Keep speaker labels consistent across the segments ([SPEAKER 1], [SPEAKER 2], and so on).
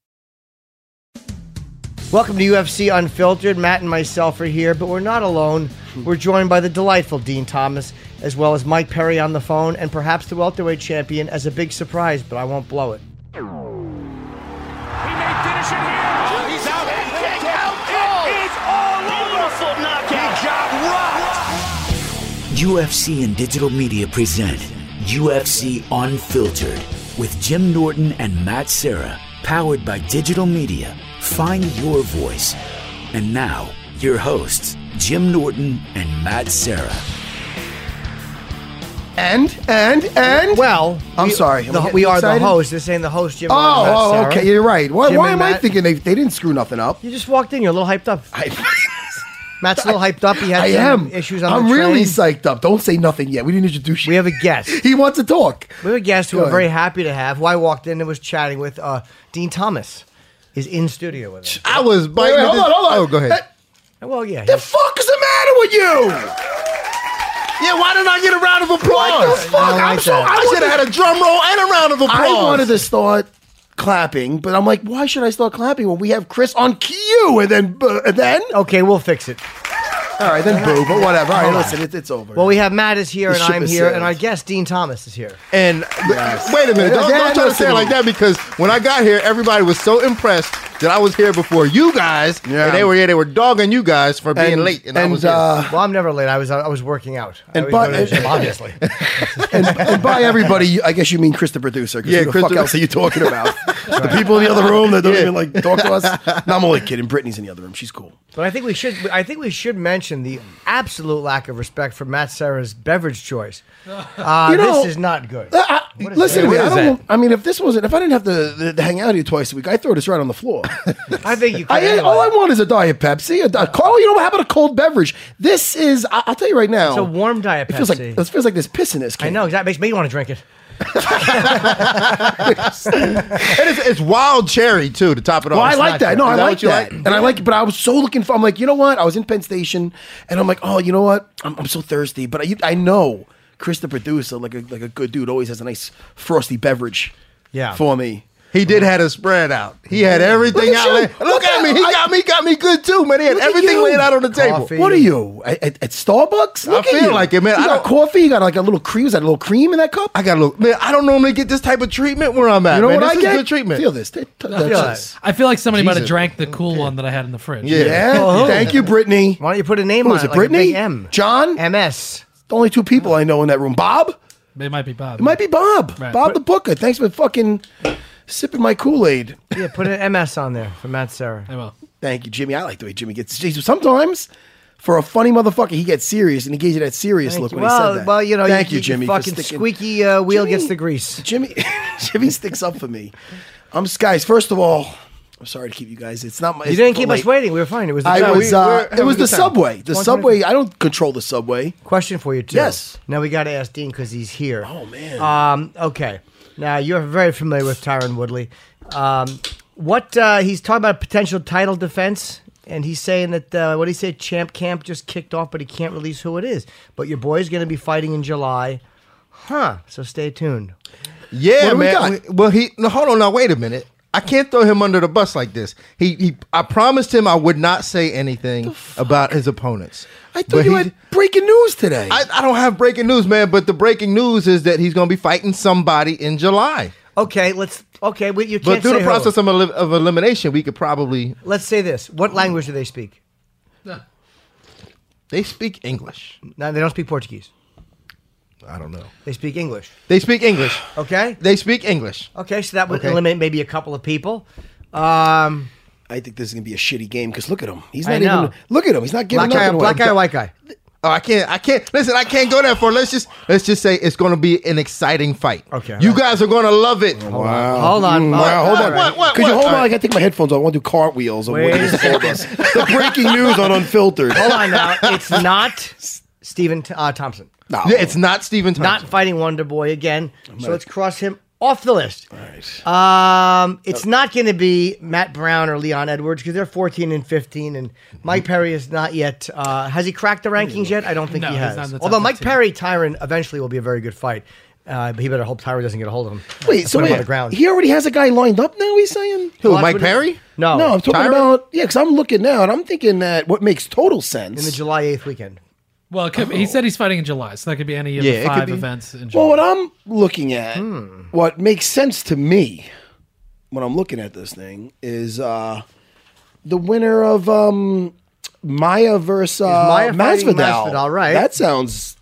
[SPEAKER 1] Welcome to UFC Unfiltered. Matt and myself are here, but we're not alone. We're joined by the delightful Dean Thomas, as well as Mike Perry on the phone, and perhaps the welterweight champion as a big surprise, but I won't blow it.
[SPEAKER 2] He may finish it here. he's out. He's out. It is all Beautiful knockout. He got rocked.
[SPEAKER 3] UFC and digital media present UFC Unfiltered with Jim Norton and Matt Serra, powered by digital media. Find your voice. And now, your hosts, Jim Norton and Matt Serra.
[SPEAKER 4] And and and
[SPEAKER 1] Well,
[SPEAKER 4] I'm
[SPEAKER 1] we-
[SPEAKER 4] sorry.
[SPEAKER 1] the-
[SPEAKER 4] Am I
[SPEAKER 1] we are
[SPEAKER 4] excited?
[SPEAKER 1] the host. This ain't the host, Jim.
[SPEAKER 4] Oh,
[SPEAKER 1] Matt
[SPEAKER 4] oh,
[SPEAKER 1] uh, Sarah.
[SPEAKER 4] okay. You're right. Why,
[SPEAKER 1] Jim
[SPEAKER 4] why am
[SPEAKER 1] and
[SPEAKER 4] I
[SPEAKER 1] Matt.
[SPEAKER 4] thinking they, they didn't screw nothing up?
[SPEAKER 1] You just walked in. You're a little hyped up.
[SPEAKER 4] I,
[SPEAKER 1] Matt's a little hyped up. He had
[SPEAKER 4] I
[SPEAKER 1] some
[SPEAKER 4] am.
[SPEAKER 1] issues on
[SPEAKER 4] I'm
[SPEAKER 1] the
[SPEAKER 4] really
[SPEAKER 1] train.
[SPEAKER 4] psyched up. Don't say nothing yet. We didn't introduce you.
[SPEAKER 1] We have a guest.
[SPEAKER 4] he wants to talk.
[SPEAKER 1] We have a guest who
[SPEAKER 4] Go
[SPEAKER 1] we're very
[SPEAKER 4] ahead.
[SPEAKER 1] happy to have. Who I walked in and was chatting with uh, Dean Thomas. Is in studio with us.
[SPEAKER 5] I was
[SPEAKER 4] Wait,
[SPEAKER 5] biting.
[SPEAKER 4] wait, hold
[SPEAKER 5] this-
[SPEAKER 4] on, hold on.
[SPEAKER 5] Oh, go ahead.
[SPEAKER 4] That-
[SPEAKER 1] Well, yeah.
[SPEAKER 4] the fuck is the matter with you?
[SPEAKER 5] yeah, why didn't I get a round of
[SPEAKER 4] What
[SPEAKER 5] applause?
[SPEAKER 4] the fuck?
[SPEAKER 1] I like
[SPEAKER 4] I'm so,
[SPEAKER 1] that.
[SPEAKER 4] I,
[SPEAKER 5] I should
[SPEAKER 4] wanted-
[SPEAKER 5] have had a drum roll and a round of applause.
[SPEAKER 4] I wanted to start clapping, but I'm like, why should I start clapping when we have Chris on cue? And then, uh, and then,
[SPEAKER 1] okay, we'll fix it.
[SPEAKER 4] all right, then boo. But whatever. All right, listen, it, it's over.
[SPEAKER 1] Well, we have Matt is here
[SPEAKER 4] The
[SPEAKER 1] and
[SPEAKER 4] ship
[SPEAKER 1] I'm
[SPEAKER 4] has
[SPEAKER 1] here, and
[SPEAKER 4] sailed.
[SPEAKER 1] our guest Dean Thomas is here.
[SPEAKER 5] And wait a minute, don't,
[SPEAKER 4] Yeah,
[SPEAKER 5] don't try to say
[SPEAKER 4] listen.
[SPEAKER 5] it like that because when I got here, everybody was so impressed that I was here before you guys,
[SPEAKER 4] Yeah.
[SPEAKER 5] and they were here. They were dogging you guys for being
[SPEAKER 4] And-
[SPEAKER 5] late, and, I
[SPEAKER 4] and,
[SPEAKER 5] was here.
[SPEAKER 4] uh,
[SPEAKER 1] Well, I'm never late. I was I was working out. I
[SPEAKER 4] And
[SPEAKER 1] always
[SPEAKER 4] but-
[SPEAKER 1] go to the gym, obviously.
[SPEAKER 4] and, and by everybody, you- I guess you mean Chris the producer. 'cause
[SPEAKER 5] Yeah,
[SPEAKER 4] who the
[SPEAKER 5] Chris
[SPEAKER 4] fuck
[SPEAKER 5] the-
[SPEAKER 4] else are you talking about? the people in the other room that don't even like talk to us. No, I'm only kidding. Brittany's in the other room. She's cool.
[SPEAKER 1] but I think we should I think we should mention the absolute lack of respect for Matt Sarah's beverage choice. Uh,
[SPEAKER 4] You know-
[SPEAKER 1] this is not good.
[SPEAKER 4] I, I-
[SPEAKER 1] What is
[SPEAKER 4] Uh, listen,
[SPEAKER 1] that?
[SPEAKER 4] to me,
[SPEAKER 1] What
[SPEAKER 4] I
[SPEAKER 1] is
[SPEAKER 4] don't.
[SPEAKER 1] that?
[SPEAKER 4] want- I mean, if this wasn't, if I didn't have to, to, hang out here twice a week, I throw this right on the floor.
[SPEAKER 1] I think you. Could
[SPEAKER 4] I, oh,
[SPEAKER 1] handle
[SPEAKER 4] all I
[SPEAKER 1] it.
[SPEAKER 4] want is a diet Pepsi. A, di- Carl, you know how about a cold beverage? This is. I, I'll tell you right now.
[SPEAKER 1] It's a warm Diet
[SPEAKER 4] It feels like
[SPEAKER 1] Pepsi.
[SPEAKER 4] it feels like this piss in this.
[SPEAKER 1] I
[SPEAKER 4] Can.
[SPEAKER 1] know. That makes me want to drink it.
[SPEAKER 5] and it's, it's wild cherry too to top it off.
[SPEAKER 4] Well, I
[SPEAKER 5] It's
[SPEAKER 4] like
[SPEAKER 5] not
[SPEAKER 4] that.
[SPEAKER 5] cherry.
[SPEAKER 4] No,
[SPEAKER 5] Is
[SPEAKER 4] I
[SPEAKER 5] that
[SPEAKER 4] like
[SPEAKER 5] what you
[SPEAKER 4] that. And I like it, but I was so looking for, I'm like, you know what? I was in Penn Station and I'm like, oh, you know what? I'm, I'm so thirsty. But I, I know Chris, the producer, like a, like a good dude, always has a nice frosty beverage
[SPEAKER 1] Yeah.
[SPEAKER 4] for me.
[SPEAKER 5] He did had a spread out. He had everything
[SPEAKER 4] Look at
[SPEAKER 5] out.
[SPEAKER 4] you.
[SPEAKER 5] laid- Look,
[SPEAKER 4] Look
[SPEAKER 5] at
[SPEAKER 4] at-
[SPEAKER 5] me. He
[SPEAKER 4] I-
[SPEAKER 5] got me. Got me good too, man. He had
[SPEAKER 4] Look at
[SPEAKER 5] everything
[SPEAKER 4] you.
[SPEAKER 5] laid out on the table.
[SPEAKER 1] Coffee.
[SPEAKER 4] What are you? At, at- at Starbucks? Look at
[SPEAKER 5] feel
[SPEAKER 4] you.
[SPEAKER 5] like it, man.
[SPEAKER 4] You
[SPEAKER 5] I
[SPEAKER 4] got
[SPEAKER 5] don't-
[SPEAKER 4] coffee? You got like a little cream? Is that a little cream in that cup?
[SPEAKER 5] I got a little man. I don't normally get this type of treatment where I'm at.
[SPEAKER 4] you know
[SPEAKER 5] man.
[SPEAKER 4] what
[SPEAKER 5] this
[SPEAKER 4] I
[SPEAKER 5] is
[SPEAKER 4] get?
[SPEAKER 5] Good treatment.
[SPEAKER 4] Feel this. T- t-
[SPEAKER 1] Feel
[SPEAKER 4] touch
[SPEAKER 1] that.
[SPEAKER 4] this.
[SPEAKER 6] I feel like somebody might have
[SPEAKER 5] Jesus.
[SPEAKER 6] drank the cool one that I had in the fridge.
[SPEAKER 5] Yeah.
[SPEAKER 4] Yeah. Thank you, Brittany.
[SPEAKER 1] Why don't you put a name
[SPEAKER 4] Oh. Who
[SPEAKER 1] on
[SPEAKER 4] is
[SPEAKER 1] it?
[SPEAKER 4] it,
[SPEAKER 1] like a big
[SPEAKER 4] Brittany?
[SPEAKER 1] M.
[SPEAKER 4] John?
[SPEAKER 1] MS.
[SPEAKER 4] The only two people I know in that room. Bob?
[SPEAKER 6] It might be Bob.
[SPEAKER 4] It might be Bob.
[SPEAKER 6] Right. But-
[SPEAKER 4] Bob the Booker. Thanks for fucking sipping my Kool Aid.
[SPEAKER 1] Yeah, put an MS on there for Matt Sarah.
[SPEAKER 6] I will.
[SPEAKER 4] Thank you, Jimmy. I like the way Jimmy gets. Jesus, sometimes for a funny motherfucker, he gets serious, and he gave you that serious
[SPEAKER 1] Thank
[SPEAKER 4] look
[SPEAKER 1] you.
[SPEAKER 4] when
[SPEAKER 1] well,
[SPEAKER 4] he said that.
[SPEAKER 1] well, you know,
[SPEAKER 4] Thank you,
[SPEAKER 1] your
[SPEAKER 4] Jimmy. for
[SPEAKER 1] Fucking
[SPEAKER 4] sticking-
[SPEAKER 1] squeaky uh, wheel
[SPEAKER 4] Jimmy-
[SPEAKER 1] gets the grease.
[SPEAKER 4] Jimmy, Jimmy sticks up for me. I'm guys. First of all, I'm sorry to keep you guys. It's not my.
[SPEAKER 1] You didn't keep us waiting. We were fine. It was. The
[SPEAKER 4] I
[SPEAKER 1] job.
[SPEAKER 4] was.
[SPEAKER 5] we- we're
[SPEAKER 4] uh, it
[SPEAKER 5] having
[SPEAKER 4] was
[SPEAKER 5] a good
[SPEAKER 4] the
[SPEAKER 5] time.
[SPEAKER 4] subway. The
[SPEAKER 1] 125.
[SPEAKER 4] subway. I don't control the subway.
[SPEAKER 1] Question for you too.
[SPEAKER 4] Yes.
[SPEAKER 1] Now we got to ask Dean because he's here.
[SPEAKER 4] Oh man.
[SPEAKER 1] Um, okay. Now you're very familiar with Tyron Woodley. Um, what uh, he's talking about potential title defense, and he's saying that uh, what did he say? Champ Camp just kicked off, but he can't release who it is. But your boy's going to be fighting in July, huh? So stay tuned.
[SPEAKER 5] Yeah,
[SPEAKER 4] What do we
[SPEAKER 5] man.
[SPEAKER 4] got?
[SPEAKER 5] We- well, he no, hold on now. Wait a minute. I can't throw him under the bus like this. He, he I promised him I would not say anything about his opponents.
[SPEAKER 4] I thought
[SPEAKER 5] But
[SPEAKER 4] you
[SPEAKER 5] he-
[SPEAKER 4] had breaking news today.
[SPEAKER 5] I, I don't have breaking news, man. But the breaking news is that he's going to be fighting somebody in July.
[SPEAKER 1] Okay, let's. Okay, we, you can't.
[SPEAKER 5] But through
[SPEAKER 1] say
[SPEAKER 5] the
[SPEAKER 1] who.
[SPEAKER 5] process of, elim- of elimination, we could probably
[SPEAKER 1] let's say this: What language do they speak?
[SPEAKER 5] they speak English.
[SPEAKER 1] No, they don't speak Portuguese.
[SPEAKER 5] I don't know.
[SPEAKER 1] They speak English.
[SPEAKER 5] They speak English.
[SPEAKER 1] Okay.
[SPEAKER 5] They speak English.
[SPEAKER 1] Okay, so that would
[SPEAKER 5] Okay.
[SPEAKER 1] eliminate maybe a couple of people. Um,
[SPEAKER 4] I think this is gonna be a shitty game because look at him. He's
[SPEAKER 1] I
[SPEAKER 4] not
[SPEAKER 1] know.
[SPEAKER 4] even. Look at him. He's not giving
[SPEAKER 1] black guy,
[SPEAKER 4] nothing away.
[SPEAKER 1] black guy, or white guy.
[SPEAKER 5] Oh, I can't. I can't. Listen, I can't go there for. Let's just let's just say it's going to be an exciting fight.
[SPEAKER 1] Okay.
[SPEAKER 5] You guys are going to love it.
[SPEAKER 4] Wow.
[SPEAKER 1] Hold on.
[SPEAKER 4] Mm,
[SPEAKER 1] All right,
[SPEAKER 4] Wow. Hold
[SPEAKER 1] all
[SPEAKER 4] on.
[SPEAKER 1] right. What,
[SPEAKER 5] what,
[SPEAKER 4] Could you
[SPEAKER 5] what?
[SPEAKER 4] hold on?
[SPEAKER 5] All
[SPEAKER 4] I gotta take my headphones off. I want to do cartwheels. Of
[SPEAKER 1] Wait
[SPEAKER 4] what you just told us. the breaking news on Unfiltered.
[SPEAKER 1] Hold on now. It's not Stephen uh, Thompson.
[SPEAKER 4] No.
[SPEAKER 5] Yeah, it's not Stephen Thompson.
[SPEAKER 1] Not fighting Wonder Boy again. So let's cross him off the list.
[SPEAKER 4] Right. Uh,
[SPEAKER 1] Um, it's not going to be Matt Brown or Leon Edwards because they're 14 and 15, and
[SPEAKER 4] Mm-hmm.
[SPEAKER 1] Mike Perry is not yet. Uh, has he cracked the
[SPEAKER 4] Mm.
[SPEAKER 1] rankings yet? I don't think
[SPEAKER 6] No,
[SPEAKER 1] he
[SPEAKER 6] he's
[SPEAKER 1] has.
[SPEAKER 6] not in the top
[SPEAKER 1] Although Mike
[SPEAKER 6] 15.
[SPEAKER 1] Perry Tyron eventually will be a very good fight, uh, but he better hope Tyron doesn't get a hold of him.
[SPEAKER 4] Wait.
[SPEAKER 1] Put
[SPEAKER 4] So
[SPEAKER 1] him
[SPEAKER 4] wait,
[SPEAKER 1] on the ground.
[SPEAKER 4] he already has a guy lined up now. He's saying.
[SPEAKER 5] Who,
[SPEAKER 1] Watch
[SPEAKER 5] Mike
[SPEAKER 1] what he-
[SPEAKER 5] Perry?
[SPEAKER 1] No,
[SPEAKER 4] No, I'm talking
[SPEAKER 5] Tyron?
[SPEAKER 4] about yeah, because I'm looking now and I'm thinking that what makes total sense.
[SPEAKER 1] in the July 8th weekend.
[SPEAKER 6] Well, it could, he said he's fighting in July, so that could be any of
[SPEAKER 5] Yeah, it
[SPEAKER 6] the
[SPEAKER 5] could
[SPEAKER 6] five
[SPEAKER 5] be.
[SPEAKER 6] events in July.
[SPEAKER 4] well, what I'm looking at, what makes sense to me when I'm looking at this thing is uh, the winner of um, Maya versus uh,
[SPEAKER 1] Maya fighting
[SPEAKER 4] Masvidal.
[SPEAKER 1] Masvidal, right.
[SPEAKER 4] That sounds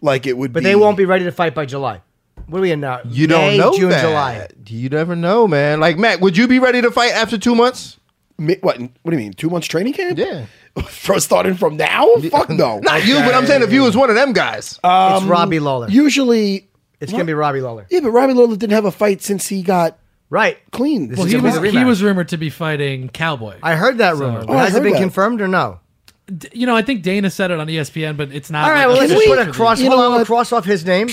[SPEAKER 4] like it would,
[SPEAKER 1] But
[SPEAKER 4] be.
[SPEAKER 1] they won't be ready to fight by July. What are we in now?
[SPEAKER 5] You don't
[SPEAKER 1] May,
[SPEAKER 5] know
[SPEAKER 1] June,
[SPEAKER 5] that.
[SPEAKER 1] July.
[SPEAKER 5] You never know, man. Like Matt, would you be ready to fight after two months?
[SPEAKER 4] Mi- What? What do you mean? Two months training camp?
[SPEAKER 5] Yeah.
[SPEAKER 4] From starting from now? Fuck no.
[SPEAKER 5] Not you, but I'm saying if you was one of them guys.
[SPEAKER 4] Uh,
[SPEAKER 1] it's Robbie Lawler.
[SPEAKER 4] Usually,
[SPEAKER 1] it's going to be Robbie Lawler.
[SPEAKER 4] yeah, but Robbie Lawler didn't have a fight since he got
[SPEAKER 1] Right.
[SPEAKER 4] clean.
[SPEAKER 1] This
[SPEAKER 6] Well,
[SPEAKER 1] is
[SPEAKER 6] he
[SPEAKER 1] gonna
[SPEAKER 6] was
[SPEAKER 1] be the
[SPEAKER 6] he
[SPEAKER 1] rematch.
[SPEAKER 6] was rumored to be fighting Cowboy.
[SPEAKER 1] I heard that rumor.
[SPEAKER 6] So-
[SPEAKER 1] but has
[SPEAKER 4] Oh, I
[SPEAKER 1] it been
[SPEAKER 4] heard that.
[SPEAKER 1] confirmed or no?
[SPEAKER 6] D- you know, I think Dana said it on E ESPN, but it's not.
[SPEAKER 1] All right,
[SPEAKER 6] like
[SPEAKER 1] well, let's
[SPEAKER 6] official
[SPEAKER 4] we-
[SPEAKER 1] just put
[SPEAKER 6] for
[SPEAKER 1] a
[SPEAKER 6] the-
[SPEAKER 1] cross.
[SPEAKER 4] You
[SPEAKER 1] hold
[SPEAKER 4] know
[SPEAKER 1] on, we'll
[SPEAKER 4] what?
[SPEAKER 1] cross off his name.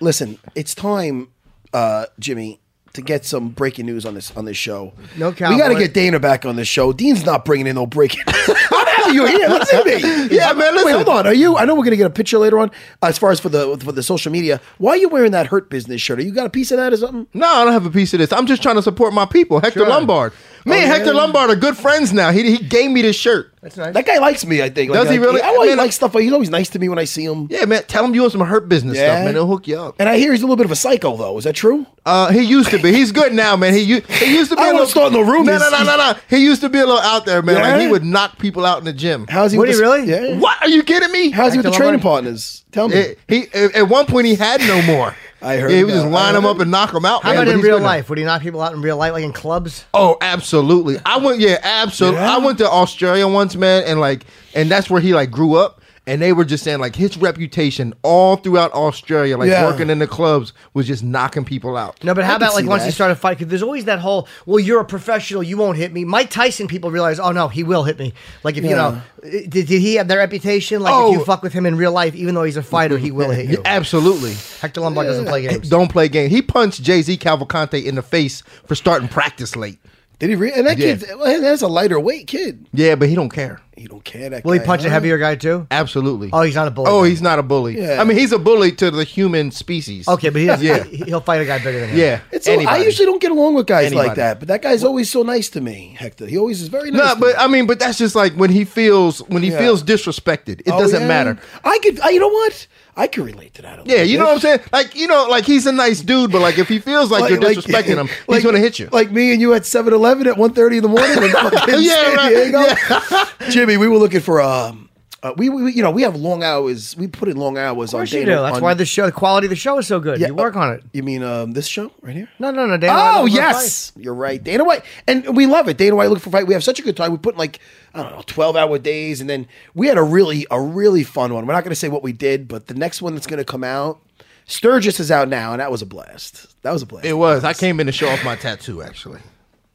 [SPEAKER 4] Listen, it's time, uh, Jimmy, to get some breaking news on this on this show.
[SPEAKER 1] No
[SPEAKER 4] We got to
[SPEAKER 1] cowboy.
[SPEAKER 4] get Dana back on this show. Dean's not bringing in no breaking. I'm happy you're here. Listen to me.
[SPEAKER 5] Yeah, man,
[SPEAKER 4] Wait,
[SPEAKER 5] listen.
[SPEAKER 4] hold on. Are you? I know we're gonna get a picture later on. As far as for the for the social media, why are you wearing that hurt business shirt? Are you got a piece of that or something?
[SPEAKER 5] No, I don't have a piece of this. I'm just trying to support my people. Hector Lombard.
[SPEAKER 4] Oh,
[SPEAKER 5] Me and Hector Lombard are good friends now. He, he gave me this shirt.
[SPEAKER 1] That's nice.
[SPEAKER 4] That guy likes me. I think.
[SPEAKER 5] Does he really?
[SPEAKER 4] I, always
[SPEAKER 5] Man,
[SPEAKER 4] like stuff. You know, he's nice to me when I see him.
[SPEAKER 5] Yeah, man. Tell him you want some hurt business
[SPEAKER 4] Yeah.
[SPEAKER 5] stuff, man. They'll hook you up.
[SPEAKER 4] And I hear he's a little bit of a psycho, though. Is that true?
[SPEAKER 5] Uh, he used to be. He's good now, man. He, u- he used to be.
[SPEAKER 4] I
[SPEAKER 5] a
[SPEAKER 4] don't
[SPEAKER 5] little-
[SPEAKER 4] start no
[SPEAKER 5] No,
[SPEAKER 4] rumors.
[SPEAKER 5] no, no, no, no. He used to be a little out there, man. Like he
[SPEAKER 4] Yeah?
[SPEAKER 5] would knock people out in the gym.
[SPEAKER 4] How's he?
[SPEAKER 1] Would
[SPEAKER 4] with
[SPEAKER 1] he
[SPEAKER 4] the-
[SPEAKER 1] really?
[SPEAKER 4] Yeah.
[SPEAKER 5] What are you kidding me?
[SPEAKER 4] How's he with the
[SPEAKER 1] Acting
[SPEAKER 4] training
[SPEAKER 1] like-
[SPEAKER 4] partners? Tell me.
[SPEAKER 5] It- he at at one point he had no more.
[SPEAKER 4] I heard
[SPEAKER 5] Yeah, he would just
[SPEAKER 4] that.
[SPEAKER 5] line
[SPEAKER 4] I
[SPEAKER 5] them
[SPEAKER 4] heard
[SPEAKER 5] up and knock them out.
[SPEAKER 1] How
[SPEAKER 5] man,
[SPEAKER 1] about
[SPEAKER 5] but
[SPEAKER 1] in
[SPEAKER 5] he's
[SPEAKER 1] real
[SPEAKER 5] good now.
[SPEAKER 1] life? Would he knock people out in real life, like in clubs?
[SPEAKER 5] Oh, absolutely. I went. Yeah, absolutely. I went to Australia once, man, and like, and that's where he like grew up. And they were just saying like his reputation all throughout Australia, like
[SPEAKER 4] Yeah.
[SPEAKER 5] working in the clubs, was just knocking people out.
[SPEAKER 1] No, but how
[SPEAKER 4] I
[SPEAKER 1] about
[SPEAKER 4] can
[SPEAKER 1] like
[SPEAKER 4] see
[SPEAKER 1] once you
[SPEAKER 4] that.
[SPEAKER 1] start a fight? Because there's always that whole, well, you're a professional, you won't hit me. Mike Tyson, people realize, oh no, he will hit me. Like if you know, did, did he have that reputation? Like if
[SPEAKER 5] Oh.
[SPEAKER 1] you fuck with him in real life, even though he's a fighter, he will hit you.
[SPEAKER 5] Absolutely.
[SPEAKER 1] Hector Lombard doesn't play games.
[SPEAKER 5] Don't play games. He punched Jay Z Cavalcante in the face for starting practice late.
[SPEAKER 4] Did he? Re- and that
[SPEAKER 5] Yeah.
[SPEAKER 4] kid, that's a lighter weight kid.
[SPEAKER 5] Yeah, but he don't care.
[SPEAKER 4] He don't care that.
[SPEAKER 1] Will he
[SPEAKER 4] guy,
[SPEAKER 1] punch a
[SPEAKER 4] huh?
[SPEAKER 1] heavier guy too?
[SPEAKER 5] Absolutely.
[SPEAKER 1] Oh, he's not a bully.
[SPEAKER 5] Oh, he's not a bully.
[SPEAKER 4] Yeah.
[SPEAKER 5] I mean, he's a bully to the human species.
[SPEAKER 1] Okay, but he's,
[SPEAKER 5] Yeah.
[SPEAKER 1] he, will fight a guy bigger than him.
[SPEAKER 5] Yeah.
[SPEAKER 4] It's. A, I
[SPEAKER 5] Anybody.
[SPEAKER 4] usually don't get along with guys like
[SPEAKER 5] Anybody.
[SPEAKER 4] that, but that guy's always so nice to me, Hector. He always is very nice.
[SPEAKER 5] No,
[SPEAKER 4] to
[SPEAKER 5] but
[SPEAKER 4] me.
[SPEAKER 5] I mean, but that's just like when he feels when he
[SPEAKER 4] Yeah.
[SPEAKER 5] feels disrespected. It
[SPEAKER 4] Oh,
[SPEAKER 5] doesn't
[SPEAKER 4] yeah?
[SPEAKER 5] matter.
[SPEAKER 4] I could. I, you know what? I could relate to that. A
[SPEAKER 5] Yeah,
[SPEAKER 4] little
[SPEAKER 5] you
[SPEAKER 4] bit.
[SPEAKER 5] know what I'm saying? Like, you know, like he's a nice dude, but like if he feels like, you're disrespecting him, he's
[SPEAKER 4] like-
[SPEAKER 5] gonna hit you.
[SPEAKER 4] Like me and you at 7-Eleven at 1.30 in the morning in fucking
[SPEAKER 5] Yeah,
[SPEAKER 4] San
[SPEAKER 5] right.
[SPEAKER 4] Diego. Jimmy, we were looking for um, uh, we, we you know we have long hours. We put in long hours
[SPEAKER 1] Of
[SPEAKER 4] on.
[SPEAKER 1] course you
[SPEAKER 4] Dana-
[SPEAKER 1] do. That's
[SPEAKER 4] on-
[SPEAKER 1] why the show, the quality of the show is so good.
[SPEAKER 4] Yeah,
[SPEAKER 1] you work
[SPEAKER 4] uh,
[SPEAKER 1] on it.
[SPEAKER 4] You mean um, this show right here?
[SPEAKER 1] No, no, no, Dana. White
[SPEAKER 4] Oh
[SPEAKER 1] looking for a
[SPEAKER 4] yes, you're right, Dana White, and we love it. Dana White looking for fight. We have such a good time. We put in like I don't know, twelve hour days, and then we had a really a really fun one. We're not going to say what we did, but the next one that's going to come out, Sturgis is out now, and that was a blast. That was a blast.
[SPEAKER 5] it was. I came in to show off my tattoo, actually.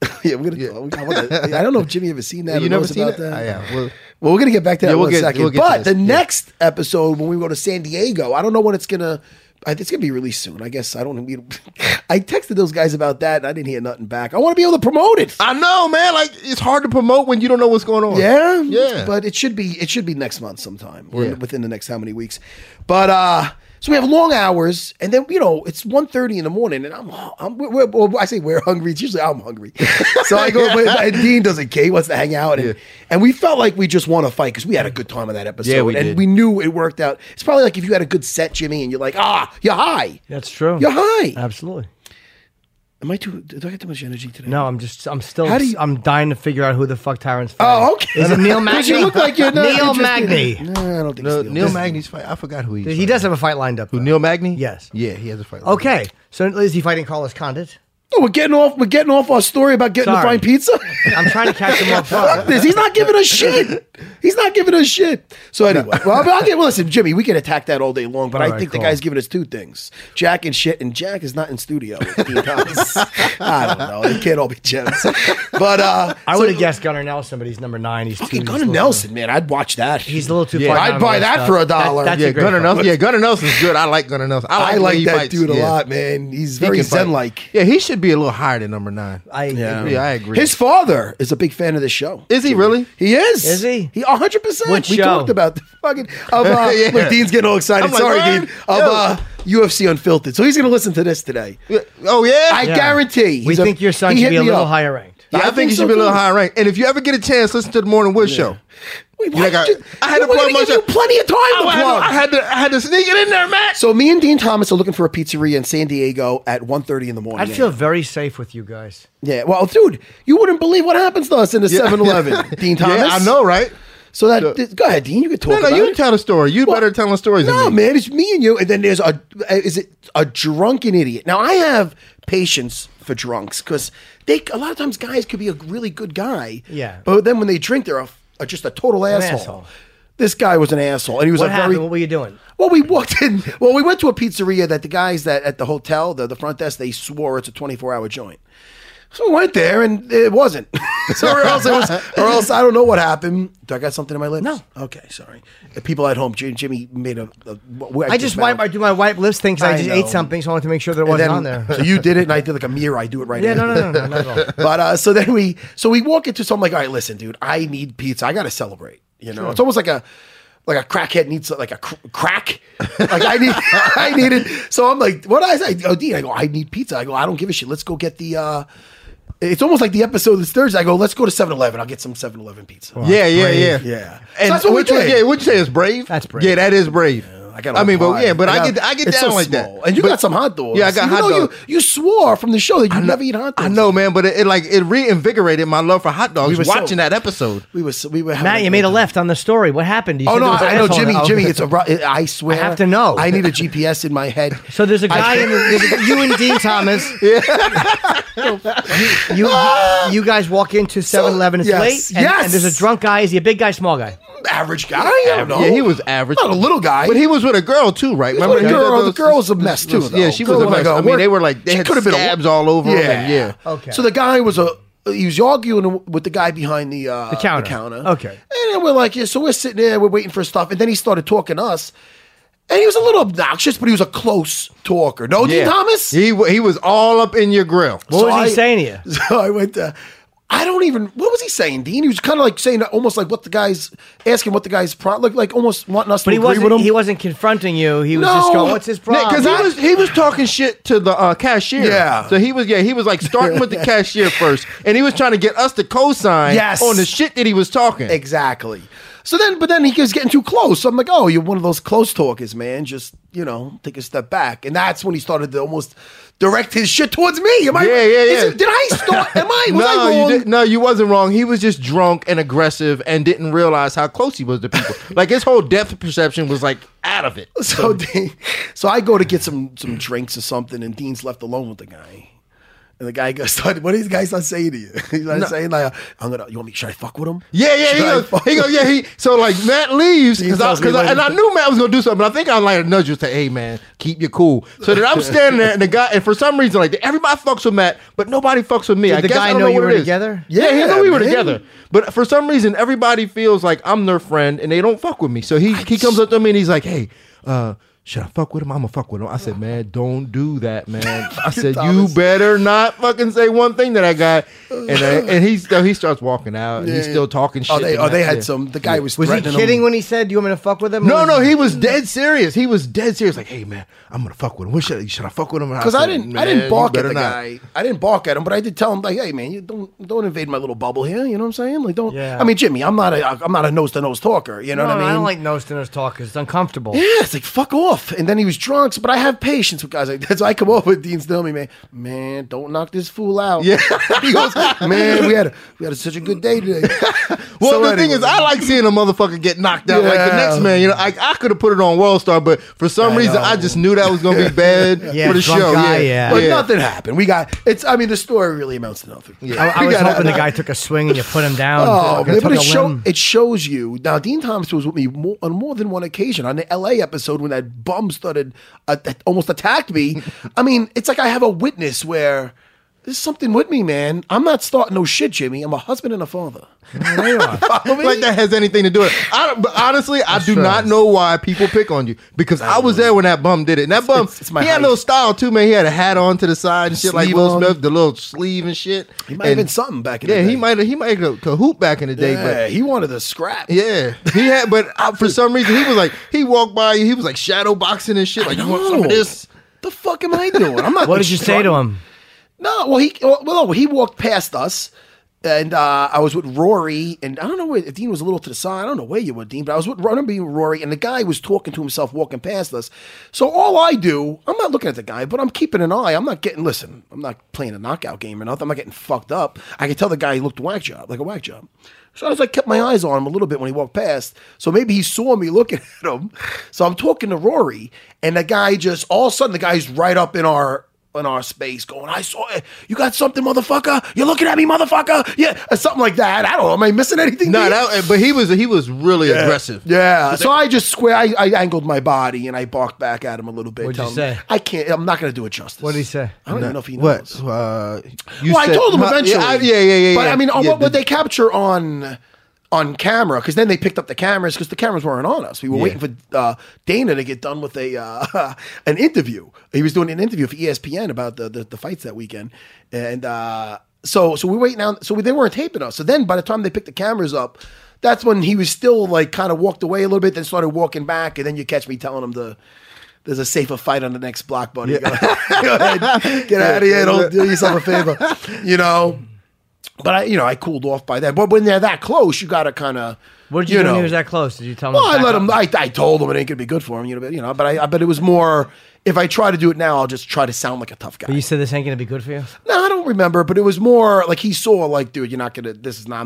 [SPEAKER 4] yeah, we're gonna, I, wanna- I don't know if Jimmy ever seen that.
[SPEAKER 5] you
[SPEAKER 4] or
[SPEAKER 5] never
[SPEAKER 4] knows
[SPEAKER 5] seen
[SPEAKER 4] about
[SPEAKER 5] it? I have. Well,
[SPEAKER 4] Well, we're gonna get back to that
[SPEAKER 5] Yeah,
[SPEAKER 4] in
[SPEAKER 5] we'll
[SPEAKER 4] one
[SPEAKER 5] get-
[SPEAKER 4] second.
[SPEAKER 5] we'll get to
[SPEAKER 4] but the
[SPEAKER 5] this, yeah.
[SPEAKER 4] next episode when we go to San Diego, I don't know when it's gonna. I think it's gonna be released soon. I guess I don't. We, I texted those guys about that, and I didn't hear nothing back. I want to be able to promote it.
[SPEAKER 5] I know, man. Like it's hard to promote when you don't know what's going on.
[SPEAKER 4] yeah,
[SPEAKER 5] yeah.
[SPEAKER 4] But it should be. It should be next month sometime, or
[SPEAKER 5] Yeah.
[SPEAKER 4] within the next how many weeks. But uh, so we have long hours, and then you know it's 1.30 in the morning, and I'm. I'm we're, we're- well, I say we're hungry. It's usually I'm hungry, so I go. but- and Dean doesn't care. He wants to hang out, and
[SPEAKER 5] Yeah.
[SPEAKER 4] and we felt like we just want to fight because we had a good time on that episode episode,
[SPEAKER 5] Yeah, we
[SPEAKER 4] and
[SPEAKER 5] did.
[SPEAKER 4] we knew it worked out. It's probably like if you had a good set, Jimmy, and you're like, ah, you're high.
[SPEAKER 1] That's true.
[SPEAKER 4] You're high.
[SPEAKER 1] Absolutely.
[SPEAKER 4] Am I too? Do I get too much energy today?
[SPEAKER 1] No, I'm just, I'm still,
[SPEAKER 4] How do you-
[SPEAKER 1] I'm dying to figure out who the fuck Tyron's fighting.
[SPEAKER 4] Oh, okay.
[SPEAKER 1] Is it Neil Magny?
[SPEAKER 4] Because you look like you're not
[SPEAKER 1] Neil
[SPEAKER 4] interested.
[SPEAKER 1] Magny.
[SPEAKER 4] No, I don't think
[SPEAKER 5] No,
[SPEAKER 4] it's Neil.
[SPEAKER 5] Neil
[SPEAKER 4] This-
[SPEAKER 5] Magny's fight. I forgot who he.
[SPEAKER 1] He does have a fight lined up.
[SPEAKER 5] Who
[SPEAKER 1] though.
[SPEAKER 5] Neil Magny?
[SPEAKER 1] Yes.
[SPEAKER 5] Yeah, he has a fight.
[SPEAKER 1] Okay, so is he fighting Carlos Condit?
[SPEAKER 4] No, Oh, we're getting off. We're getting off our story about getting
[SPEAKER 1] Sorry.
[SPEAKER 4] to find pizza.
[SPEAKER 1] I'm trying to catch him off
[SPEAKER 4] Fuck
[SPEAKER 1] guard.
[SPEAKER 4] this. He's not giving us shit. He's not giving us shit. So anyway, well, I'll get. Well, listen, Jimmy, we can attack that all day long, but
[SPEAKER 1] All
[SPEAKER 4] I
[SPEAKER 1] right,
[SPEAKER 4] think
[SPEAKER 1] cool.
[SPEAKER 4] the guy's giving us two things: Jack and shit, and Jack is not in studio. With Dean Thomas. I don't know. It can't all be gems. But uh,
[SPEAKER 1] I would have guessed Gunnar Nelson, but he's number nine. He's
[SPEAKER 4] fucking
[SPEAKER 1] too-
[SPEAKER 4] Gunnar
[SPEAKER 1] he's a little-
[SPEAKER 4] Nelson, man. I'd watch that.
[SPEAKER 1] He's a little too.
[SPEAKER 5] Yeah.
[SPEAKER 1] far
[SPEAKER 5] I'd
[SPEAKER 1] down on
[SPEAKER 4] buy
[SPEAKER 1] my list,
[SPEAKER 4] that
[SPEAKER 1] though.
[SPEAKER 4] for a dollar.
[SPEAKER 1] that's
[SPEAKER 5] yeah,
[SPEAKER 1] a great
[SPEAKER 5] Gunnar
[SPEAKER 1] fight.
[SPEAKER 5] Nelson. Yeah, Gunnar Nelson's good. I like Gunnar Nelson. I like,
[SPEAKER 4] I
[SPEAKER 5] the way
[SPEAKER 4] like
[SPEAKER 5] he
[SPEAKER 4] that
[SPEAKER 5] fights.
[SPEAKER 4] dude a
[SPEAKER 5] Yeah.
[SPEAKER 4] lot, man. He's
[SPEAKER 5] He
[SPEAKER 4] very
[SPEAKER 5] can fight.
[SPEAKER 4] zen-like.
[SPEAKER 5] Yeah, he should be a little higher than number nine.
[SPEAKER 1] I
[SPEAKER 4] Yeah.
[SPEAKER 5] Yeah, I agree.
[SPEAKER 4] His father is a big fan of this show.
[SPEAKER 5] Is he really?
[SPEAKER 4] He is.
[SPEAKER 1] Is he?
[SPEAKER 4] He 100. percent
[SPEAKER 1] Which
[SPEAKER 4] We
[SPEAKER 1] show?
[SPEAKER 4] talked about the fucking. Of, uh,
[SPEAKER 5] Yeah.
[SPEAKER 4] look, Dean's getting all excited.
[SPEAKER 5] I'm like,
[SPEAKER 4] Sorry,
[SPEAKER 5] "What?"
[SPEAKER 4] Dean. Of
[SPEAKER 5] Yo.
[SPEAKER 4] uh, UFC Unfiltered. So he's going to listen to this today.
[SPEAKER 5] Oh yeah.
[SPEAKER 4] I
[SPEAKER 1] Yeah.
[SPEAKER 4] guarantee.
[SPEAKER 1] We
[SPEAKER 4] he's a-
[SPEAKER 1] think your son
[SPEAKER 4] he hit
[SPEAKER 1] should be a
[SPEAKER 4] me
[SPEAKER 1] little
[SPEAKER 4] up.
[SPEAKER 1] higher ranked.
[SPEAKER 5] I,
[SPEAKER 4] I
[SPEAKER 5] think,
[SPEAKER 4] think
[SPEAKER 5] you should
[SPEAKER 4] so,
[SPEAKER 5] be a little
[SPEAKER 4] too.
[SPEAKER 5] higher rank. And if you ever get a chance, listen to the Morning Wood Show.
[SPEAKER 4] Wait,
[SPEAKER 5] Yeah, I
[SPEAKER 4] why
[SPEAKER 5] got-
[SPEAKER 4] did you,
[SPEAKER 5] I had to
[SPEAKER 4] We're
[SPEAKER 5] plug
[SPEAKER 4] gonna
[SPEAKER 5] my
[SPEAKER 4] give you
[SPEAKER 5] show.
[SPEAKER 4] plenty of time to
[SPEAKER 5] I, had
[SPEAKER 4] plug.
[SPEAKER 5] to, I had to, I had to sneak it in there, Matt.
[SPEAKER 4] so me and Dean Thomas are looking for a pizzeria in San Diego at 1.30 in the morning.
[SPEAKER 1] I'd feel very safe with you guys.
[SPEAKER 4] Yeah. Well, dude, you wouldn't believe what happens to us in the 7-Eleven, Dean Thomas.
[SPEAKER 5] Yeah, I know, right?
[SPEAKER 4] So that go ahead, Dean. You can talk.
[SPEAKER 5] No, no,
[SPEAKER 4] about
[SPEAKER 5] you
[SPEAKER 4] it.
[SPEAKER 5] tell the story. You
[SPEAKER 4] Well,
[SPEAKER 5] better tell the stories. than
[SPEAKER 4] No,
[SPEAKER 5] me.
[SPEAKER 4] man, it's me and you. And then there's a is it a drunken idiot? Now I have patience for drunks because they a lot of times guys could be a really good guy.
[SPEAKER 1] Yeah.
[SPEAKER 4] But then when they drink, they're a, a- just a total asshole.
[SPEAKER 1] asshole.
[SPEAKER 4] This guy was an asshole, and he was
[SPEAKER 1] What
[SPEAKER 4] a
[SPEAKER 1] happened?
[SPEAKER 4] very
[SPEAKER 1] what were you doing?
[SPEAKER 4] well, we walked in. Well, we went to a pizzeria that the guys that at the hotel, the, the front desk, they swore it's a 24 hour joint. So we went there and it wasn't. so or else it was, or else I don't know what happened. Do I got something in my lips?
[SPEAKER 1] No.
[SPEAKER 4] Okay, sorry. The people at home, Jimmy, Jimmy made a. a- what
[SPEAKER 1] I just
[SPEAKER 4] mouth-
[SPEAKER 1] wipe. I do my wipe lips thing 'cause I
[SPEAKER 4] I
[SPEAKER 1] just
[SPEAKER 4] know.
[SPEAKER 1] ate something, so I wanted to make sure there
[SPEAKER 4] and
[SPEAKER 1] wasn't
[SPEAKER 4] then-
[SPEAKER 1] on there.
[SPEAKER 4] So you did it, and I did like a mirror. I do it right.
[SPEAKER 1] Yeah,
[SPEAKER 4] now.
[SPEAKER 1] no, no, no, no, not at all.
[SPEAKER 4] But uh, so then we so we walk into so I'm like, all right, listen, dude, I need pizza. I got to celebrate. You know, it's almost like a like a crackhead needs like a cr- crack. Like I need I needed. So I'm like, what I say? Oh, Dean, I go, I need pizza. I go, I don't give a shit. Let's go get the. uh It's almost like the episode this Thursday. I go, let's go to 7-Eleven. I'll get some 7-Eleven pizza.
[SPEAKER 5] Yeah, yeah, yeah,
[SPEAKER 4] Yeah.
[SPEAKER 5] And
[SPEAKER 4] So that's what we
[SPEAKER 5] which one-
[SPEAKER 4] did.
[SPEAKER 5] yeah, would you say is brave?
[SPEAKER 1] That's brave.
[SPEAKER 5] Yeah, that is brave.
[SPEAKER 4] I got. a
[SPEAKER 5] I mean, but
[SPEAKER 4] pie.
[SPEAKER 5] yeah, but I,
[SPEAKER 4] got-
[SPEAKER 5] get, I get
[SPEAKER 4] it's
[SPEAKER 5] down
[SPEAKER 4] so
[SPEAKER 5] like
[SPEAKER 4] small.
[SPEAKER 5] that.
[SPEAKER 4] And you
[SPEAKER 5] But-
[SPEAKER 4] got some hot dogs.
[SPEAKER 5] Yeah, I got
[SPEAKER 4] Even
[SPEAKER 5] hot
[SPEAKER 4] though
[SPEAKER 5] dogs.
[SPEAKER 4] You, you swore from the show that you
[SPEAKER 5] I know-
[SPEAKER 4] never eat hot dogs.
[SPEAKER 5] I know, man, but it, it like it reinvigorated my love for hot dogs.
[SPEAKER 4] We were so-
[SPEAKER 5] watching that episode,
[SPEAKER 4] We were so- we were. having
[SPEAKER 1] Matt, you made
[SPEAKER 4] great time.
[SPEAKER 1] a left on the story. What happened? You
[SPEAKER 4] Oh no,
[SPEAKER 1] said there was an
[SPEAKER 4] I know
[SPEAKER 1] asshole
[SPEAKER 4] Jimmy.
[SPEAKER 1] in it. Oh.
[SPEAKER 4] Jimmy, it's a. ru- I swear,
[SPEAKER 1] have to know.
[SPEAKER 4] I need a GPS in my head.
[SPEAKER 1] So there's a
[SPEAKER 4] I-
[SPEAKER 1] guy in the, there's a- you and Dean Thomas. you, you you guys walk into 7-Eleven. It's
[SPEAKER 4] yes,
[SPEAKER 1] late. And,
[SPEAKER 4] yes.
[SPEAKER 1] and there's a drunk guy. Is he a big guy, small guy?
[SPEAKER 4] average guy. I don't know.
[SPEAKER 5] Yeah, he was average.
[SPEAKER 4] Not a little guy,
[SPEAKER 5] but he was with a girl too, right?
[SPEAKER 4] Remember the
[SPEAKER 5] he had
[SPEAKER 4] girl? The
[SPEAKER 5] those-
[SPEAKER 4] girl was a mess too.
[SPEAKER 5] Yeah,
[SPEAKER 4] though.
[SPEAKER 5] she
[SPEAKER 4] Girl
[SPEAKER 5] was a
[SPEAKER 4] like "Oh,
[SPEAKER 5] mess. I mean, they were like they
[SPEAKER 4] she
[SPEAKER 5] had
[SPEAKER 4] could've been a-
[SPEAKER 5] scabs all over
[SPEAKER 4] Yeah.
[SPEAKER 5] them. and yeah.
[SPEAKER 1] Okay.
[SPEAKER 4] So the guy was a. He was arguing with the guy behind the uh, the
[SPEAKER 1] counter. Okay.
[SPEAKER 4] And then we're like, yeah. So we're sitting there, we're waiting for stuff, and then he started talking to us. And he was a little obnoxious, but he was a close talker. No, Dean
[SPEAKER 5] Yeah.
[SPEAKER 4] Thomas.
[SPEAKER 5] He wa- he was all up in your grill.
[SPEAKER 1] What was
[SPEAKER 4] So
[SPEAKER 1] he
[SPEAKER 4] I-
[SPEAKER 1] saying to you?
[SPEAKER 4] So I went to. I don't even. What was he saying, Dean? He was kind of like saying almost like what the guys asking what the guys pro, like like almost wanting us to
[SPEAKER 1] But he
[SPEAKER 4] agree with
[SPEAKER 1] wasn't.
[SPEAKER 4] him.
[SPEAKER 1] He wasn't confronting you. He was just
[SPEAKER 4] No.
[SPEAKER 1] going, "What's his problem?"
[SPEAKER 5] because he was he was talking shit to the uh, cashier.
[SPEAKER 4] Yeah.
[SPEAKER 5] So he was yeah he was like starting with the cashier first, and he was trying to get us to co-sign
[SPEAKER 4] Yes.
[SPEAKER 5] on the shit that he was talking.
[SPEAKER 4] exactly. So then, but then he was getting too close. So I'm like, oh, you're one of those close talkers, man. Just you know, take a step back. And that's when he started to almost direct his shit towards me. Am I?
[SPEAKER 5] Yeah, yeah,
[SPEAKER 4] is
[SPEAKER 5] yeah.
[SPEAKER 4] it- did I start? Am I? Was
[SPEAKER 5] No,
[SPEAKER 4] I wrong?
[SPEAKER 5] you did, no, you wasn't wrong. He was just drunk and aggressive and didn't realize how close he was to people. like his whole depth perception was like out of it.
[SPEAKER 4] So, Dean, so I go to get some some drinks or something, and Dean's left alone with the guy. And the guy goes, "What what is the guy start saying to you? He's like saying like, uh, "I'm gonna, you want me? Should I fuck with him?
[SPEAKER 5] Yeah, yeah, he
[SPEAKER 4] Should I
[SPEAKER 5] goes,
[SPEAKER 4] fuck
[SPEAKER 5] he
[SPEAKER 4] with
[SPEAKER 5] goes, yeah, he. So like Matt leaves
[SPEAKER 4] He
[SPEAKER 5] because I,
[SPEAKER 4] tells me
[SPEAKER 5] because I,
[SPEAKER 4] later.
[SPEAKER 5] and I knew Matt was gonna do something. But I think I like nudge you to, hey man, keep you cool. So then I'm standing there and the guy, and for some reason like everybody fucks with Matt, but nobody fucks with me.
[SPEAKER 1] Did
[SPEAKER 5] I
[SPEAKER 1] the
[SPEAKER 5] guess
[SPEAKER 1] guy
[SPEAKER 5] I don't
[SPEAKER 1] know
[SPEAKER 5] know,
[SPEAKER 1] you
[SPEAKER 5] what
[SPEAKER 1] were
[SPEAKER 5] it is.
[SPEAKER 1] together?
[SPEAKER 5] Yeah, he
[SPEAKER 4] Yeah,
[SPEAKER 5] knew we were
[SPEAKER 4] man.
[SPEAKER 5] together. But for some reason, everybody feels like I'm their friend and they don't fuck with me. So he he comes up to me and he's like, hey. uh, should I fuck with him? I'm gonna fuck with him. I said, man, don't do that, man. I said, you
[SPEAKER 4] Thomas.
[SPEAKER 5] better not fucking say one thing to that guy. And uh, and he so he starts walking out. and He's
[SPEAKER 4] Yeah.
[SPEAKER 5] still talking shit.
[SPEAKER 4] Oh, they,
[SPEAKER 5] to
[SPEAKER 4] oh,
[SPEAKER 5] Matt.
[SPEAKER 4] they had
[SPEAKER 5] Yeah.
[SPEAKER 4] some. The guy was
[SPEAKER 1] Was he
[SPEAKER 4] threatening
[SPEAKER 1] kidding
[SPEAKER 4] him.
[SPEAKER 1] when he said, "Do you want me to fuck with him?"
[SPEAKER 5] No,
[SPEAKER 1] Or
[SPEAKER 5] no, he was dead serious. He was dead serious. Like, hey man, I'm gonna fuck with him. What should I, should I fuck with him?
[SPEAKER 4] Because I didn't, I didn't bark at the
[SPEAKER 5] guy.
[SPEAKER 4] guy. I didn't bark at him, but I did tell him like, "Hey, man, you don't don't invade my little bubble here." You know what I'm saying? Like, don't.
[SPEAKER 1] Yeah.
[SPEAKER 4] I mean, Jimmy, I'm not a I'm not a nose to nose talker. You know
[SPEAKER 1] No,
[SPEAKER 4] what I mean?
[SPEAKER 1] I don't like nose to nose talk 'cause it's uncomfortable.
[SPEAKER 4] Yeah, it's like fuck off. off, and then he was drunk. so- But I have patience with guys like that. So I come over, Dean Stillman, man, man, don't knock this fool out. Yeah, he goes, man, we had a, we had such a good day today.
[SPEAKER 5] Well,
[SPEAKER 4] So
[SPEAKER 5] the thing
[SPEAKER 4] anyway.
[SPEAKER 5] is, I like seeing a motherfucker get knocked out like the
[SPEAKER 4] Yeah.
[SPEAKER 5] next man. You know, I, I could have put it on World Star, but for some reason, I just knew that was gonna be bad
[SPEAKER 1] Yeah,
[SPEAKER 5] for the
[SPEAKER 1] drunk
[SPEAKER 5] show.
[SPEAKER 1] guy, yeah.
[SPEAKER 4] But nothing happened. We got it's. I mean, the story really amounts to nothing. Yeah.
[SPEAKER 1] I, I was hoping the guy took a swing and you put him down.
[SPEAKER 4] Oh,
[SPEAKER 1] Took a-
[SPEAKER 4] man, but
[SPEAKER 1] took
[SPEAKER 4] it,
[SPEAKER 1] a
[SPEAKER 4] show,
[SPEAKER 1] limb.
[SPEAKER 4] it shows you. Now, Dean Thomas was with me more, on more than one occasion on the LA episode when that bum started, uh, that almost attacked me. I mean, it's like I have a witness where there's something with me, man. I'm not starting no shit, Jimmy. I'm a husband and a father. Follow me?
[SPEAKER 5] like that has anything to do with it. I don't, but honestly, I do
[SPEAKER 1] true.
[SPEAKER 5] not know why people pick on you because I was there when that bum did it. And that bum,
[SPEAKER 4] it's- it's my
[SPEAKER 5] he had
[SPEAKER 4] height.
[SPEAKER 5] a little style too, man. He had a hat on to the side and shit, like
[SPEAKER 4] Sleeve
[SPEAKER 5] Will
[SPEAKER 4] on.
[SPEAKER 5] Smith, the little sleeve and shit.
[SPEAKER 4] He might
[SPEAKER 5] And-
[SPEAKER 4] have been something back in
[SPEAKER 5] Yeah,
[SPEAKER 4] the day.
[SPEAKER 5] he might have. He might have cahoot back in the day,
[SPEAKER 4] Yeah,
[SPEAKER 5] but
[SPEAKER 4] he wanted to scrap.
[SPEAKER 5] Yeah, he had, but I, for some reason he was like he walked by you. He was like shadow boxing and shit. Like you want some
[SPEAKER 4] No.
[SPEAKER 5] of this?
[SPEAKER 4] The fuck am I doing? I'm not.
[SPEAKER 1] What did you say to him?
[SPEAKER 4] No, well, he well, no, he walked past us, and uh, I was with Rory, and I don't know where Dean was a little to the side. I don't know where you were, Dean, but I was with I remember being with Rory, and the guy was talking to himself walking past us. So all I do, I'm not looking at the guy, but I'm keeping an eye. I'm not getting. Listen, I'm not playing a knockout game or nothing. I'm not getting fucked up. I could tell the guy looked whack job, like a whack job. So I was like, kept my eyes on him a little bit when he walked past. So maybe he saw me looking at him. So I'm talking to Rory, and the guy just all of a sudden the guy's right up in our in our space going, I saw it. You got something, motherfucker? You're looking at me, motherfucker? Yeah, or something like that. I don't know. Am I missing anything?
[SPEAKER 5] No,
[SPEAKER 4] here?
[SPEAKER 5] that, but he was he was really aggressive.
[SPEAKER 4] Yeah. So I just square, I, I angled my body and I barked back at him a little bit.
[SPEAKER 1] What'd you
[SPEAKER 4] tell him,
[SPEAKER 1] say?
[SPEAKER 4] I can't, I'm not going to do it justice.
[SPEAKER 1] What did he say?
[SPEAKER 4] I don't even know if he knows.
[SPEAKER 5] What? Uh, you
[SPEAKER 4] well,
[SPEAKER 5] said-
[SPEAKER 4] I told him
[SPEAKER 5] Huh?
[SPEAKER 4] eventually.
[SPEAKER 5] Yeah, I- yeah, yeah, yeah.
[SPEAKER 4] But
[SPEAKER 5] yeah.
[SPEAKER 4] I mean, on
[SPEAKER 5] Yeah,
[SPEAKER 4] what would
[SPEAKER 5] the-
[SPEAKER 4] they capture on on camera? Because then they picked up the cameras because the cameras weren't on us. We were waiting for uh, Dana to get done with a uh, an interview. He was doing an interview for E ESPN about the the, the fights that weekend, and uh, so so we were waiting on. So they weren't taping us. So then by the time they picked the cameras up. That's when he was still like kind of walked away a little bit, then started walking back, and then you catch me telling him to, "There's a safer fight on the next block, buddy. Go ahead. Get out of here! Don't do yourself a favor." You know, but I, you know, I cooled off by then. But when they're that close, you got to kind of.
[SPEAKER 1] What did you, do when he was that close? Did you tell him?
[SPEAKER 4] Well,
[SPEAKER 1] to
[SPEAKER 4] I
[SPEAKER 1] back
[SPEAKER 4] let
[SPEAKER 1] up?
[SPEAKER 4] him. I, I told him it ain't gonna be good for him. You know, but you know, but I, I but it was more. If I try to do it now, I'll just try to sound like a tough guy.
[SPEAKER 1] But you said this ain't gonna be good for you.
[SPEAKER 4] no, I don't remember. But it was more like he saw, like, dude, you're not gonna. This is not.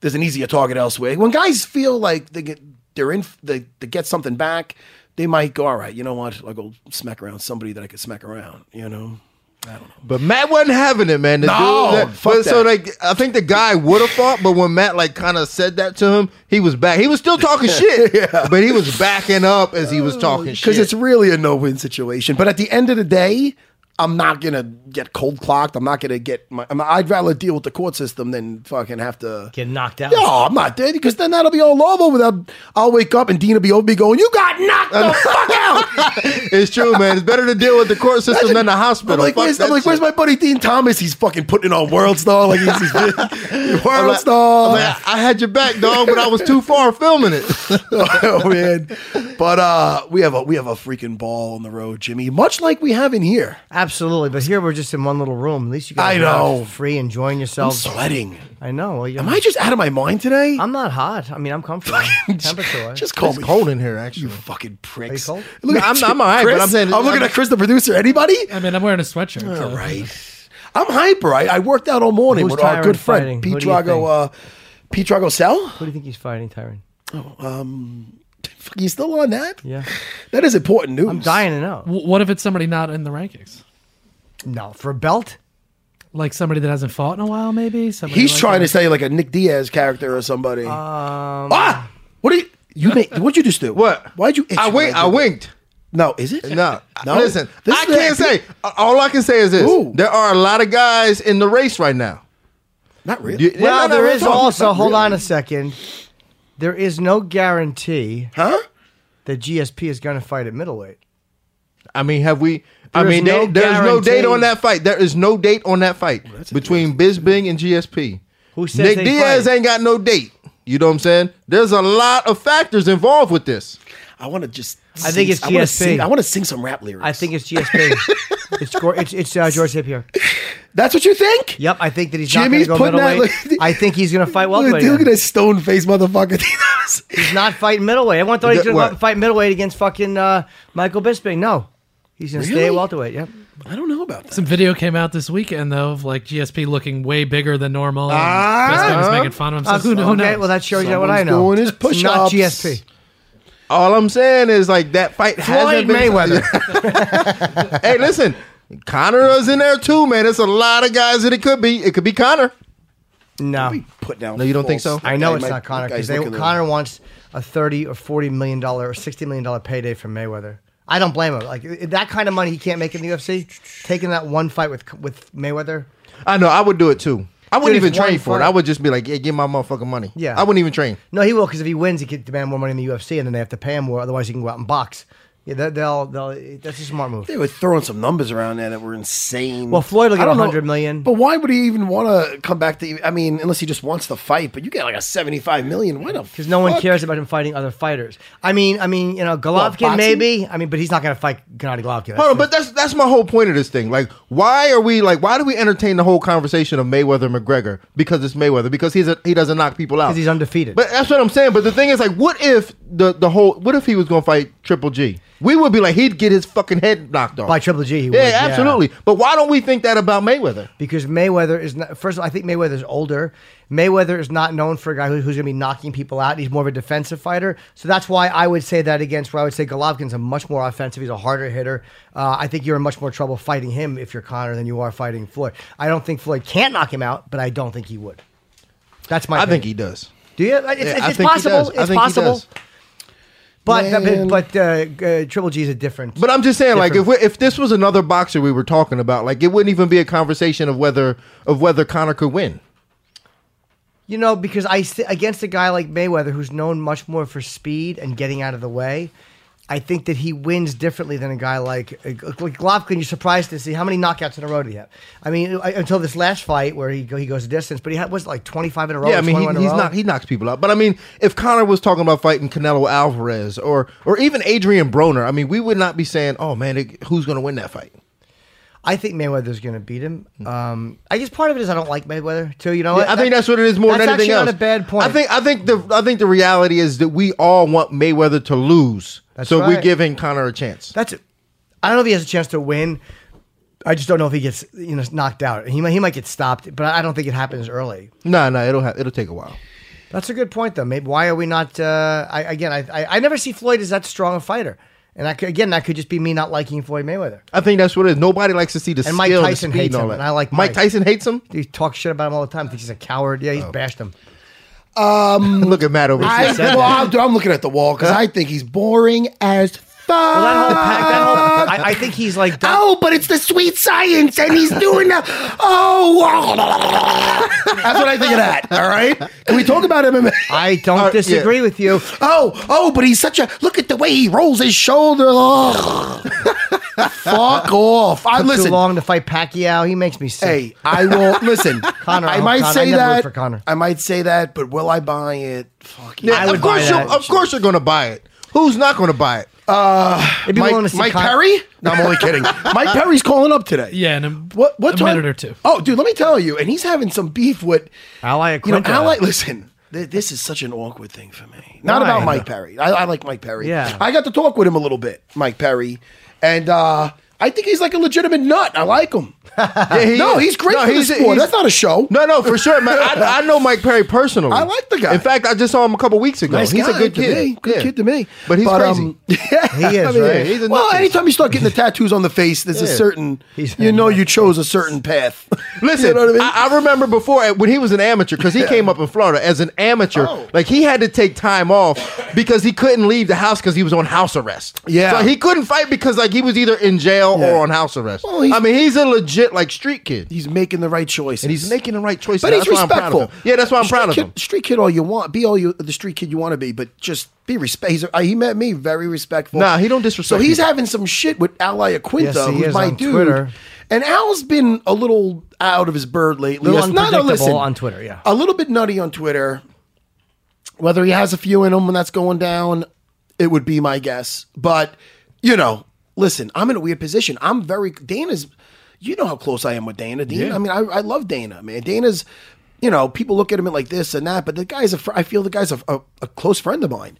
[SPEAKER 4] There's an easier target elsewhere. When guys feel like they get, they're in, they, they get something back, they might go, all right, you know what? I'll go smack around somebody that I could smack around. You know.
[SPEAKER 5] but Matt wasn't having it, man. The
[SPEAKER 4] No,
[SPEAKER 5] dude that-
[SPEAKER 4] fuck
[SPEAKER 5] but so
[SPEAKER 4] that.
[SPEAKER 5] like, I think the guy would have fought, but when Matt like kind of said that to him, he was back. He was still talking shit, but he was backing up as he was talking shit.
[SPEAKER 4] because Oh, it's really a no-win situation. But at the end of the day, I'm not gonna get cold clocked. I'm not gonna get my. I'm, I'd rather deal with the court system than fucking have to
[SPEAKER 1] Get knocked out.
[SPEAKER 4] No, I'm not dead because then that'll be all over. Without I'll wake up and Dean will be over me going, "You got knocked the fuck out."
[SPEAKER 5] it's true, man. It's better to deal with the court system than the hospital.
[SPEAKER 4] I'm like,
[SPEAKER 5] Fuck
[SPEAKER 4] where's,
[SPEAKER 5] that
[SPEAKER 4] I'm like,
[SPEAKER 5] shit.
[SPEAKER 4] where's my buddy Dean Thomas? He's fucking putting it on World Star. Like he's, he's World
[SPEAKER 5] I'm like-
[SPEAKER 4] Star.
[SPEAKER 5] I'm like, I had your back, dog, but I was too far filming it.
[SPEAKER 4] oh man! But uh, we have a we have a freaking ball on the road, Jimmy. Much like we have in here.
[SPEAKER 1] Absolutely, but here we're just in one little room. At least you guys
[SPEAKER 4] I
[SPEAKER 1] are out
[SPEAKER 4] know.
[SPEAKER 1] free, enjoying
[SPEAKER 4] I'm
[SPEAKER 1] yourselves.
[SPEAKER 4] sweating.
[SPEAKER 1] I know. Well, you
[SPEAKER 4] Am I just out of my mind today?
[SPEAKER 1] I'm not hot. I mean, I'm comfortable. Temperature.
[SPEAKER 4] Just call me
[SPEAKER 5] cold in here, actually.
[SPEAKER 4] You fucking pricks.
[SPEAKER 1] cold?
[SPEAKER 4] Look
[SPEAKER 5] I'm- I'm all right, but
[SPEAKER 4] Chris,
[SPEAKER 5] I'm saying-
[SPEAKER 4] looking at Chris, the producer. Anybody?
[SPEAKER 6] I mean, I'm wearing a sweatshirt. so-
[SPEAKER 4] All right. I'm hyper. I, I worked out all morning
[SPEAKER 1] Who's
[SPEAKER 4] with our
[SPEAKER 1] Tyron
[SPEAKER 4] good friend
[SPEAKER 1] fighting?
[SPEAKER 4] Pete
[SPEAKER 1] Who do you think?
[SPEAKER 4] Drago. Uh, Pete Drago Cell.
[SPEAKER 1] Who do you think he's fighting, Tyron?
[SPEAKER 4] Fuck, You still on that?
[SPEAKER 1] Yeah.
[SPEAKER 4] That is important news.
[SPEAKER 1] I'm dying to know.
[SPEAKER 6] W- What if it's somebody not in the rankings?
[SPEAKER 1] No, for a belt.
[SPEAKER 6] Like somebody that hasn't fought in a while, maybe. Somebody
[SPEAKER 4] He's
[SPEAKER 6] like
[SPEAKER 4] trying to
[SPEAKER 6] that.
[SPEAKER 4] say like a Nick Diaz character or somebody.
[SPEAKER 1] Um,
[SPEAKER 4] ah, what are you? You made, what'd you just do?
[SPEAKER 5] What?
[SPEAKER 4] Why'd you? itch
[SPEAKER 5] I
[SPEAKER 4] when
[SPEAKER 5] winked.
[SPEAKER 4] did
[SPEAKER 5] I
[SPEAKER 4] that?
[SPEAKER 5] winked.
[SPEAKER 4] No, is it?
[SPEAKER 5] No,
[SPEAKER 4] no.
[SPEAKER 5] Listen,
[SPEAKER 4] This
[SPEAKER 5] I
[SPEAKER 4] is that-
[SPEAKER 5] can't say. All I can say is this:
[SPEAKER 4] Ooh.
[SPEAKER 5] there are a lot of guys in the race right now.
[SPEAKER 4] Not really.
[SPEAKER 5] You-
[SPEAKER 1] Well,
[SPEAKER 5] no, no,
[SPEAKER 1] there
[SPEAKER 5] we're
[SPEAKER 1] is
[SPEAKER 5] talking-
[SPEAKER 1] also.
[SPEAKER 5] not
[SPEAKER 1] Hold
[SPEAKER 5] really.
[SPEAKER 1] on a second. There is no guarantee
[SPEAKER 4] huh?
[SPEAKER 1] that GSP is going to fight at middleweight.
[SPEAKER 5] I mean, have we? I
[SPEAKER 1] There is
[SPEAKER 5] mean, they-
[SPEAKER 1] no
[SPEAKER 5] there's no date
[SPEAKER 1] guarantee.
[SPEAKER 5] on that fight. There is no date on that fight between Bisbing and GSP.
[SPEAKER 1] Who says
[SPEAKER 5] Nick
[SPEAKER 1] they
[SPEAKER 5] Diaz
[SPEAKER 1] fight?
[SPEAKER 5] ain't got no date? You know what I'm saying? There's a lot of factors involved with this.
[SPEAKER 4] I want to just.
[SPEAKER 1] I think it's
[SPEAKER 4] I wanna
[SPEAKER 1] GSP.
[SPEAKER 4] sing- I want to sing some rap lyrics.
[SPEAKER 1] I think it's GSP. it's Gor- it's, it's uh, George St. Pierre.
[SPEAKER 4] That's what you think?
[SPEAKER 1] Yep, I think that he's
[SPEAKER 4] Jimmy's
[SPEAKER 1] not going
[SPEAKER 4] putting
[SPEAKER 1] to go
[SPEAKER 4] that-
[SPEAKER 1] middleweight.
[SPEAKER 4] look-
[SPEAKER 1] I think he's going to fight
[SPEAKER 4] Look,
[SPEAKER 1] welterweight.
[SPEAKER 4] look at
[SPEAKER 1] again.
[SPEAKER 4] this stone faced motherfucker.
[SPEAKER 1] He's not fighting middleweight. Everyone thought he was
[SPEAKER 5] Th-
[SPEAKER 1] going to go
[SPEAKER 5] what?
[SPEAKER 1] up and fight middleweight against fucking uh, Michael Bisping. No, he's going to stay at
[SPEAKER 4] Really?
[SPEAKER 1] welterweight. Yep.
[SPEAKER 4] I don't know about that.
[SPEAKER 6] Some video came out this weekend though of like GSP looking way bigger than normal. and Bisping
[SPEAKER 4] Ah.
[SPEAKER 6] was making fun of him.
[SPEAKER 4] Uh,
[SPEAKER 6] So who, who
[SPEAKER 1] okay,
[SPEAKER 6] knows?
[SPEAKER 1] well that shows you what I
[SPEAKER 4] Someone's
[SPEAKER 1] know.
[SPEAKER 4] doing his
[SPEAKER 1] It's Not
[SPEAKER 4] push-ups.
[SPEAKER 1] GSP.
[SPEAKER 5] All I'm saying is like that fight hasn't
[SPEAKER 1] Floyd
[SPEAKER 5] been.
[SPEAKER 1] Mayweather.
[SPEAKER 5] Hey, listen, Connor is in there too, man. There's a lot of guys that it could be. It could be Connor.
[SPEAKER 1] no,
[SPEAKER 4] Put down
[SPEAKER 5] No, you don't think
[SPEAKER 4] false-
[SPEAKER 5] so?
[SPEAKER 1] I know
[SPEAKER 4] Guy
[SPEAKER 1] it's
[SPEAKER 4] might-
[SPEAKER 1] not Connor
[SPEAKER 4] guy's
[SPEAKER 1] because they
[SPEAKER 4] looking at-
[SPEAKER 1] Connor wants a thirty or forty million dollar or sixty million dollar payday from Mayweather. I don't blame him. Like i- that kind of money he can't make in the UFC. Taking that one fight with with Mayweather.
[SPEAKER 5] I know. I would do it too. I wouldn't
[SPEAKER 1] Dude,
[SPEAKER 5] even
[SPEAKER 1] it's one
[SPEAKER 5] train for it.
[SPEAKER 1] fight.
[SPEAKER 5] I would just be like, yeah, give my motherfucking money.
[SPEAKER 1] Yeah.
[SPEAKER 5] I wouldn't even train.
[SPEAKER 1] No, he will because if he wins, he could demand more money in the UFC, and then they have to pay him more. Otherwise, he can go out and box. Yeah, they- they'll, they'll. That's a smart move.
[SPEAKER 4] They were throwing some numbers around there that were insane.
[SPEAKER 1] Well, Floyd will get
[SPEAKER 4] I don't know-
[SPEAKER 1] 100 million.
[SPEAKER 4] But why would he even want to come back to? e, I mean, unless he just wants to fight. But you get like a seventy-five million. Why the?
[SPEAKER 1] Because no one cares about him fighting other fighters. I mean, I mean, you know, Golovkin
[SPEAKER 4] boxing?
[SPEAKER 1] maybe. I mean, but he's not going to fight Gennady Golovkin.
[SPEAKER 5] Hold on, but that's that's my whole point of this thing. Like, why are we like? Why do we entertain the whole conversation of Mayweather McGregor? Because it's Mayweather. Because he's a, he doesn't knock people out.
[SPEAKER 1] 'Cause he's undefeated.
[SPEAKER 5] But that's what I'm saying. But the thing is, like, what if the the whole? What if he was going to fight Triple G? We would be like, he'd get his fucking head knocked off
[SPEAKER 1] By Triple G, he
[SPEAKER 5] Yeah,
[SPEAKER 1] would, yeah.
[SPEAKER 5] absolutely. But why don't we think that about Mayweather?
[SPEAKER 1] because Mayweather is not. First of all, I think Mayweather's older. Mayweather is not known for a guy who, who's going to be knocking people out. He's more of a defensive fighter. So that's why I would say that against. Where I would say Golovkin's a much more offensive. He's a harder hitter. Uh, I think you're in much more trouble fighting him if you're Connor than you are fighting Floyd. I don't think Floyd can't knock him out, but I don't think he would. That's my.
[SPEAKER 5] I
[SPEAKER 1] opinion.
[SPEAKER 5] think he does.
[SPEAKER 1] Do you? It's, it's,
[SPEAKER 5] I
[SPEAKER 1] it's
[SPEAKER 5] think he does.
[SPEAKER 1] possible.
[SPEAKER 5] I
[SPEAKER 1] It's
[SPEAKER 5] think he
[SPEAKER 1] possible.
[SPEAKER 5] does.
[SPEAKER 1] But
[SPEAKER 4] Man.
[SPEAKER 1] but, but uh, uh, Triple G is a different.
[SPEAKER 5] But I'm just saying, like, if
[SPEAKER 1] different-
[SPEAKER 5] we, if this was another boxer we were talking about, like, it wouldn't even be a conversation of whether of whether Connor could win.
[SPEAKER 1] you know, because I s- against a guy like Mayweather, who's known much more for speed and getting out of the way, I think that he wins differently than a guy like, uh, like Golovkin. You're surprised to see how many knockouts in a row did he have? I mean, I, until this last fight where he go, he goes a distance, but he had, was it like 25 in a row.
[SPEAKER 5] yeah, I mean, he,
[SPEAKER 1] 21 in a
[SPEAKER 5] he's
[SPEAKER 1] row?
[SPEAKER 5] not he knocks people out. But I mean, if Connor was talking about fighting Canelo Alvarez or or even Adrian Broner, I mean, we would not be saying, "Oh man, it, who's going to win that fight?"
[SPEAKER 1] I think Mayweather's going to beat him. Um, I guess part of it is I don't like Mayweather too. You know, what?
[SPEAKER 5] Hmm. I think that's what it is more
[SPEAKER 1] that's
[SPEAKER 5] than anything
[SPEAKER 1] actually
[SPEAKER 5] else.
[SPEAKER 1] Not a bad point.
[SPEAKER 5] I think I think the I think the reality is that we all want Mayweather to lose,
[SPEAKER 1] That's
[SPEAKER 5] so we're
[SPEAKER 1] right.
[SPEAKER 5] giving Connor a chance.
[SPEAKER 1] That's it. I don't know if he has a chance to win. I just don't know if he gets you know knocked out. He might he might get stopped, but I don't think it happens early.
[SPEAKER 5] No, no, it'll have, it'll take a while.
[SPEAKER 1] That's a good point though. Maybe why are we not? Uh, I again, I, I I never see Floyd as that strong a fighter, and I could, again that could just be me not liking Floyd Mayweather.
[SPEAKER 5] I think that's what it is. Nobody likes to see the
[SPEAKER 1] And Mike
[SPEAKER 5] skill,
[SPEAKER 1] Tyson
[SPEAKER 5] the speed,
[SPEAKER 1] hates
[SPEAKER 5] and all
[SPEAKER 1] him,
[SPEAKER 5] that.
[SPEAKER 1] and I like
[SPEAKER 5] Mike
[SPEAKER 1] Mike.
[SPEAKER 5] Tyson hates him.
[SPEAKER 1] He talks shit about him all the time. Thinks he's a coward. Yeah, he's
[SPEAKER 4] Oh.
[SPEAKER 1] bashed him.
[SPEAKER 5] Look at Matt over here.
[SPEAKER 4] I, well, I'm, I'm looking at the wall because I think he's boring as fuck.
[SPEAKER 1] Well, that whole pack, that whole, I, I think he's like done-
[SPEAKER 4] Oh, but it's the sweet science, and he's doing the oh. That's what I think of that. All right, can we talk about MMA?
[SPEAKER 1] I don't
[SPEAKER 5] yeah.
[SPEAKER 1] disagree with you.
[SPEAKER 4] Oh, oh, but he's such a look at the way he rolls his shoulder. Oh. Fuck off! I
[SPEAKER 1] Took
[SPEAKER 4] listen.
[SPEAKER 1] too long to fight Pacquiao. He makes me sick.
[SPEAKER 4] Hey, I will listen.
[SPEAKER 1] Connor,
[SPEAKER 4] I
[SPEAKER 1] oh,
[SPEAKER 4] might
[SPEAKER 1] Connor, I
[SPEAKER 4] say
[SPEAKER 1] never root
[SPEAKER 4] that. Uh,
[SPEAKER 1] for Connor.
[SPEAKER 4] I might say that, but will I buy it? Fuck yeah.
[SPEAKER 5] Yeah, of course,
[SPEAKER 1] buy
[SPEAKER 5] you'll-
[SPEAKER 1] that.
[SPEAKER 5] of course you're going to buy it. Who's not going to buy it?
[SPEAKER 4] Uh,
[SPEAKER 1] They'd be willing to
[SPEAKER 4] Mike,
[SPEAKER 1] see
[SPEAKER 4] Mike
[SPEAKER 1] Con-
[SPEAKER 4] Perry? No, I'm only kidding. Mike Perry's calling up today.
[SPEAKER 6] yeah, in a,
[SPEAKER 4] What what
[SPEAKER 6] a
[SPEAKER 4] time?
[SPEAKER 6] minute or two.
[SPEAKER 4] Oh, dude, let me tell you. And he's having some beef with
[SPEAKER 1] Ally
[SPEAKER 4] You know,
[SPEAKER 1] Aquinta.
[SPEAKER 4] Ally. Listen, th- this is such an awkward thing for me. Not
[SPEAKER 1] Why?
[SPEAKER 4] about Mike Perry. I, I like Mike Perry.
[SPEAKER 1] Yeah.
[SPEAKER 4] I got to talk with him a little bit, Mike Perry, and uh, I think he's like a legitimate nut. I like him.
[SPEAKER 5] he
[SPEAKER 4] no,
[SPEAKER 5] is.
[SPEAKER 4] he's great
[SPEAKER 5] No,
[SPEAKER 4] for
[SPEAKER 5] he's-
[SPEAKER 4] the sport.
[SPEAKER 5] he's-
[SPEAKER 4] That's not a show.
[SPEAKER 5] No, no, for sure, man. I, I know Mike Perry personally.
[SPEAKER 4] I like the guy.
[SPEAKER 5] In fact, I just saw him a couple weeks ago.
[SPEAKER 4] Nice
[SPEAKER 5] he's
[SPEAKER 4] guy
[SPEAKER 5] a good
[SPEAKER 4] to
[SPEAKER 5] kid.
[SPEAKER 4] me. Good
[SPEAKER 5] Yeah.
[SPEAKER 4] kid to me.
[SPEAKER 5] But he's crazy.
[SPEAKER 4] um, yeah,
[SPEAKER 1] He is, right?
[SPEAKER 5] He's a
[SPEAKER 4] well,
[SPEAKER 5] nutcase.
[SPEAKER 4] anytime you start getting the tattoos on the face, there's a
[SPEAKER 5] Yeah.
[SPEAKER 4] certain
[SPEAKER 1] He's a
[SPEAKER 4] you know you chose a certain path.
[SPEAKER 5] Listen,
[SPEAKER 4] you know what I mean?
[SPEAKER 5] I, remember before uh, when he was an amateur because he came up in Florida as an amateur.
[SPEAKER 4] Oh.
[SPEAKER 5] Like he had to take time off because he couldn't leave the house because he was on house arrest.
[SPEAKER 4] Yeah.
[SPEAKER 5] so he couldn't fight because like he was either in jail
[SPEAKER 4] Yeah.
[SPEAKER 5] or on house arrest.
[SPEAKER 4] Well, he's-
[SPEAKER 5] I mean, he's a legit like street kid,
[SPEAKER 4] he's making the right choice,
[SPEAKER 5] and he's making the right choices.
[SPEAKER 4] But he's
[SPEAKER 5] That's why I'm proud of
[SPEAKER 4] respectful.
[SPEAKER 5] him. Yeah, that's why I'm
[SPEAKER 4] street
[SPEAKER 5] proud of
[SPEAKER 4] kid,
[SPEAKER 5] him.
[SPEAKER 4] Street kid, all you want, be all you the street kid you want to be, but just be respect. He's, uh, he met me very respectful.
[SPEAKER 5] Nah, he don't disrespect
[SPEAKER 4] So he's
[SPEAKER 5] people.
[SPEAKER 4] having some shit with Ally Aquinta,
[SPEAKER 1] Yes, he
[SPEAKER 4] who's
[SPEAKER 1] is
[SPEAKER 4] my
[SPEAKER 1] on
[SPEAKER 4] dude.
[SPEAKER 1] Twitter.
[SPEAKER 4] And Al's been a little out of his bird lately. Yes,
[SPEAKER 1] Little
[SPEAKER 4] not a-
[SPEAKER 1] unpredictable
[SPEAKER 4] listen,
[SPEAKER 1] on Twitter, yeah.
[SPEAKER 4] a little bit nutty on Twitter. Whether he has a few in him when that's going down, it would be my guess. But you know, listen, I'm in a weird position. I'm very Dana's. you know how close I am with Dana. Dana, I mean, I, I love Dana, man. Dana's, you know, people look at him like this and that, but the guy's a, fr- I feel the guy's a, a, a close friend of mine.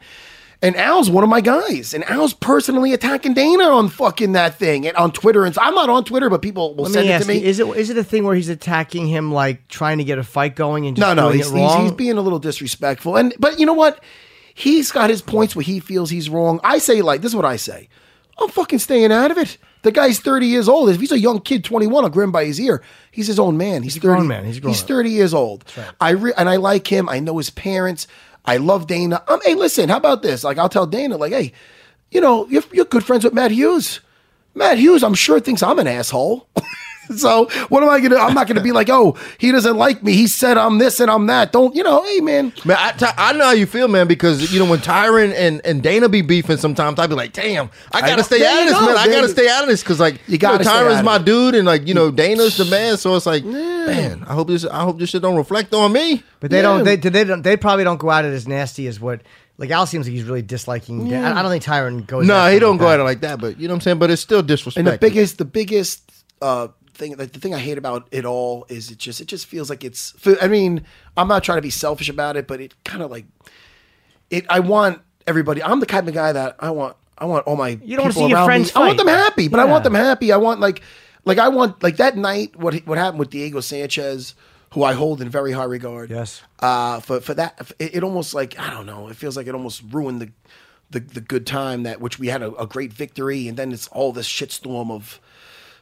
[SPEAKER 4] And Al's one of my guys, and Al's personally attacking Dana on fucking that thing and on Twitter. And I'm not on Twitter, but people will
[SPEAKER 1] Let
[SPEAKER 4] send
[SPEAKER 1] me
[SPEAKER 4] it
[SPEAKER 1] ask
[SPEAKER 4] to me.
[SPEAKER 1] you, is it is it a thing where he's attacking him like trying to get a fight going and just
[SPEAKER 4] no, no,
[SPEAKER 1] doing
[SPEAKER 4] he's,
[SPEAKER 1] it
[SPEAKER 4] he's,
[SPEAKER 1] wrong?
[SPEAKER 4] he's being a little disrespectful. And but you know what? He's got his points where he feels he's wrong. I say like this is what I say. I'm fucking staying out of it. The guy's 30 years old. If he's a young kid, 21, I'll grab him by his ear. He's his own man. He's, 30,
[SPEAKER 1] grown man. He's a grown up.
[SPEAKER 4] 30 years old. I re- and I like him. I know his parents. I love Dana. Um, hey, listen, how about this? Like, I'll tell Dana, like, hey, you know, you're, you're good friends with Matt Hughes. Matt Hughes, I'm sure thinks I'm an asshole. so what am I gonna? I'm not gonna be like, oh, he doesn't like me. He said I'm this and I'm that. Don't you know? Hey, man.
[SPEAKER 5] Man, I, Ty- I know how you feel, man, because you know when Tyron and, and Dana be beefing, sometimes I'd be like, "Damn, I gotta
[SPEAKER 4] know.
[SPEAKER 5] stay
[SPEAKER 4] There
[SPEAKER 5] out of
[SPEAKER 4] you
[SPEAKER 5] this,
[SPEAKER 4] go,
[SPEAKER 5] man. I gotta
[SPEAKER 4] Dana.
[SPEAKER 5] stay out of this because like you,
[SPEAKER 4] gotta
[SPEAKER 5] know,
[SPEAKER 4] stay out
[SPEAKER 5] Tyron's
[SPEAKER 4] of
[SPEAKER 5] my
[SPEAKER 4] it.
[SPEAKER 5] dude, and like you know Dana's the man. So it's like, man, I hope this, I hope this shit don't reflect on me.
[SPEAKER 1] But they
[SPEAKER 4] Yeah.
[SPEAKER 1] don't. They, they don't. They probably don't go at it as nasty as what. Like Al seems like he's really disliking. Dan- I, I don't think Tyron goes.
[SPEAKER 5] No,
[SPEAKER 1] after
[SPEAKER 5] he
[SPEAKER 1] him
[SPEAKER 5] don't
[SPEAKER 1] like
[SPEAKER 5] go
[SPEAKER 1] that.
[SPEAKER 5] at it like that, but you know what I'm saying. But it's still
[SPEAKER 4] And
[SPEAKER 5] disrespect.
[SPEAKER 4] the biggest, the biggest uh, thing, like the thing I hate about it all is it just, it just feels like it's. I mean, I'm not trying to be selfish about it, but it kind of like, it. I want everybody. I'm the type of guy that I want. I want all my.
[SPEAKER 1] You don't wanna
[SPEAKER 4] people
[SPEAKER 1] see your
[SPEAKER 4] around
[SPEAKER 1] friends
[SPEAKER 4] me- I want
[SPEAKER 1] fight.
[SPEAKER 4] them happy, but I
[SPEAKER 1] Yeah.
[SPEAKER 4] want them happy. I want like, like I want like that night. What what happened with Diego Sanchez, who I hold in very high regard.
[SPEAKER 1] Yes.
[SPEAKER 4] uh, for for that, it, it almost like I don't know. It feels like it almost ruined the the, the good time that which we had a, a great victory, and then it's all this shitstorm of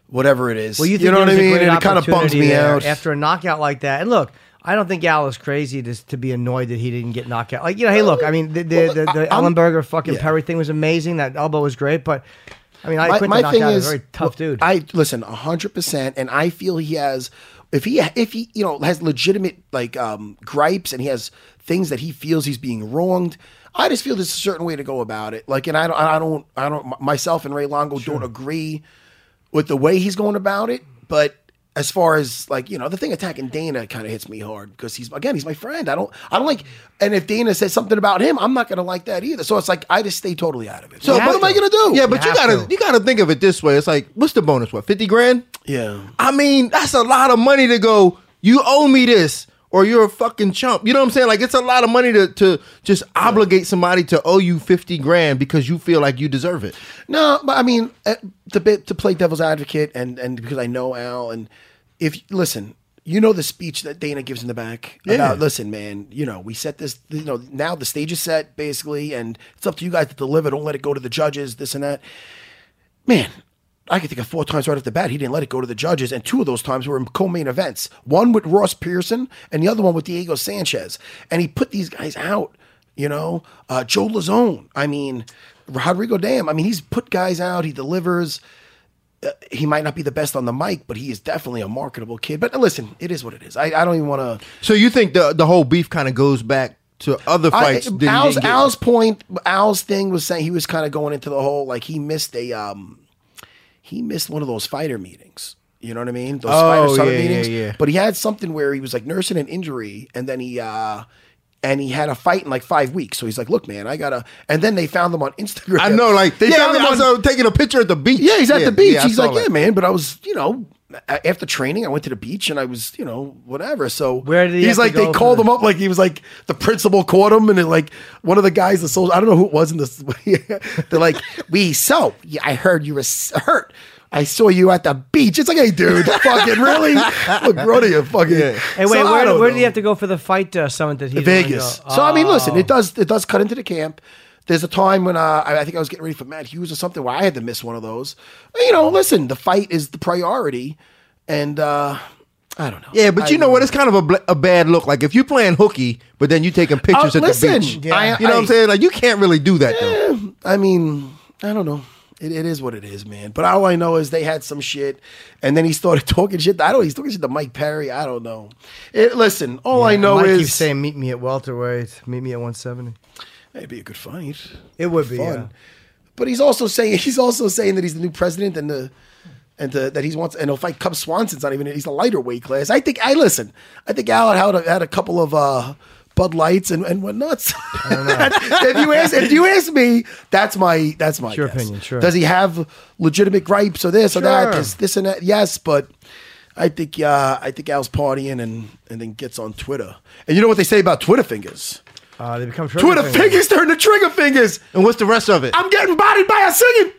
[SPEAKER 4] whatever it is.
[SPEAKER 1] Well, you, think
[SPEAKER 4] know
[SPEAKER 1] there
[SPEAKER 4] what I
[SPEAKER 1] was a
[SPEAKER 4] mean?
[SPEAKER 1] great
[SPEAKER 4] And it kind of bums
[SPEAKER 1] opportunity
[SPEAKER 4] me
[SPEAKER 1] there
[SPEAKER 4] out.
[SPEAKER 1] after a knockout like that. And look, I don't think Al is crazy to, to be annoyed that he didn't get knocked out. Like you know, hey, look, I mean, the the, the, the
[SPEAKER 4] I- I'm-
[SPEAKER 1] Ellenberger fucking
[SPEAKER 4] yeah.
[SPEAKER 1] Perry thing was amazing. That elbow was great, but I mean, I
[SPEAKER 4] my,
[SPEAKER 1] quit
[SPEAKER 4] my
[SPEAKER 1] the
[SPEAKER 4] thing
[SPEAKER 1] knockout.
[SPEAKER 4] is
[SPEAKER 1] a very tough dude.
[SPEAKER 4] I listen hundred percent, and I feel he has. If he if he you know has legitimate like um, gripes and he has things that he feels he's being wronged, I just feel there's a certain way to go about it. Like, and I don't I don't I don't myself and Ray Longo don't agree with the way he's going about it, but. As far as like you know, the thing attacking Dana kind of hits me hard because he's again he's my friend. I don't I don't like, and if Dana says something about him, I'm not gonna like that either. So it's like I just stay totally out of it. So
[SPEAKER 5] So
[SPEAKER 4] what am I gonna do?
[SPEAKER 5] Yeah, but you,
[SPEAKER 1] have
[SPEAKER 5] gotta
[SPEAKER 1] to.
[SPEAKER 5] you gotta think of it this way. It's like, what's the bonus? What fifty grand?
[SPEAKER 4] yeah.
[SPEAKER 5] I mean, that's a lot of money to go, you owe me this, or you're a fucking chump. You know what I'm saying? Like, it's a lot of money to, to just obligate somebody to owe you 50 grand because you feel like you deserve it.
[SPEAKER 4] No, but I mean, uh, to be, to play devil's advocate, and and because I know Al, and if listen, you know the speech that Dana gives in the back about listen, man, you know we set this, you know now the stage is set basically, and it's up to you guys to deliver. Don't let it go to the judges, this and that. Man. I can think of four times right off the bat he didn't let it go to the judges, and two of those times were in co-main events. One with Ross Pearson, and the other one with Diego Sanchez, and he put these guys out. You know, uh, Joe Lazone. I mean, Rodrigo Dam. I mean, he's put guys out. He delivers. Uh, he might not be the best on the mic, but he is definitely a marketable kid. But uh, listen, it is what it is. I, I don't even want to.
[SPEAKER 5] So you think the, the whole beef kind of goes back to other fights? that he
[SPEAKER 4] Al's,
[SPEAKER 5] didn't get?
[SPEAKER 4] Al's point, Al's thing was saying he was kind of going into the whole like he missed a um, he missed one of those fighter meetings. You know what I mean? Those
[SPEAKER 5] Oh,
[SPEAKER 4] fighter summit
[SPEAKER 5] yeah, yeah,
[SPEAKER 4] meetings.
[SPEAKER 5] yeah.
[SPEAKER 4] But he had something where he was like nursing an injury, and then he uh, and he had a fight in like five weeks. So he's like, "Look, man, I gotta." And then they found them on Instagram.
[SPEAKER 5] I know, like, they
[SPEAKER 4] Yeah,
[SPEAKER 5] found
[SPEAKER 4] I
[SPEAKER 5] him
[SPEAKER 4] mean,
[SPEAKER 5] also taking a picture at the beach.
[SPEAKER 4] yeah, he's at the beach.
[SPEAKER 5] I
[SPEAKER 4] he's
[SPEAKER 5] saw
[SPEAKER 4] like,
[SPEAKER 5] that.
[SPEAKER 4] yeah, man, but I was, you know, a- after training, I went to the beach and I was, you know, whatever. So
[SPEAKER 1] Where did he have
[SPEAKER 4] he's
[SPEAKER 1] to
[SPEAKER 4] like,
[SPEAKER 1] go
[SPEAKER 4] they
[SPEAKER 1] for
[SPEAKER 4] called
[SPEAKER 1] the-
[SPEAKER 4] him up, like he was like the principal caught him, and it, like one of the guys, the soldier, I don't know who it was in this. they're like, we so yeah, I heard you were s- hurt. I saw you at the beach. It's like, hey, dude, fucking really? Look, grow to you, fucking.
[SPEAKER 1] hey, wait, where, where did he have to go for the fight uh, summit that he didn't wanna
[SPEAKER 4] Vegas.
[SPEAKER 1] go?
[SPEAKER 4] So I mean, listen,
[SPEAKER 1] Oh.
[SPEAKER 5] Ah.
[SPEAKER 4] it does it does cut into the camp. There's a time when uh, I, I think I was getting ready for Matt Hughes or something where I had to miss one of those. You know, listen, the fight is the priority, and uh, I don't know.
[SPEAKER 5] Yeah, but you know what? It's kind of a, bl- a bad look. Like if you playing hooky, but then you taking pictures
[SPEAKER 4] Uh,
[SPEAKER 5] at the
[SPEAKER 4] listen,
[SPEAKER 5] beach.
[SPEAKER 4] Yeah. I-
[SPEAKER 5] you know what I'm
[SPEAKER 4] I-
[SPEAKER 5] saying? Like you can't really do that though.
[SPEAKER 4] eh, I mean, I don't know. It, it is what it is, man. But all I know is they had some shit, and then he started talking shit. I don't. He's talking shit to Mike Perry. I don't know. It, listen, all I know
[SPEAKER 1] Mike
[SPEAKER 4] is
[SPEAKER 1] keeps Oh, saying, "Meet me at welterweight. Meet me at 170."
[SPEAKER 4] it'd be a good fight.
[SPEAKER 1] It would be.
[SPEAKER 4] fun.
[SPEAKER 1] yeah.
[SPEAKER 4] But he's also saying he's also saying that he's the new president and the and the, that he wants and he'll fight Cub Swanson's not even he's a lighter weight class. I think I listen. I think Al had had a, had a couple of uh, Bud Lights and, and whatnot. if you ask if you ask me, that's my that's my
[SPEAKER 1] your
[SPEAKER 4] guess.
[SPEAKER 1] opinion, sure.
[SPEAKER 4] Does he have legitimate gripes or this or
[SPEAKER 1] Sure.
[SPEAKER 4] that? This this and that. Yes, but I think uh, I think Al's partying and and then gets on Twitter. And you know what they say about Twitter fingers?
[SPEAKER 1] Uh, they become
[SPEAKER 4] Twitter fingers turn to trigger fingers.
[SPEAKER 5] And what's the rest of it?
[SPEAKER 4] I'm getting bodied by a singing.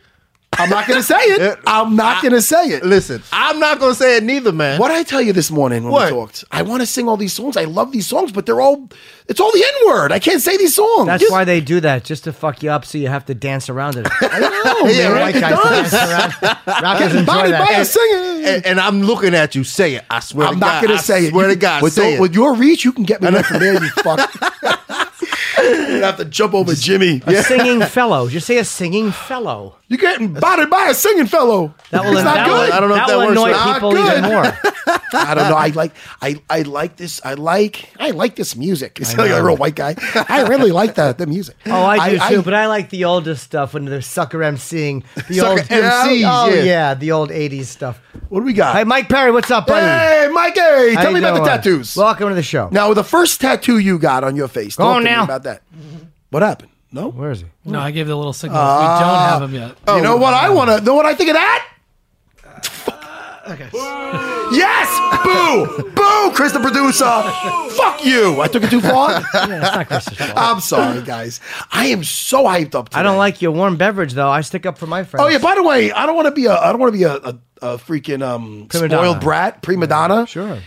[SPEAKER 4] I'm not gonna say it. I'm not gonna say it.
[SPEAKER 5] Listen, I'm not gonna say it neither, man.
[SPEAKER 4] What did I tell you this morning when
[SPEAKER 5] What?
[SPEAKER 4] we talked? I want to sing all these songs. I love these songs, but they're all it's all the N word. I can't say these songs.
[SPEAKER 1] That's why they do that, just to fuck you up, so you have to dance around it.
[SPEAKER 4] I know.
[SPEAKER 5] Yeah,
[SPEAKER 4] man.
[SPEAKER 5] right,
[SPEAKER 4] It
[SPEAKER 5] guys,
[SPEAKER 4] does.
[SPEAKER 1] Rappers
[SPEAKER 4] Getting
[SPEAKER 1] enjoy
[SPEAKER 4] bodied by a
[SPEAKER 1] that.
[SPEAKER 4] singer.
[SPEAKER 5] And, and I'm looking at you. Say it. I swear.
[SPEAKER 4] I'm
[SPEAKER 5] to
[SPEAKER 4] not
[SPEAKER 5] God, I
[SPEAKER 4] gonna say it.
[SPEAKER 5] Swear
[SPEAKER 4] You-
[SPEAKER 5] to God.
[SPEAKER 4] with,
[SPEAKER 5] say
[SPEAKER 4] the-
[SPEAKER 5] it.
[SPEAKER 4] with your reach, you can get me there from there. You fuck. You'd have to jump over Jimmy.
[SPEAKER 1] A singing fellow. Just say a singing fellow.
[SPEAKER 4] You're getting bodied by a singing fellow.
[SPEAKER 1] That will,
[SPEAKER 4] it's not
[SPEAKER 1] that
[SPEAKER 4] good.
[SPEAKER 1] will,
[SPEAKER 5] I don't know if
[SPEAKER 1] that
[SPEAKER 5] that
[SPEAKER 1] will
[SPEAKER 5] works
[SPEAKER 1] annoy
[SPEAKER 5] or not.
[SPEAKER 1] people
[SPEAKER 4] Not
[SPEAKER 1] even
[SPEAKER 4] good.
[SPEAKER 1] more.
[SPEAKER 4] I don't know. I like I I like this. I like I like this music. It's like a real white guy. I really like that the music.
[SPEAKER 1] Oh, I do too, but I like the older stuff when they're sucker emceeing. The
[SPEAKER 5] Sucker
[SPEAKER 1] old
[SPEAKER 5] MCs,
[SPEAKER 1] Oh,
[SPEAKER 5] yeah.
[SPEAKER 1] the old '80s stuff.
[SPEAKER 4] what do we got?
[SPEAKER 1] Hey, Mike Perry, what's up, buddy?
[SPEAKER 4] Hey, Mikey,
[SPEAKER 1] How
[SPEAKER 4] tell me
[SPEAKER 1] you
[SPEAKER 4] about the
[SPEAKER 1] doing?
[SPEAKER 4] tattoos.
[SPEAKER 1] Welcome to the show.
[SPEAKER 4] now, the first tattoo you got on your face.
[SPEAKER 1] on
[SPEAKER 4] talk to me
[SPEAKER 1] now.
[SPEAKER 4] about that. What happened? No.
[SPEAKER 1] Where is he?
[SPEAKER 6] No, I gave the little signal. we don't have him yet.
[SPEAKER 4] Ah.
[SPEAKER 1] Oh,
[SPEAKER 4] you know what I want to know? What I think of that? okay. yes. Boo. Boo. Chris the producer. Fuck you. I took it too far. I'm sorry, guys. I am so hyped up. Today.
[SPEAKER 1] I don't like your warm beverage though. I stick up for my friends.
[SPEAKER 4] Oh yeah. By the way, I don't want to be a. I don't want to be a, a, a freaking um
[SPEAKER 1] Prima
[SPEAKER 4] spoiled
[SPEAKER 1] donna.
[SPEAKER 4] brat, prima donna.
[SPEAKER 1] Sure.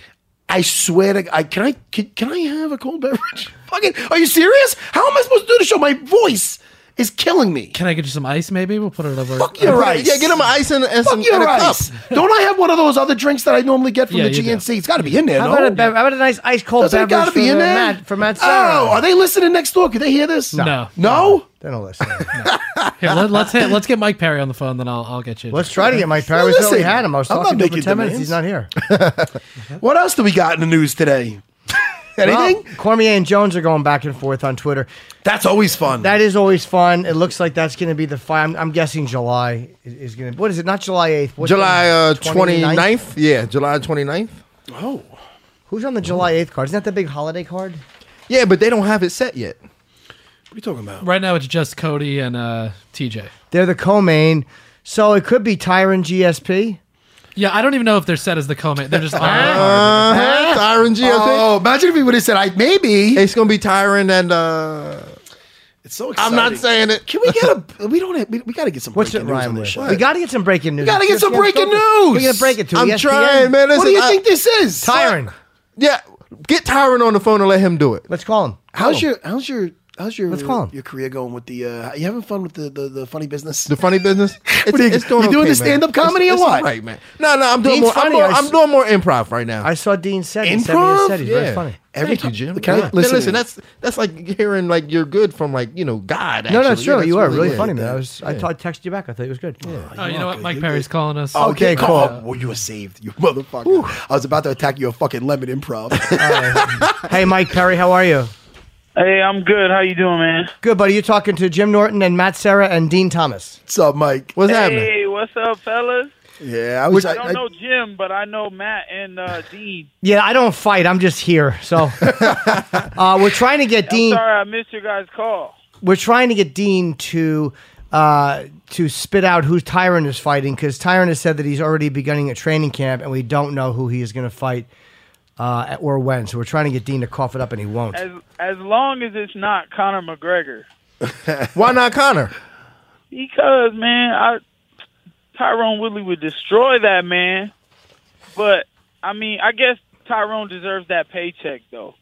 [SPEAKER 4] I swear to I can I can, can I have a cold beverage? Fucking, are you serious? How am I supposed to do the show? My voice is killing me.
[SPEAKER 6] Can I get you some ice? Maybe we'll put it over.
[SPEAKER 4] Fuck your ice.
[SPEAKER 5] Yeah, get him an ice and, and some
[SPEAKER 4] Fuck your
[SPEAKER 5] and a cup.
[SPEAKER 4] ice. Don't I have one of those other drinks that I normally get from
[SPEAKER 6] Yeah,
[SPEAKER 4] the
[SPEAKER 6] you do.
[SPEAKER 4] GNC? It's got to be in there.
[SPEAKER 1] How
[SPEAKER 4] no?
[SPEAKER 1] about a, bev- how about a nice ice cold
[SPEAKER 4] Doesn't it
[SPEAKER 1] beverage
[SPEAKER 4] gotta
[SPEAKER 1] for,
[SPEAKER 4] be in
[SPEAKER 1] the
[SPEAKER 4] there?
[SPEAKER 1] Matt, for Matt Sarah?
[SPEAKER 4] Oh, are they listening next door? Could they hear this?
[SPEAKER 6] Uh, No.
[SPEAKER 4] No.
[SPEAKER 1] They don't listen.
[SPEAKER 6] Here, let, us hit, let's get Mike Perry on the phone, then I'll I'll get you.
[SPEAKER 1] Let's try to get Mike Perry.
[SPEAKER 4] Well,
[SPEAKER 1] We still
[SPEAKER 4] listen,
[SPEAKER 1] had him. I was
[SPEAKER 4] I'm
[SPEAKER 1] talking
[SPEAKER 4] not
[SPEAKER 1] to him for
[SPEAKER 4] making
[SPEAKER 1] ten minutes.
[SPEAKER 4] demands.
[SPEAKER 1] He's not here.
[SPEAKER 4] What else do we got in the news today? Anything?
[SPEAKER 1] Well, Cormier and Jones are going back and forth on Twitter.
[SPEAKER 4] That's always fun.
[SPEAKER 1] That is always fun. It looks like that's going to be the fight. I'm, I'm guessing July is, is going to. What is it? Not July 8th. What's
[SPEAKER 5] July
[SPEAKER 1] it?
[SPEAKER 5] uh, 29th? Yeah, July 29th.
[SPEAKER 4] oh.
[SPEAKER 1] Who's on the July 8th card? Isn't that the big holiday card?
[SPEAKER 5] Yeah, but they don't have it set yet.
[SPEAKER 4] What are you talking about?
[SPEAKER 6] Right now, it's just Cody and uh, TJ.
[SPEAKER 1] They're the co-main, so it could be Tyron GSP.
[SPEAKER 6] Yeah, I don't even know if they're set as the co-main. They're just on the
[SPEAKER 1] Ah.
[SPEAKER 6] card.
[SPEAKER 5] Uh-huh. Tyron G, I think.
[SPEAKER 4] Oh, imagine if he would have said, "I maybe."
[SPEAKER 5] It's gonna be Tyron and uh
[SPEAKER 4] It's so
[SPEAKER 5] I'm
[SPEAKER 4] exciting.
[SPEAKER 5] not saying it.
[SPEAKER 4] Can we get a? We don't. Have, we, we got to get some.
[SPEAKER 1] What's it
[SPEAKER 4] breaking news on
[SPEAKER 1] rhyme
[SPEAKER 4] this
[SPEAKER 1] with?
[SPEAKER 4] show.
[SPEAKER 1] We got to get some breaking news.
[SPEAKER 4] gotta get
[SPEAKER 1] Just
[SPEAKER 4] some
[SPEAKER 1] can't
[SPEAKER 4] breaking
[SPEAKER 1] filter.
[SPEAKER 4] news.
[SPEAKER 1] We're gonna break it to E
[SPEAKER 5] I'm
[SPEAKER 1] ESPN.
[SPEAKER 5] trying, man. Listen,
[SPEAKER 4] what do you
[SPEAKER 5] I-
[SPEAKER 4] think this is?
[SPEAKER 1] Tyron,
[SPEAKER 5] Yeah, get Tyron on the phone and let him do it.
[SPEAKER 1] let's call him.
[SPEAKER 4] How's your? How's your? How's your?
[SPEAKER 1] Let's call him.
[SPEAKER 4] Your career going with the? Uh, you having fun with the the, the funny business?
[SPEAKER 5] The funny business. It's,
[SPEAKER 4] What are you- you doing
[SPEAKER 5] okay,
[SPEAKER 4] this
[SPEAKER 5] man.
[SPEAKER 4] stand-up comedy
[SPEAKER 5] it's,
[SPEAKER 4] or what?
[SPEAKER 5] It's all right, man. No, no, I'm doing more.
[SPEAKER 1] Dean's
[SPEAKER 5] I'm,
[SPEAKER 1] funny,
[SPEAKER 5] more
[SPEAKER 1] I
[SPEAKER 5] I'm
[SPEAKER 1] s-
[SPEAKER 5] doing more improv right now.
[SPEAKER 1] I saw Dean said he sent me
[SPEAKER 4] Improv?
[SPEAKER 1] a set. He's very
[SPEAKER 5] Yeah.
[SPEAKER 1] funny.
[SPEAKER 4] Every
[SPEAKER 5] Thank you, Jim.
[SPEAKER 4] Can I-
[SPEAKER 5] Yeah.
[SPEAKER 4] listen,
[SPEAKER 5] Listen, listen, that's that's like hearing like you're good from like you know God.
[SPEAKER 1] No, no,
[SPEAKER 5] actually.
[SPEAKER 1] it's true.
[SPEAKER 5] Yeah,
[SPEAKER 1] you
[SPEAKER 5] that's
[SPEAKER 1] are really
[SPEAKER 5] yeah.
[SPEAKER 1] funny, man. I was. I, t- I texted you back. I thought it was good.
[SPEAKER 6] Oh, you know what? Mike Perry's calling us.
[SPEAKER 1] Okay,
[SPEAKER 4] come
[SPEAKER 1] cool.
[SPEAKER 4] on. Oh, Well, you were saved, you motherfucker. I was about to attack your fucking lemon improv.
[SPEAKER 1] Hey, Mike Perry, how are you?
[SPEAKER 7] Hey, I'm good. How you doing, man?
[SPEAKER 1] Good, buddy. You're talking to Jim Norton and Matt Sarah and Dean Thomas.
[SPEAKER 4] What's up, Mike?
[SPEAKER 5] What's happening?
[SPEAKER 7] Hey, what's up, fellas?
[SPEAKER 4] Yeah, I was.
[SPEAKER 7] I
[SPEAKER 4] I,
[SPEAKER 7] don't
[SPEAKER 4] I-
[SPEAKER 7] know Jim, but I know Matt and uh, Dean.
[SPEAKER 1] Yeah, I don't fight. I'm just here. So uh, we're trying to get Dean.
[SPEAKER 7] Sorry, I missed your guys' call.
[SPEAKER 1] we're trying to get Dean to uh, to spit out who Tyron is fighting because Tyron has said that he's already beginning a training camp and we don't know who he is going to fight uh, or when. So we're trying to get Dean to cough it up and he won't.
[SPEAKER 7] As as long as it's not Conor McGregor,
[SPEAKER 5] Why not Connor?
[SPEAKER 7] because man, I Tyrone Woodley would destroy that man. But I mean, I guess Tyrone deserves that paycheck, though.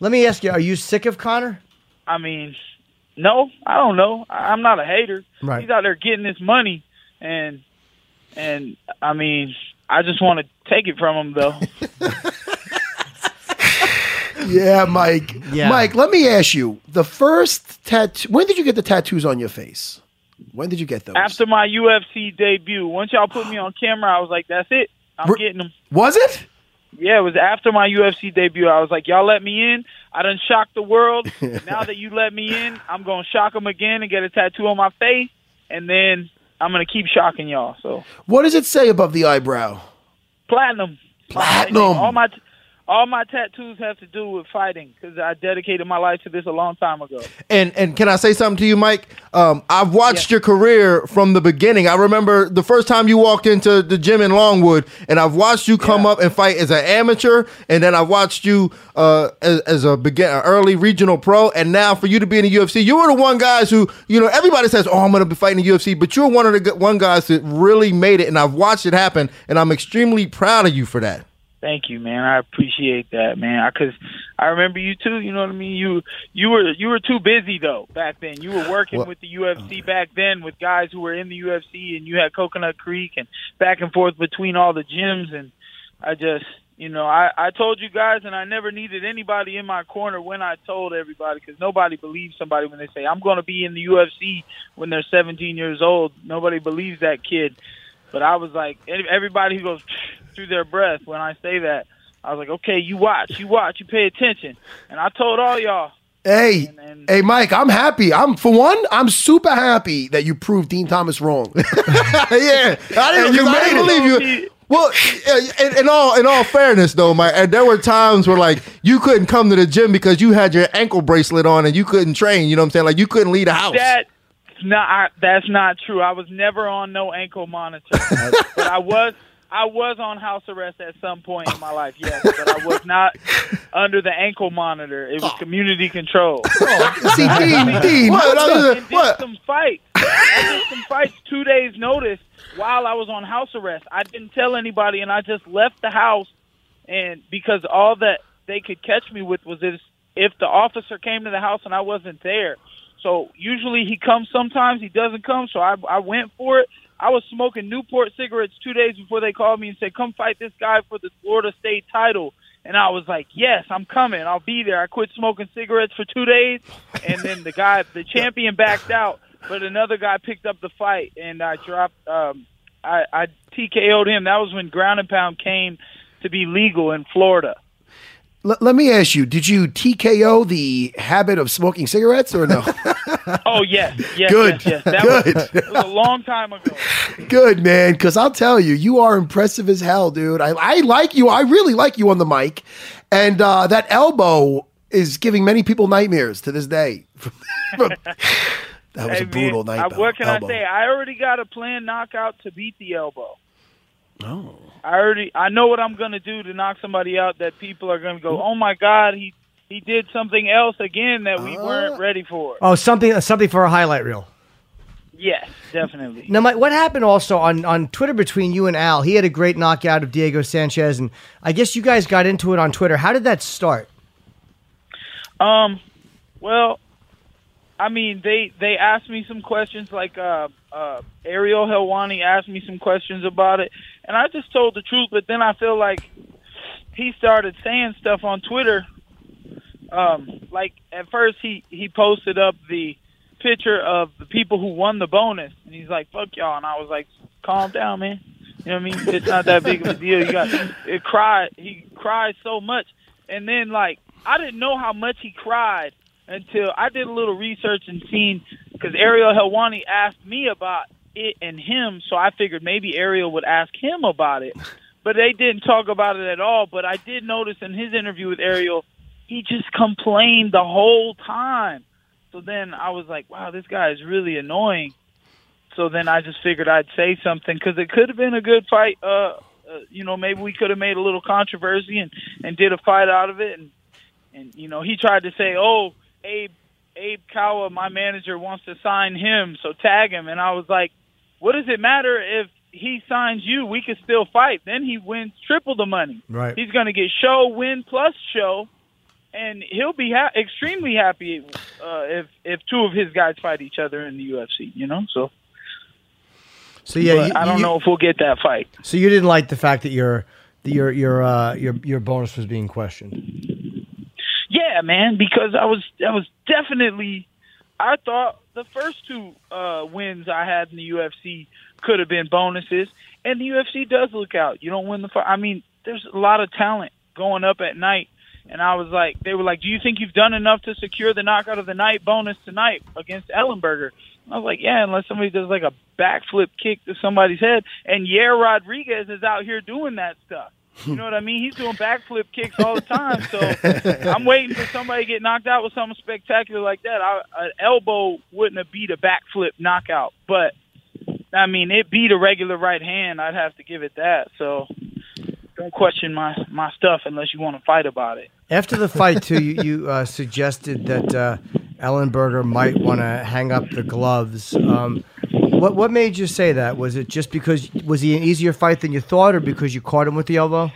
[SPEAKER 1] Let me ask you: Are you sick of Connor?
[SPEAKER 7] I mean, no, I don't know. I, I'm not a hater.
[SPEAKER 1] Right.
[SPEAKER 7] He's out there getting his money, and and I mean, I just want to take it from him, though.
[SPEAKER 4] yeah, Mike.
[SPEAKER 1] Yeah.
[SPEAKER 4] Mike. Let me ask you: the first tattoo. When did you get the tattoos on your face? When did you get those?
[SPEAKER 7] after my UFC debut. Once y'all put me on camera, I was like, that's it. I'm
[SPEAKER 4] Re-
[SPEAKER 7] getting them.
[SPEAKER 4] Was it?
[SPEAKER 7] Yeah, it was after my UFC debut. I was like, y'all let me in. I done shocked the world. now that you let me in, I'm going to shock them again and get a tattoo on my face. And then I'm going to keep shocking y'all. So,
[SPEAKER 4] What does it say above the eyebrow?
[SPEAKER 7] platinum.
[SPEAKER 4] Platinum.
[SPEAKER 7] All my. All my tattoos have to do with fighting because I dedicated my life to this a long time ago.
[SPEAKER 5] And and can I say something to you, Mike? Um, I've watched your career from the beginning. I remember the first time you walked into the gym in Longwood, and I've watched you come up and fight as an amateur, and then I've watched you uh, as, as a begin an early regional pro, and now for you to be in the UFC, you were the one guys who you know everybody says, "Oh, I'm going to be fighting the UFC," but you're one of the g- one guys that really made it, and I've watched it happen, and I'm extremely proud of you for that.
[SPEAKER 7] Thank you, man. I appreciate that, man. Because I remember you too. You know what I mean. You you were you were too busy though back then. You were working
[SPEAKER 5] Well-
[SPEAKER 7] with the UFC back then with guys who were in the UFC, and you had Coconut Creek and back and forth between all the gyms. And I just, you know, I I told you guys, and I never needed anybody in my corner when I told everybody because nobody believes somebody when they say I'm going to be in the UFC when they're 17 years old. Nobody believes that kid. But I was like, any- everybody who goes through their breath when I say that, I was like, okay, you watch, you watch, you pay attention. And I told all y'all,
[SPEAKER 4] Hey,
[SPEAKER 7] And- and-
[SPEAKER 4] hey, Mike, I'm happy. I'm for one, I'm super happy that you proved Dean Thomas wrong.
[SPEAKER 5] yeah, I didn't,
[SPEAKER 4] And you
[SPEAKER 5] I
[SPEAKER 4] made
[SPEAKER 5] didn't
[SPEAKER 4] it.
[SPEAKER 5] believe you. Well, in, in all in all fairness though, my and there were times where like you couldn't come to the gym because you had your ankle bracelet on and you couldn't train. You know what I'm saying? Like you couldn't leave the house.
[SPEAKER 7] that not I, that's not true. I was never on no ankle monitor, but I was I was on house arrest at some point in my life, yes, but I was not under the ankle monitor. It was community control.
[SPEAKER 4] See, Dean, Dean,
[SPEAKER 5] What?
[SPEAKER 4] what's
[SPEAKER 5] I
[SPEAKER 4] the-
[SPEAKER 5] was-
[SPEAKER 7] and did
[SPEAKER 5] What?
[SPEAKER 7] some fights. I did some fights two days notice while I was on house arrest. I didn't tell anybody, and I just left the house, and because all that they could catch me with was if, if the officer came to the house and I wasn't there. So usually he comes, sometimes he doesn't come. So I, I went for it. I was smoking Newport cigarettes two days before they called me and said, "Come fight this guy for the Florida State title." And I was like, "Yes, I'm coming. I'll be there." I quit smoking cigarettes for two days, and then the guy, the champion, backed out. But another guy picked up the fight, and I dropped. Um, I, I TKO'd him. That was when ground and pound came to be legal in Florida.
[SPEAKER 4] L- let me ask you: Did you TKO the habit of smoking cigarettes or no?
[SPEAKER 7] Oh yes, yes,
[SPEAKER 4] Good.
[SPEAKER 7] yes, yes. That
[SPEAKER 4] Good.
[SPEAKER 7] Was, it was a long time ago.
[SPEAKER 4] Good man, because I'll tell you, you are impressive as hell, dude. I, I like you. I really like you on the mic, and uh, that elbow is giving many people nightmares to this day. that was
[SPEAKER 7] Hey,
[SPEAKER 4] a brutal
[SPEAKER 7] man,
[SPEAKER 4] night.
[SPEAKER 7] I- what can
[SPEAKER 4] elbow.
[SPEAKER 7] I say? I already got a planned knockout to beat the elbow.
[SPEAKER 4] Oh.
[SPEAKER 7] No. I already I know what I'm going to do to knock somebody out that people are going to
[SPEAKER 4] Hmm.
[SPEAKER 7] go, "Oh my god, he he did something else again that we
[SPEAKER 4] Uh.
[SPEAKER 7] weren't ready for."
[SPEAKER 1] Oh, something something for a highlight reel.
[SPEAKER 7] Yes, definitely.
[SPEAKER 1] Now, Mike, what happened also on, on Twitter between you and Al? He had a great knockout of Diego Sanchez, and I guess you guys got into it on Twitter. How did that start?
[SPEAKER 7] Um, well, I mean, they they asked me some questions, like uh, uh, Ariel Helwani asked me some questions about it, and I just told the truth. But then I feel like he started saying stuff on Twitter. Um, like at first he he posted up the picture of the people who won the bonus, and he's like, "Fuck y'all," and I was like, "Calm down, man." You know what I mean? It's not that big of a deal. You got it. Cried. He cried so much, and then like I didn't know how much he cried until I did a little research and seen because Ariel Helwani asked me about it and him, so I figured maybe Ariel would ask him about it, but they didn't talk about it at all. But I did notice in his interview with Ariel, he just complained the whole time. So then I was like, wow, this guy is really annoying. So then I just figured I'd say something because it could have been a good fight. Uh, uh, you know, maybe we could have made a little controversy and and did a fight out of it. And and you know, he tried to say, oh, Abe Abe Kawa, my manager wants to sign him, so tag him. And I was like, what does it matter if he signs you? We could still fight. Then he wins triple the money.
[SPEAKER 1] Right.
[SPEAKER 7] He's going to get show win plus show and he'll be ha- extremely happy uh, if if two of his guys fight each other in the UFC. You know, so
[SPEAKER 1] So yeah, you,
[SPEAKER 7] I don't
[SPEAKER 1] you-
[SPEAKER 7] know if we'll get that fight.
[SPEAKER 1] So you didn't like the fact that your that your your uh, your your bonus was being questioned.
[SPEAKER 7] Yeah, man, because I was I was definitely I thought the first two uh, wins I had in the UFC could have been bonuses, and the UFC does look out. You don't win the fight. I mean, there's a lot of talent going up at night, and I was like, they were like, "Do you think you've done enough to secure the knockout of the night bonus tonight against Ellenberger?" And I was like, "Yeah, unless somebody does like a backflip kick to somebody's head." And yeah, Rodriguez is out here doing that stuff. You know what I mean? He's doing backflip kicks all the time. So I'm waiting for somebody to get knocked out with something spectacular like that. I, an elbow wouldn't have beat a backflip knockout, but I mean, it beat a regular right hand. I'd have to give it that. So don't question my my stuff unless you want to fight about it.
[SPEAKER 1] After the fight, too, you, you uh, suggested that uh, Ellenberger might want to hang up the gloves. Um, what what made you say that? Was it just because was he an easier fight than you thought, or because you caught him with the elbow?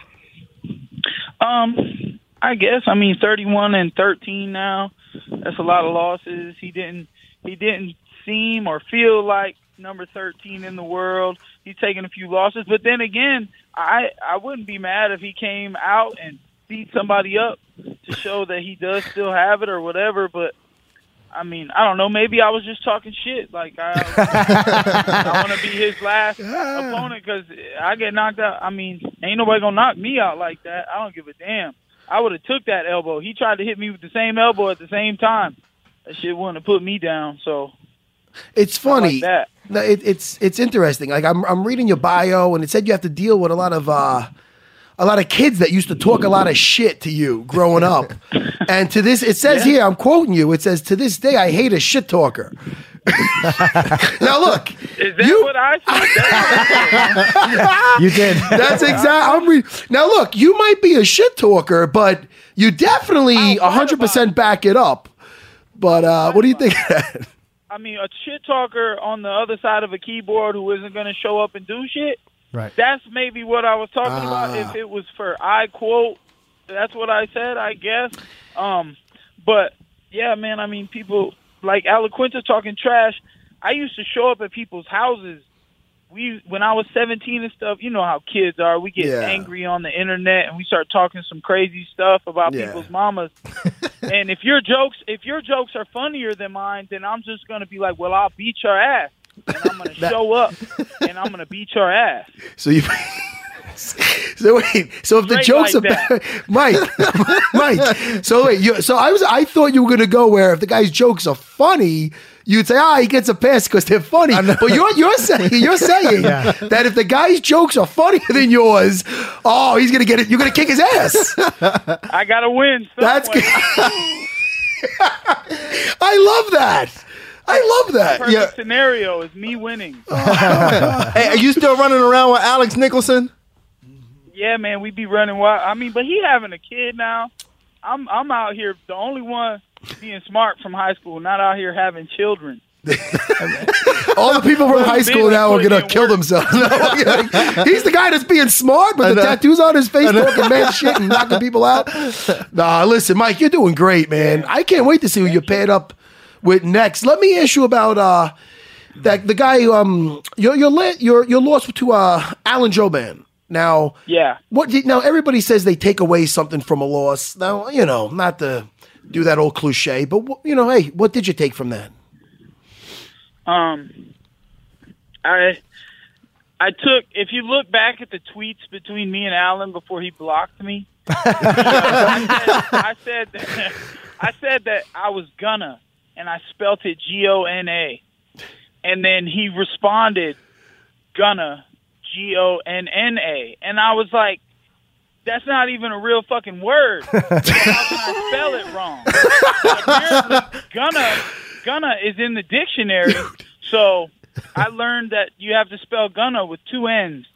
[SPEAKER 7] Um, I guess. I mean, thirty-one and thirteen now. That's a lot of losses. He didn't. He didn't seem or feel like number thirteen in the world. He's taken a few losses, but then again, I I wouldn't be mad if he came out and beat somebody up to show that he does still have it or whatever. But I mean, I don't know. Maybe I was just talking shit. Like I, I want to be his last opponent because I get knocked out. I mean, ain't nobody gonna knock me out like that. I don't give a damn. I would have took that elbow. He tried to hit me with the same elbow at the same time. That shit wouldn't have put me down. So
[SPEAKER 4] It's funny.
[SPEAKER 7] that.
[SPEAKER 4] No, it, it's it's interesting. Like I'm I'm reading your bio, and it said you have to deal with a lot of uh, a lot of kids that used to talk a lot of shit to you growing up. and to this, it says here, I'm quoting you. It says to this day, I hate a shit talker. now look,
[SPEAKER 7] is that what I said?
[SPEAKER 1] You did.
[SPEAKER 4] that's exact. I'm re- now look, you might be a shit talker, but you
[SPEAKER 7] Oh,
[SPEAKER 4] definitely 100 percent back it up. But uh, what do you think?
[SPEAKER 7] I mean, a shit talker on the other side of a keyboard who isn't going to show up and do shit.
[SPEAKER 1] Right.
[SPEAKER 7] That's maybe what I was talking about.
[SPEAKER 4] Ah.
[SPEAKER 7] If it was for I quote, that's what I said, I guess. Um, but yeah, man. I mean, people like Aliquinta talking trash. I used to show up at people's houses. We when I was seventeen and stuff. You know how kids are. We get
[SPEAKER 4] Yeah.
[SPEAKER 7] angry on the internet and we start talking some crazy stuff about
[SPEAKER 4] Yeah.
[SPEAKER 7] people's mamas and if your jokes if your jokes are funnier than mine, then I'm just gonna be like, well, I'll beat your ass, and I'm gonna show up, and I'm gonna beat your ass.
[SPEAKER 4] So you. So wait. So if the
[SPEAKER 7] Straight
[SPEAKER 4] joke's
[SPEAKER 7] like
[SPEAKER 4] about Mike, Mike. So wait. You, so I was. I thought you were gonna go where if the guy's jokes are funny, you'd say, ah, he gets a pass because they're funny. But you're you're saying you're saying that if the guy's jokes are funnier than yours, oh, he's gonna get it. You're gonna kick his ass.
[SPEAKER 7] I gotta win. some
[SPEAKER 4] That's
[SPEAKER 7] way.
[SPEAKER 4] good. I love that. I love that.
[SPEAKER 7] Perfect
[SPEAKER 4] Yeah.
[SPEAKER 7] scenario is me winning.
[SPEAKER 5] Hey, are you still running around with Alex Nicholson?
[SPEAKER 7] Yeah, man, we be running wild. I mean, but he having a kid now. I'm I'm out here the only one being smart from high school, not out here having children.
[SPEAKER 4] All the people from high school
[SPEAKER 7] Being
[SPEAKER 4] now are
[SPEAKER 7] put
[SPEAKER 4] gonna
[SPEAKER 7] in
[SPEAKER 4] kill
[SPEAKER 7] work.
[SPEAKER 4] themselves. No, like, he's the guy that's being smart, but the tattoos on his face, talking mad shit and knocking people out. Nah, listen, Mike, you're doing great, man. I can't wait to see who you're paired up with next. Let me ask you about uh, that the guy um your your la- your your loss to uh Alan Joban. Now,
[SPEAKER 7] Yeah.
[SPEAKER 4] what did, now everybody says they take away something from a loss. Now, you know, not to do that old cliche, but wh- you know, hey, what did you take from that?
[SPEAKER 7] Um, I I took. If you look back at the tweets between me and Alan before he blocked me, I said I said, I said that I was gonna, and I spelt it G O N A, and then he responded, gonna G O N N A, and I was like. That's not even a real fucking word. How can I spell it wrong? Apparently, gonna gonna is in the dictionary. So I learned that you have to spell gonna with two N's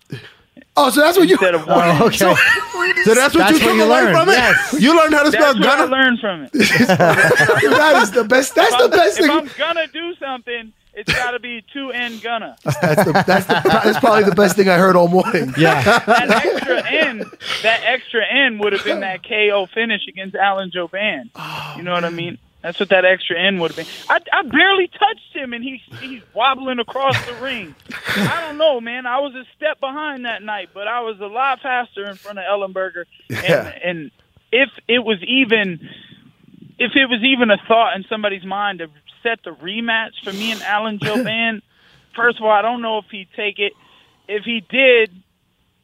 [SPEAKER 4] Oh, so that's what you
[SPEAKER 7] instead of one. N.
[SPEAKER 1] Okay.
[SPEAKER 5] So that's what
[SPEAKER 1] That's
[SPEAKER 5] you
[SPEAKER 1] what
[SPEAKER 5] took
[SPEAKER 1] you
[SPEAKER 5] away
[SPEAKER 1] learned,
[SPEAKER 5] from it.
[SPEAKER 1] yes.
[SPEAKER 5] You learned how to spell
[SPEAKER 7] That's what I
[SPEAKER 5] gunner.
[SPEAKER 7] learned from it. If
[SPEAKER 4] that is the best. That's the
[SPEAKER 7] I'm,
[SPEAKER 4] best
[SPEAKER 7] if
[SPEAKER 4] thing.
[SPEAKER 7] I'm gonna do something, it's got to be two N gonna.
[SPEAKER 4] That's, the, that's, the, that's probably the best thing I heard all morning.
[SPEAKER 1] Yeah.
[SPEAKER 7] That extra N, that extra N would have been that KO finish against Alan Joban. you know what I mean? That's what that extra N would have been. I, I barely touched him, and he's he's wobbling across the ring. I don't know, man. I was a step behind that night, but I was a lot faster in front of Ellenberger. And,
[SPEAKER 4] Yeah.
[SPEAKER 7] and if it was even, if it was even a thought in somebody's mind to set the rematch for me and Alan Joban, first of all, I don't know if he'd take it. If he did,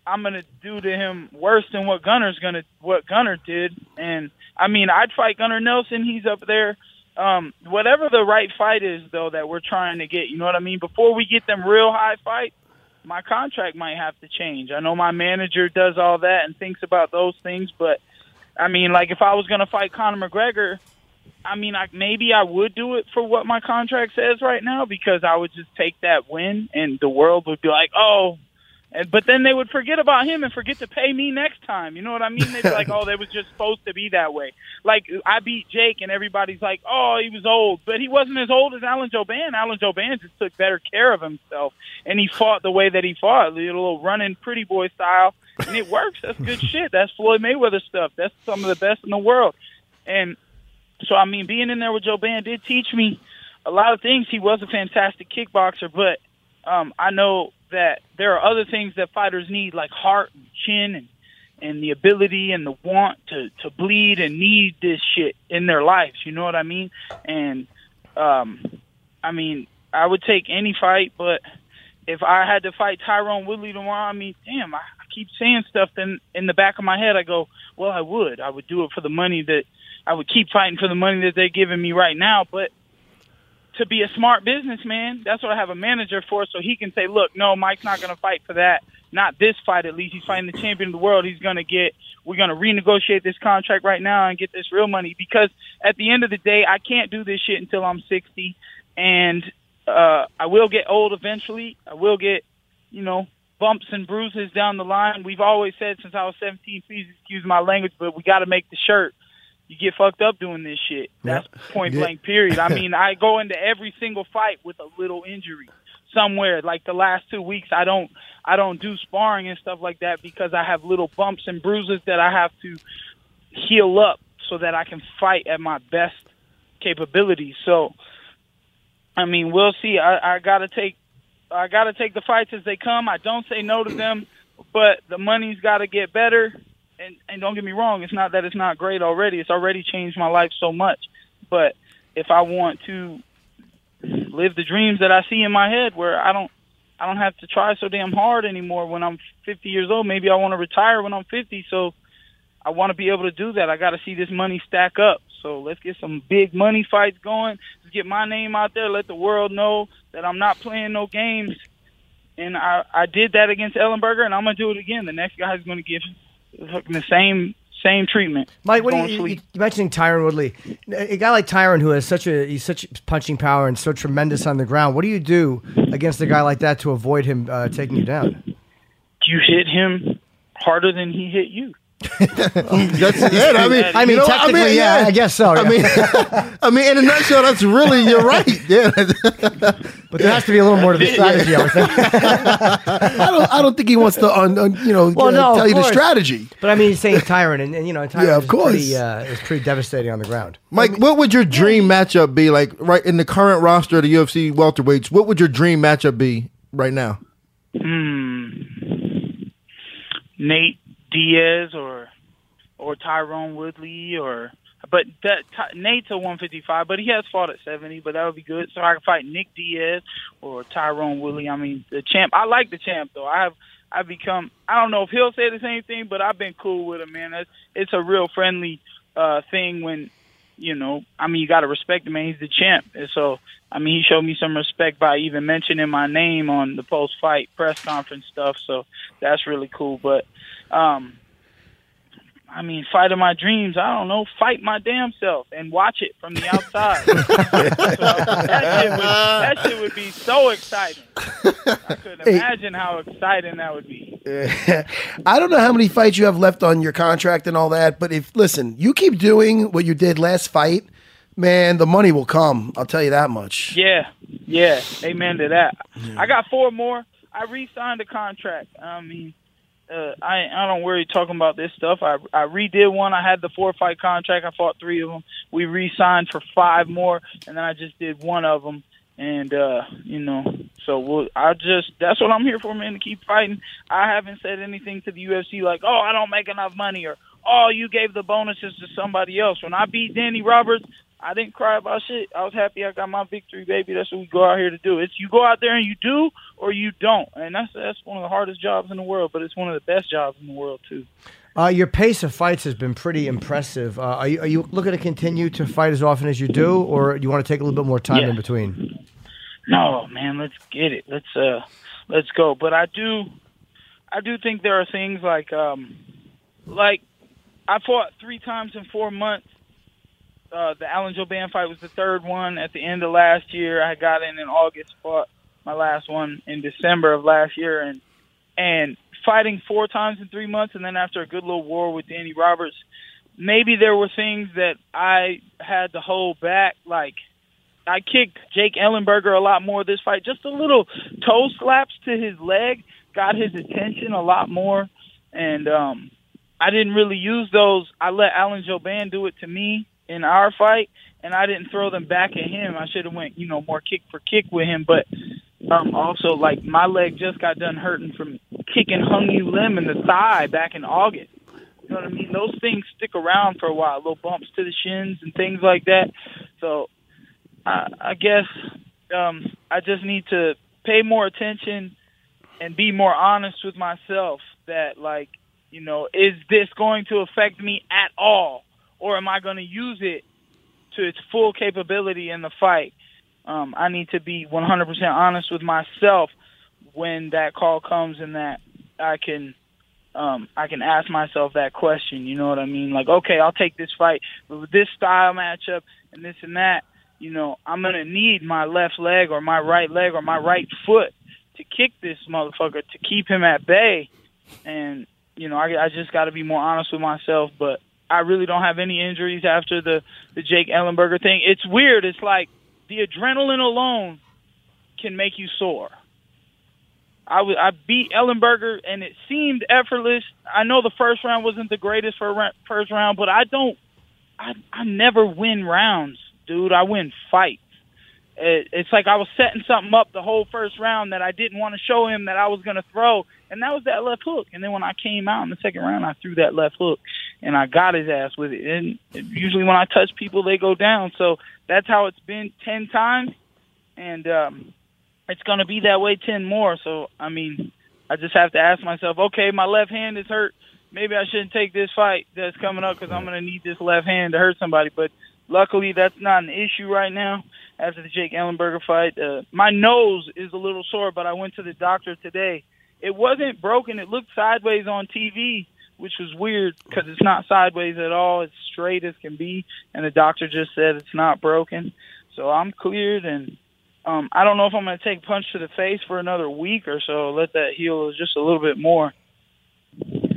[SPEAKER 7] I'm gonna do to him worse than what Gunner's gonna what Gunner did. And I mean, I'd fight Gunner Nelson. He's up there. Um, whatever the right fight is, though, that we're trying to get, you know what I mean. Before we get them real high fights, my contract might have to change. I know my manager does all that and thinks about those things, but I mean, like if I was going to fight Conor McGregor, I mean, I, maybe I would do it for what my contract says right now because I would just take that win, and the world would be like, "Oh," and but then they would forget about him and forget to pay me next time. You know what I mean? They'd be like, "Oh, they was just supposed to be that way." Like I beat Jake, and everybody's like, "Oh, he was old," but he wasn't as old as Alan Joban. Alan Joban just took better care of himself, and he fought the way that he fought, a little running pretty boy style, and it works. That's good shit. That's Floyd Mayweather stuff. That's some of the best in the world, and. So I mean, being in there with Joe Band did teach me a lot of things. He was a fantastic kickboxer, but um, I know that there are other things that fighters need, like heart and chin and and the ability and the want to to bleed and need this shit in their lives. You know what I mean? And um, I mean, I would take any fight, but if I had to fight Tyrone Woodley tomorrow, I mean, damn, I, I keep saying stuff. Then in the back of my head, I go, well, I would. I would do it for the money that I would keep fighting for the money that they're giving me right now. But to be a smart businessman, that's what I have a manager for, so he can say, look, no, Mike's not going to fight for that. Not this fight, at least. He's fighting the champion of the world. He's going to get, we're going to renegotiate this contract right now and get this real money. Because at the end of the day, I can't do this shit until I'm 60. And uh, I will get old eventually. I will get, you know, bumps and bruises down the line. We've always said since I was 17, please excuse my language, but we got to make the shirt. You get fucked up doing this shit. That's point blank, period. I mean, I go into every single fight with a little injury somewhere. Like the last two weeks, I don't, I don't do sparring and stuff like that because I have little bumps and bruises that I have to heal up so that I can fight at my best capability. So, I mean, we'll see. I, I gotta take, I gotta take the fights as they come. I don't say no to them, but the money's gotta get better. And and don't get me wrong, it's not that it's not great already. It's already changed my life so much. But if I want to live the dreams that I see in my head, where I don't, I don't have to try so damn hard anymore. When I'm 50 years old, maybe I want to retire when I'm 50. So I want to be able to do that. I got to see this money stack up. So let's get some big money fights going. Let's get my name out there. Let the world know that I'm not playing no games. And I, I did that against Ellenberger, and I'm gonna do it again. The next guy's gonna give fucking the same same treatment.
[SPEAKER 1] Mike, what
[SPEAKER 7] Don't
[SPEAKER 1] do you,
[SPEAKER 7] sleep.
[SPEAKER 1] you, you mentioning Tyron Woodley? A guy like Tyron who has such a he's such punching power and so tremendous on the ground. What do you do against a guy like that to avoid him uh, taking you down?
[SPEAKER 7] you hit him harder than he hit you.
[SPEAKER 5] That's it. I mean,
[SPEAKER 1] I mean,
[SPEAKER 5] you know,
[SPEAKER 1] technically, yeah, I guess so.
[SPEAKER 5] I
[SPEAKER 1] yeah.
[SPEAKER 5] mean, I mean, in a nutshell, that's really you're right. Yeah,
[SPEAKER 1] but there has to be a little more to the strategy. I would think.
[SPEAKER 4] I don't. I don't think he wants to, un, un, you know,
[SPEAKER 1] Well,
[SPEAKER 4] uh,
[SPEAKER 1] no,
[SPEAKER 4] tell
[SPEAKER 1] of
[SPEAKER 4] you the
[SPEAKER 1] course.
[SPEAKER 4] strategy.
[SPEAKER 1] But I mean, he's saying Tyron, and, and you know, Tyron
[SPEAKER 4] Yeah, of
[SPEAKER 1] is
[SPEAKER 4] course.
[SPEAKER 1] pretty, uh, is pretty devastating on the ground.
[SPEAKER 5] Mike, what would your dream matchup be like? Right in the current roster of the UFC welterweights, what would your dream matchup be right now?
[SPEAKER 7] Nate Diaz or or Tyrone Woodley or but that Ty, Nate's a 155, but he has fought at 70, but that would be good. So I could fight Nick Diaz or Tyrone Woodley. I mean, the champ. I like the champ though. I have I've become I don't know if he'll say the same thing, but I've been cool with him, man. It's, it's a real friendly uh thing when you know, I mean, you got to respect the man. He's the champ. And so, I mean, he showed me some respect by even mentioning my name on the post fight press conference stuff. So that's really cool. But, um, I mean, fight of my dreams. I don't know. Fight my damn self and watch it from the outside. So that, shit would, that shit would be so exciting. I could imagine how exciting that would be.
[SPEAKER 4] I don't know how many fights you have left on your contract and all that, but if listen, you keep doing what you did last fight, man, the money will come. I'll tell you that much.
[SPEAKER 7] Yeah, yeah. Amen to that. I got four more. I re-signed the contract. I mean, uh, I I don't worry talking about this stuff. I I redid one. I had the four fight contract. I fought three of them. We re-signed for five more, and then I just did one of them. And uh, you know, so we'll, I just that's what I'm here for, man. To keep fighting. I haven't said anything to the UFC like, oh, I don't make enough money, or oh, you gave the bonuses to somebody else. When I beat Danny Roberts, I didn't cry about shit. I was happy I got my victory, baby. That's what we go out here to do. It's you go out there and you do or you don't. And that's that's one of the hardest jobs in the world, but it's one of the best jobs in the world too.
[SPEAKER 1] Uh, your pace of fights has been pretty impressive. Uh, are, you, are you looking to continue to fight as often as you do, or do you want to take a little bit more time
[SPEAKER 7] Yeah.
[SPEAKER 1] in between?
[SPEAKER 7] No, man, let's get it. Let's uh let's go. But I do, I do think there are things like, um, like I fought three times in four months. Uh, the Alan Joban fight was the third one at the end of last year. I got in in August, fought my last one in December of last year, and and fighting four times in three months, and then after a good little war with Danny Roberts, maybe there were things that I had to hold back, like I kicked Jake Ellenberger a lot more this fight. Just a little toe slaps to his leg got his attention a lot more, and um, I didn't really use those. I let Alan Joban do it to me in our fight, and I didn't throw them back at him. I should have went, you know, more kick for kick with him. But um, also, like my leg just got done hurting from kicking Hung Yu Lim in the thigh back in August. You know what I mean? Those things stick around for a while, little bumps to the shins and things like that. So I, I guess um, I just need to pay more attention and be more honest with myself that, like, you know, is this going to affect me at all? Or am I going to use it to its full capability in the fight? Um, I need to be 100% honest with myself when that call comes and that I can. Um, I can ask myself that question. You know what I mean? Like, okay, I'll take this fight but with this style matchup and this and that you know, I'm going to need my left leg or my right leg or my right foot to kick this motherfucker to keep him at bay. And, you know, I, I just got to be more honest with myself. But I really don't have any injuries after the, the Jake Ellenberger thing. It's weird. It's like the adrenaline alone can make you sore. I wa- I beat Ellenberger and it seemed effortless. I know the first round wasn't the greatest for a ra- first round, but I don't I I never win rounds, dude. I win fights. It, it's like I was setting something up the whole first round that I didn't want to show him that I was going to throw, and that was that left hook. And then when I came out in the second round, I threw that left hook, and I got his ass with it. And usually when I touch people, they go down. So that's how it's been ten times, and um, it's going to be that way ten more. So I mean, I just have to ask myself, okay, my left hand is hurt maybe I shouldn't take this fight that's coming up because I'm going to need this left hand to hurt somebody. But luckily, that's not an issue right now after the Jake Ellenberger fight. Uh, my nose is a little sore, but I went to the doctor today. It wasn't broken. It looked sideways on TV, which was weird because it's not sideways at all. It's straight as can be, and the doctor just said it's not broken. So I'm cleared, and um, I don't know if I'm going to take punch to the face for another week or so. Let that heal just a little bit more.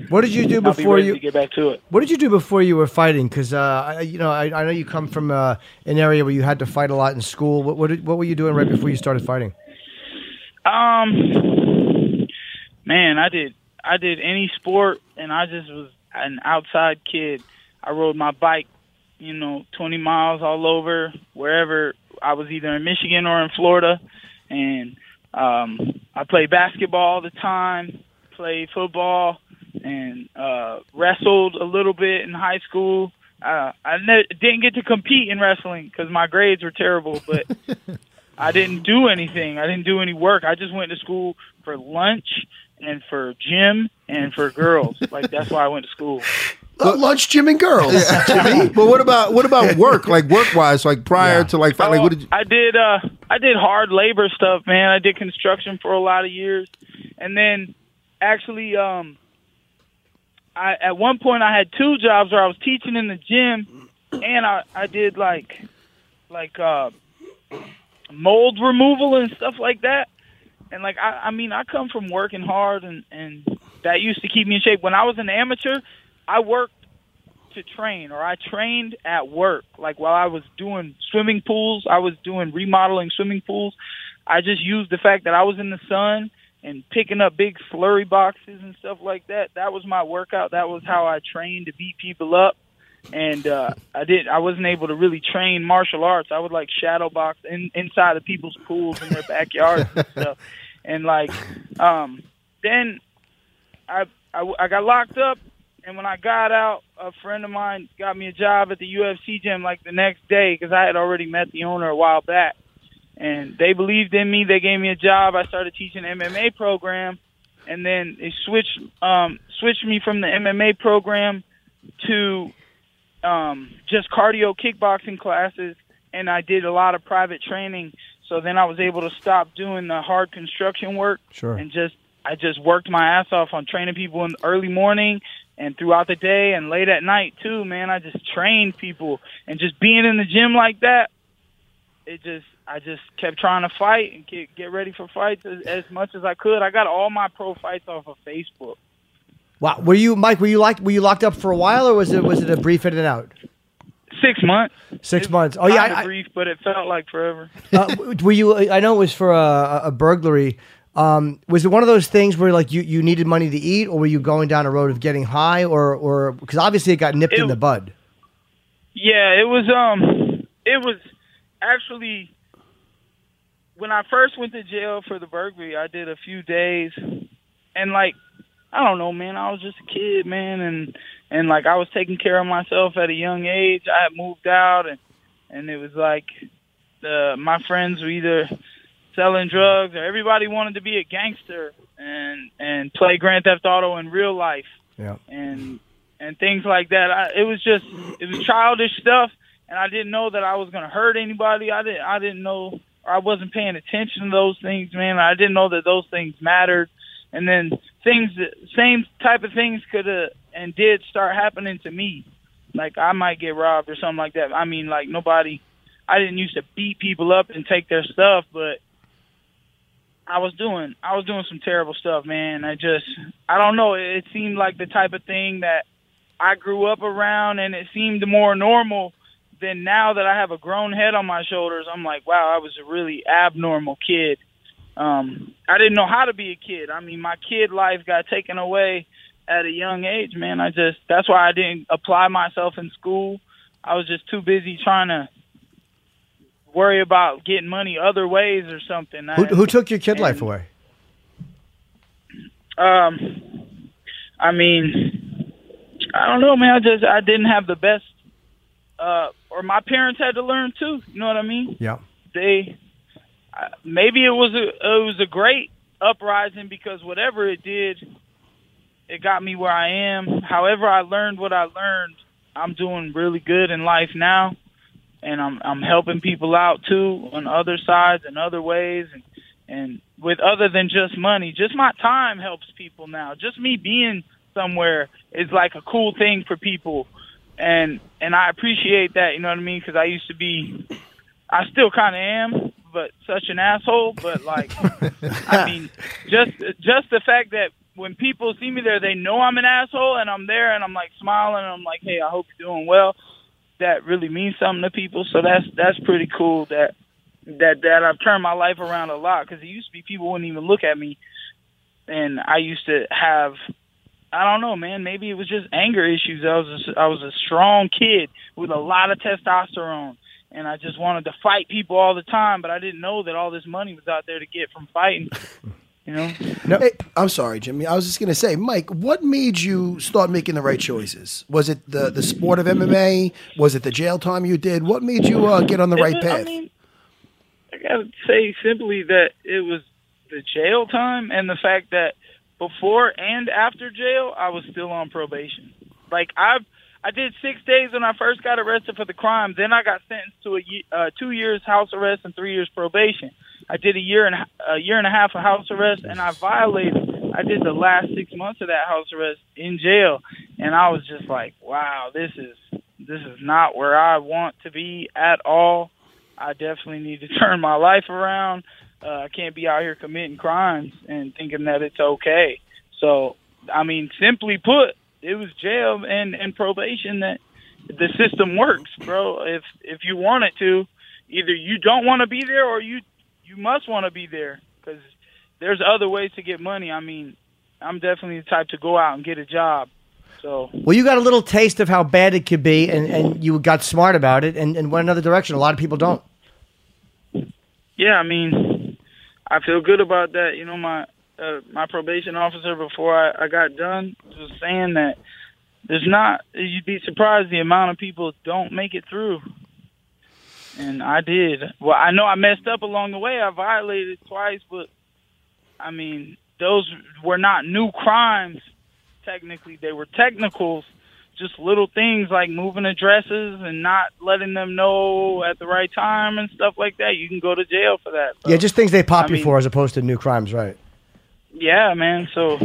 [SPEAKER 1] What did you do
[SPEAKER 7] I'll be
[SPEAKER 1] before
[SPEAKER 7] ready
[SPEAKER 1] you?
[SPEAKER 7] to get back to it.
[SPEAKER 1] What did you do before you were fighting? Because uh, I- you know, I, I know you come from uh, an area where you had to fight a lot in school. What what, did, what were you doing right before you started fighting?
[SPEAKER 7] Um, man, I did I did any sport, and I just was an outside kid. I rode my bike, you know, 20 miles all over wherever I was, either in Michigan or in Florida, and um, I played basketball all the time, played football, and uh, wrestled a little bit in high school. Uh, I ne- didn't get to compete in wrestling because my grades were terrible, but. I didn't do anything. I didn't do any work. I just went to school for lunch and for gym and for girls. like that's why I went to school.
[SPEAKER 4] Lunch, Jim, and girls.
[SPEAKER 5] but what about what about work? Like work wise, like prior to like
[SPEAKER 4] Oh.
[SPEAKER 5] fight, like what did you?
[SPEAKER 7] Oh, I did uh I did hard labor stuff, man. I did construction for a lot of years. And then actually um I at one point I had two jobs where I was teaching in the gym and I I did like like uh mold removal and stuff like that. And like I I mean I come from working hard and and that used to keep me in shape. When I was an amateur, I worked to train or I trained at work. Like while I was doing swimming pools, I was doing remodeling swimming pools. I just used the fact that I was in the sun and picking up big slurry boxes and stuff like that. That was my workout. That was how I trained to beat people up. And uh I did I wasn't able to really train martial arts. I would like shadow box in, inside of people's pools in their backyards and stuff. And like um then I, I, I got locked up, and when I got out, a friend of mine got me a job at the UFC gym like the next day because I had already met the owner a while back. And they believed in me. They gave me a job. I started teaching MMA program, and then they switched um, switched me from the MMA program to um, just cardio kickboxing classes, and I did a lot of private training. So then I was able to stop doing the hard construction work
[SPEAKER 4] Sure.
[SPEAKER 7] and just I just worked my ass off on training people in the early morning and throughout the day and late at night too, man. I just trained people and just being in the gym like that, it just I just kept trying to fight and get get ready for fights as, as much as I could. I got all my pro fights off of Facebook.
[SPEAKER 1] Wow. Were you Mike? Were you locked? Were you locked up for a while, or was it was it a brief in and out?
[SPEAKER 7] Six months.
[SPEAKER 1] Six months. Oh yeah.
[SPEAKER 7] Kinda
[SPEAKER 1] I- I-
[SPEAKER 7] brief, but it felt like forever.
[SPEAKER 1] uh, w- were you? I know it was for a, a burglary. Um, was it one of those things where like you, you needed money to eat, or were you going down a road of getting high, or or because obviously it got nipped in
[SPEAKER 7] It-
[SPEAKER 1] the bud.
[SPEAKER 7] Yeah, it was um it was actually when I first went to jail for the burglary, I did a few days and like I don't know, man, I was just a kid, man, and and like I was taking care of myself at a young age. I had moved out and and it was like the my friends were either selling drugs or everybody wanted to be a gangster and and play Grand Theft Auto in real life.
[SPEAKER 1] Yeah.
[SPEAKER 7] And and things like that. I, it was just it was childish stuff, and I didn't know that I was gonna hurt anybody. I didn't I didn't know or I wasn't paying attention to those things, man. I didn't know that those things mattered. And then things, that same type of things could have and did start happening to me. Like I might get robbed or something like that. I mean, like nobody. I didn't used to beat people up and take their stuff, but I was doing I was doing some terrible stuff, man. I just I don't know. It seemed like the type of thing that I grew up around, and it seemed more normal than now that I have a grown head on my shoulders. I'm like, wow, I was a really abnormal kid. Um, I didn't know how to be a kid. I mean, my kid life got taken away at a young age, man. I just that's why I didn't apply myself in school. I was just too busy trying to worry about getting money other ways or something.
[SPEAKER 1] Who,
[SPEAKER 7] I-
[SPEAKER 1] who took your kid
[SPEAKER 7] and-
[SPEAKER 1] life away?
[SPEAKER 7] um, I mean, I don't know, man. I just I didn't have the best, uh, or my parents had to learn too. You know what I mean?
[SPEAKER 1] Yeah.
[SPEAKER 7] They I- maybe it was a it was a great uprising because whatever it did, it got me where I am. However, I learned what I learned. I'm doing really good in life now, and I'm I'm helping people out too on other sides and other ways and and with other than just money, just my time helps people now. Just me being somewhere is like a cool thing for people, and and I appreciate that. You know what I mean? Because I used to be, I still kind of am, but such an asshole. But like, I mean, just just the fact that when people see me there, they know I'm an asshole, and I'm there, and I'm like smiling, and I'm like, hey, I hope you're doing well. That really means something to people. So that's that's pretty cool. That that that I've turned my life around a lot because it used to be people wouldn't even look at me, and I used to have, I don't know, man. Maybe it was just anger issues. I was a, I was a strong kid with a lot of testosterone, and I just wanted to fight people all the time. But I didn't know that all this money was out there to get from fighting. You know,
[SPEAKER 4] Hey, I'm sorry, Jimmy. I was just gonna say, Mike, what made you start making the right choices? Was it the the sport of MMA? Was it the jail time you did? What made you uh, get on the right
[SPEAKER 7] It was-
[SPEAKER 4] path?
[SPEAKER 7] I mean, I gotta say simply that it was the jail time and the fact that before and after jail, I was still on probation. Like I've, I did six days when I first got arrested for the crime. Then I got sentenced to a ye- uh, two years house arrest and three years probation. I did a year and a a year and a half of house arrest, and I violated. I did the last six months of that house arrest in jail, and I was just like, "Wow, this is this is not where I want to be at all." I definitely need to turn my life around. Uh, I can't be out here committing crimes and thinking that it's okay. So, I mean, simply put, it was jail and, and probation that the system works, bro. If if you want it to, either you don't want to be there or you you must want to be there because there's other ways to get money. I mean, I'm definitely the type to go out and get a job. So
[SPEAKER 1] Well, you got a little taste of how bad it could be, and, and you got smart about it, and, and went another direction. A lot of people don't.
[SPEAKER 7] Yeah, I mean, I feel good about that. You know, my uh, my probation officer before I, I got done was saying that there's not. You'd be surprised the amount of people don't make it through. And I did. Well, I know I messed up along the way. I violated twice, but I mean, those were not new crimes. Technically, they were technicals. just little things like moving addresses and not letting them know at the right time and stuff like that. You can go to jail for that. So,
[SPEAKER 1] Yeah, just things they pop
[SPEAKER 7] I
[SPEAKER 1] you
[SPEAKER 7] mean-
[SPEAKER 1] for as opposed to new crimes, right?
[SPEAKER 7] yeah, man. So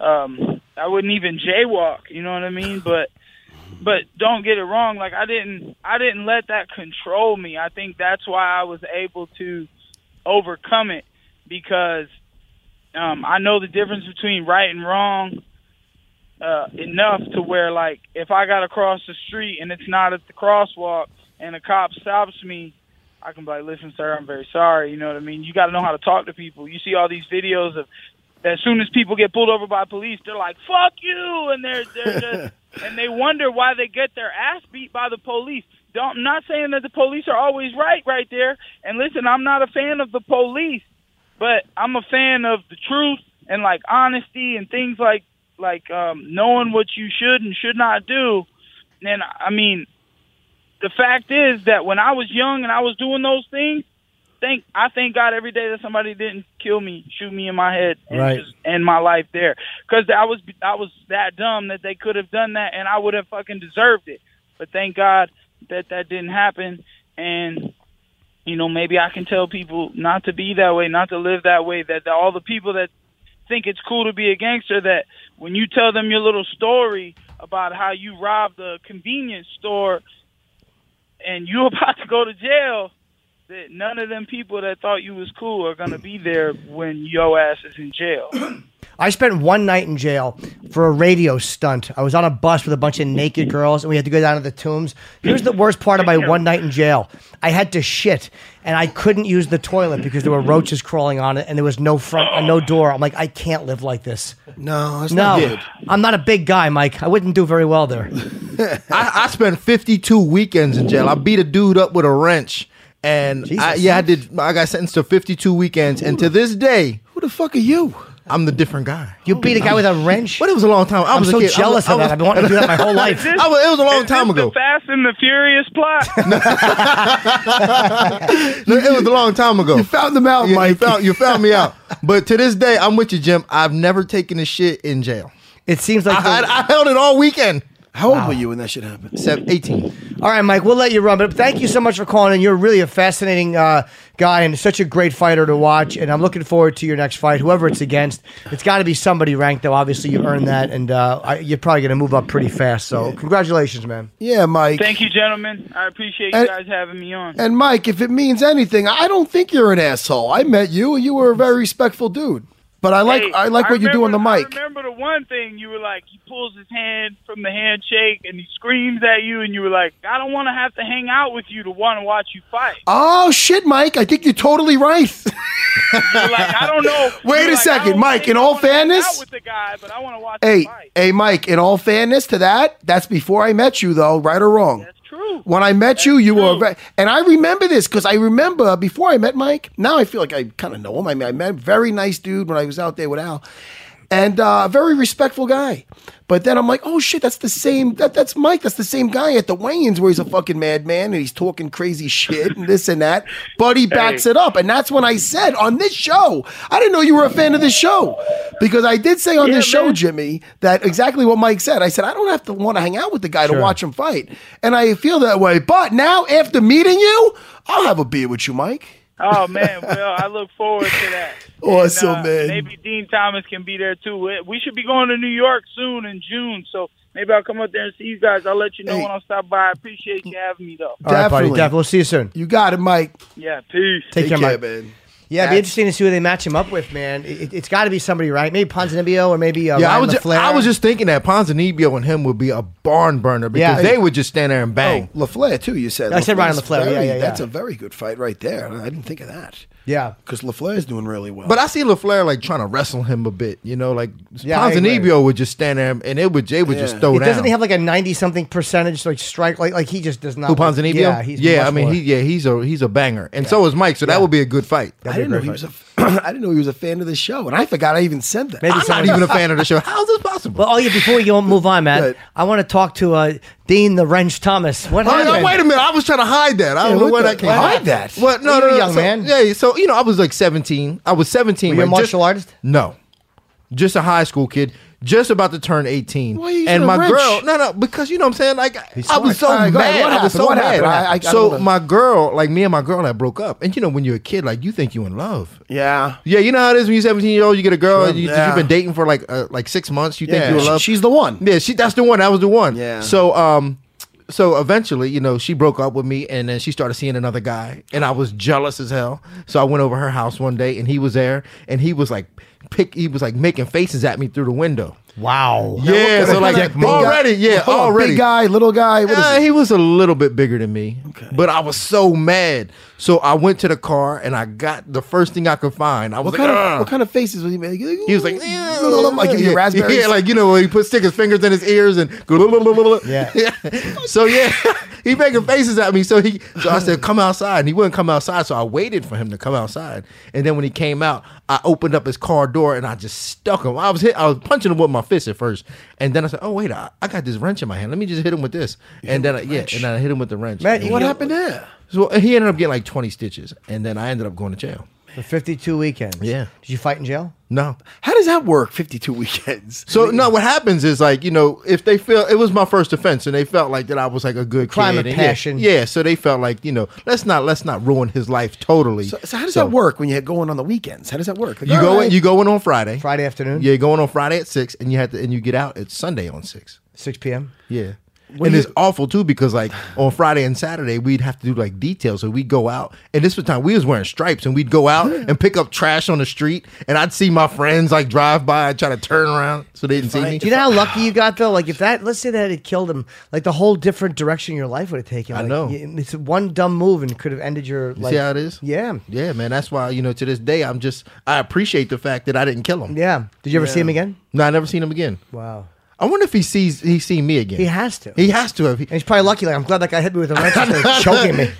[SPEAKER 7] um, I wouldn't even jaywalk. You know what I mean? But but don't get it wrong. Like I didn't I didn't let that control me. I think that's why I was able to overcome it because um, I know the difference between right and wrong uh, enough to where like if I got across the street and it's not at the crosswalk and a cop stops me, I can be like, listen, sir, I'm very sorry. You know what I mean? You got to know how to talk to people. You see all these videos of as soon as people get pulled over by police, they're like, fuck you. And they're, they're just, and they wonder why they get their ass beat by the police. Don't, I'm not saying that the police are always right right there. And listen, I'm not a fan of the police, but I'm a fan of the truth and like honesty and things like, like, um, knowing what you should and should not do. And I mean, the fact is that when I was young and I was doing those things, thank I thank God every day that somebody didn't kill me, shoot me in my head, and
[SPEAKER 1] Right.
[SPEAKER 7] just end my life there. Because I was I was that dumb that they could have done that, and I would have fucking deserved it. But thank God that that didn't happen, and you know maybe I can tell people not to be that way, not to live that way. That, that all the people that think it's cool to be a gangster that when you tell them your little story about how you robbed a convenience store and you're about to go to jail, that none of them people that thought you was cool are gonna be there when your ass is in jail.
[SPEAKER 1] I spent one night in jail for a radio stunt. I was on a bus with a bunch of naked girls, and we had to go down to the tombs. Here's the worst part of my one night in jail: I had to shit, and I couldn't use the toilet because there were roaches crawling on it, and there was no front, uh, no door. I'm like, I can't live like this.
[SPEAKER 4] No, that's
[SPEAKER 1] No,
[SPEAKER 4] not good.
[SPEAKER 1] I'm not a big guy, Mike. I wouldn't do very well there.
[SPEAKER 5] I, I spent 52 weekends in jail. I beat a dude up with a wrench. And I,
[SPEAKER 1] Jesus.
[SPEAKER 5] yeah, I did. I got sentenced to 52 weekends. And to this day,
[SPEAKER 4] Who the fuck are you?
[SPEAKER 5] I'm the different guy.
[SPEAKER 1] You beat a guy with a wrench.
[SPEAKER 5] But it was a long time. I
[SPEAKER 1] I'm
[SPEAKER 5] was a
[SPEAKER 1] so
[SPEAKER 5] kid. I was-
[SPEAKER 1] jealous
[SPEAKER 5] I
[SPEAKER 1] of
[SPEAKER 5] was-
[SPEAKER 1] that. I've been wanting to do that my whole life.
[SPEAKER 5] I was- it was a long
[SPEAKER 7] Is
[SPEAKER 5] time
[SPEAKER 7] this
[SPEAKER 5] ago.
[SPEAKER 7] The Fast and the Furious plot.
[SPEAKER 5] No, it was a long time ago. You
[SPEAKER 4] found them out,
[SPEAKER 5] you
[SPEAKER 4] Mike.
[SPEAKER 5] found, you found me out. But to this day, I'm with you, Jim. I've never taken a shit in jail.
[SPEAKER 1] It seems like.
[SPEAKER 5] I,
[SPEAKER 1] the-
[SPEAKER 5] I, I held it all weekend.
[SPEAKER 4] How old were you when that shit happened?
[SPEAKER 5] Except 18.
[SPEAKER 1] All right, Mike, we'll let you run, but thank you so much for calling in. You're really a fascinating uh, guy and such a great fighter to watch. And I'm looking forward to your next fight, whoever it's against. It's got to be somebody ranked, though. Obviously, you earned that, and uh, I, you're probably going to move up pretty fast. So, congratulations, man.
[SPEAKER 4] Yeah, Mike.
[SPEAKER 7] Thank you, gentlemen. I appreciate you
[SPEAKER 4] And-
[SPEAKER 7] guys having me on.
[SPEAKER 4] And Mike, if it means anything, I don't think you're an asshole. I met you, and you were a very respectful dude. But I like
[SPEAKER 7] Hey,
[SPEAKER 4] I like what you do on the
[SPEAKER 7] remember-
[SPEAKER 4] mic.
[SPEAKER 7] I remember the one thing you were like, he pulls his hand from the handshake and he screams at you, and you were like, I don't want to have to hang out with you to want to watch you fight.
[SPEAKER 4] Oh shit, Mike! I think you're totally right.
[SPEAKER 7] You're like, I don't know.
[SPEAKER 4] Wait
[SPEAKER 7] You're
[SPEAKER 4] a
[SPEAKER 7] like, I
[SPEAKER 4] second,
[SPEAKER 7] don't
[SPEAKER 4] Mike,
[SPEAKER 7] think
[SPEAKER 4] in
[SPEAKER 7] I
[SPEAKER 4] all
[SPEAKER 7] wanna hang
[SPEAKER 4] fairness-
[SPEAKER 7] out with the guy, but I want to watch him
[SPEAKER 4] hey,
[SPEAKER 7] fight.
[SPEAKER 4] hey, Mike. In all fairness to that, that's before I met you, though, right or wrong.
[SPEAKER 7] That's true.
[SPEAKER 4] When I met you, you were,
[SPEAKER 7] true.
[SPEAKER 4] ve- and I remember this because I remember before I met Mike. Now I feel like I kind of know him. I mean, I met a very nice dude when I was out there with Al, and uh, very respectful guy. But then I'm like, oh shit, that's the same. That that's Mike. That's the same guy at the weigh-ins where he's a fucking madman and he's talking crazy shit and this and that. But he backs it up, and that's when I said on this show, I didn't know you were a fan of this show because I did say on this show,
[SPEAKER 7] man.
[SPEAKER 4] Jimmy, that exactly what Mike said. I said I don't have to want to hang out with the guy to watch him fight, and I feel that way. But now after meeting you, I'll have a beer with you, Mike.
[SPEAKER 7] Oh man, well I look forward to that. uh,
[SPEAKER 4] Awesome, man.
[SPEAKER 7] Maybe Dean Thomas can be there too. We- We should be going to New York soon in June, so maybe I'll come up there and see you guys. I'll let you know
[SPEAKER 4] Hey.
[SPEAKER 7] when I stop by. I appreciate you having me though.
[SPEAKER 1] All right, buddy.
[SPEAKER 4] Definitely.
[SPEAKER 1] Def, we'll see you soon.
[SPEAKER 4] You got it, Mike.
[SPEAKER 7] Yeah, peace.
[SPEAKER 1] Take, care, Mike.
[SPEAKER 4] man.
[SPEAKER 1] Yeah, it'd be interesting to see who they match him up with, man. It, has got to be somebody, right? Maybe Ponzinibbio or maybe uh,
[SPEAKER 5] Yeah, I
[SPEAKER 1] Ryan
[SPEAKER 5] was, just,
[SPEAKER 1] LaFleur.
[SPEAKER 5] I was just thinking that Ponzinibbio and him would be a barn burner because
[SPEAKER 1] Yeah. Oh.
[SPEAKER 5] they would just stand there and bang.
[SPEAKER 4] Oh, Lafleur too. You said
[SPEAKER 1] I said Ryan
[SPEAKER 4] Lafleur's
[SPEAKER 1] Lafleur, yeah,
[SPEAKER 4] very-
[SPEAKER 1] yeah, yeah.
[SPEAKER 4] That's a very good fight right there. I didn't think of that.
[SPEAKER 1] Yeah.
[SPEAKER 4] because Lafleur is doing really well.
[SPEAKER 5] But I see LaFleur like trying to wrestle him a bit, you know, like
[SPEAKER 1] Yeah, I agree.
[SPEAKER 5] Ponzinibbio would just stand there and it would they would just
[SPEAKER 4] Yeah.
[SPEAKER 5] throw
[SPEAKER 1] It
[SPEAKER 5] down.
[SPEAKER 1] doesn't he have like a ninety something percentage like strike like like he just does not
[SPEAKER 5] Who Ponzinibbio?
[SPEAKER 1] yeah he's
[SPEAKER 5] yeah.
[SPEAKER 1] much
[SPEAKER 5] I mean,
[SPEAKER 1] more-
[SPEAKER 5] he yeah, he's a he's a banger, and so is Mike. So that would be a good fight.
[SPEAKER 4] I didn't know he was a. I didn't know he was a fan of the show, and I forgot I even said that.
[SPEAKER 1] Maybe
[SPEAKER 5] I'm not
[SPEAKER 1] someone-
[SPEAKER 5] even a fan of the show. How's this possible?
[SPEAKER 1] But oh yeah, before you move on, Matt,
[SPEAKER 4] Right.
[SPEAKER 1] I want to talk to uh, Dean the Wrench Thomas. What
[SPEAKER 5] Oh,
[SPEAKER 1] happened?
[SPEAKER 5] no, wait a minute! I was trying to hide that. I
[SPEAKER 4] Yeah,
[SPEAKER 5] don't know
[SPEAKER 4] what
[SPEAKER 5] where
[SPEAKER 4] the-
[SPEAKER 5] that came.
[SPEAKER 4] hide
[SPEAKER 5] from.
[SPEAKER 4] that?
[SPEAKER 5] What? No,
[SPEAKER 1] You
[SPEAKER 5] no,
[SPEAKER 1] were
[SPEAKER 5] no,
[SPEAKER 1] a young
[SPEAKER 5] so-
[SPEAKER 1] man.
[SPEAKER 5] Yeah, so you know, I was like seventeen. I was seventeen.
[SPEAKER 1] Were you a
[SPEAKER 5] like, just-
[SPEAKER 1] martial artist?
[SPEAKER 5] No, just a high school kid. just about to turn 18.
[SPEAKER 4] Why are you
[SPEAKER 5] and
[SPEAKER 4] so
[SPEAKER 5] my
[SPEAKER 4] rich?
[SPEAKER 5] girl, no, no, because you know what I'm saying? Like, I was so
[SPEAKER 4] All right,
[SPEAKER 5] mad.
[SPEAKER 4] go ahead. What
[SPEAKER 5] I was
[SPEAKER 4] happened?
[SPEAKER 5] so
[SPEAKER 4] What
[SPEAKER 5] mad.
[SPEAKER 4] happened? I- I- I
[SPEAKER 5] so
[SPEAKER 4] don't know.
[SPEAKER 5] my girl, like me and my girl that broke up. And you know, when you're a kid, like you think you in love.
[SPEAKER 4] Yeah.
[SPEAKER 5] Yeah, you know how it is when you're 17 years old, you get a girl, you,
[SPEAKER 4] Yeah.
[SPEAKER 5] have been dating for like uh, like six months, you think
[SPEAKER 4] Yeah.
[SPEAKER 5] you're in
[SPEAKER 4] She-
[SPEAKER 5] love.
[SPEAKER 4] she's the one.
[SPEAKER 5] Yeah, she that's the one. That was the one.
[SPEAKER 4] Yeah.
[SPEAKER 5] So um so eventually, you know, she broke up with me and then she started seeing another guy and I was jealous as hell. So I went over her house one day and he was there and he was like pick he was like making faces at me through the window.
[SPEAKER 8] Wow.
[SPEAKER 5] Yeah, so like
[SPEAKER 4] Big guy-
[SPEAKER 5] already, yeah,
[SPEAKER 4] Hold on,
[SPEAKER 5] already.
[SPEAKER 4] Big guy, little guy. What is
[SPEAKER 5] Uh,
[SPEAKER 4] it?
[SPEAKER 5] he was a little bit bigger than me, but I was so mad. So I went to the car and I got the first thing I could find. I was
[SPEAKER 4] What
[SPEAKER 5] like,
[SPEAKER 4] kind, of,
[SPEAKER 5] "Ugh."
[SPEAKER 4] what kind of faces was he making?
[SPEAKER 5] He was like,
[SPEAKER 4] like give you
[SPEAKER 5] yeah,
[SPEAKER 4] raspberries.
[SPEAKER 5] Yeah, like you know, he put stick his fingers in his ears and yeah. So yeah, he making faces at me. So he, so I said, come outside, and he wouldn't come outside. So I waited for him to come outside, and then when he came out, I opened up his car door and I just stuck him. I was hit, I was punching him with my fist at first, and then I said, oh wait, I, I got this wrench in my hand. Let me just hit him with this, and then I, yeah, and then I hit him with the wrench.
[SPEAKER 1] Matt,
[SPEAKER 5] And
[SPEAKER 1] you
[SPEAKER 5] he-
[SPEAKER 4] what
[SPEAKER 1] Yeah.
[SPEAKER 4] happened there?
[SPEAKER 5] So he ended up getting like twenty stitches, and then I ended up going to jail.
[SPEAKER 1] For 52 weekends.
[SPEAKER 5] Yeah.
[SPEAKER 1] Did you fight in jail?
[SPEAKER 5] No.
[SPEAKER 4] How does that work? Fifty-two weekends.
[SPEAKER 5] So no, what happens is like you know if they feel it was my first offense and they felt like that I was like a good
[SPEAKER 1] Crime
[SPEAKER 5] kid
[SPEAKER 1] of
[SPEAKER 5] and yeah,
[SPEAKER 1] passion.
[SPEAKER 5] yeah, so they felt like you know let's not let's not ruin his life totally.
[SPEAKER 4] So, so how does that work when you're going on the weekends? How does that work? Like,
[SPEAKER 5] You
[SPEAKER 4] all
[SPEAKER 5] go
[SPEAKER 4] right.
[SPEAKER 5] in, you go in on Friday,
[SPEAKER 1] Friday afternoon?
[SPEAKER 5] yeah, you go in on Friday at six, and you have to and you get out at Sunday on six,
[SPEAKER 1] 6 p.m.
[SPEAKER 5] yeah. and it's awful too because like on Friday and Saturday we'd have to do like details. So we'd go out and this was time we was wearing stripes and we'd go out and pick up trash on the street and I'd see my friends like drive by and try to turn around so they didn't see me.
[SPEAKER 1] Do you know how lucky you got though? Like if that, let's say that it killed him, like the whole different direction your life would have taken.
[SPEAKER 5] I
[SPEAKER 1] Like,
[SPEAKER 5] know.
[SPEAKER 1] y- it's one dumb move and could have ended your.
[SPEAKER 5] You
[SPEAKER 1] life.
[SPEAKER 5] see how it is?
[SPEAKER 1] Yeah,
[SPEAKER 5] Yeah, man. That's why, you know, to this day, I'm just, I appreciate the fact that I didn't kill him.
[SPEAKER 1] yeah. Did you ever see him again?
[SPEAKER 5] No, I never seen him again.
[SPEAKER 1] Wow.
[SPEAKER 5] I wonder if he sees, he's seen me again.
[SPEAKER 1] He has to.
[SPEAKER 5] He has to have. He,
[SPEAKER 1] And he's probably lucky. Like I'm glad that guy hit me with a wrench instead of choking me.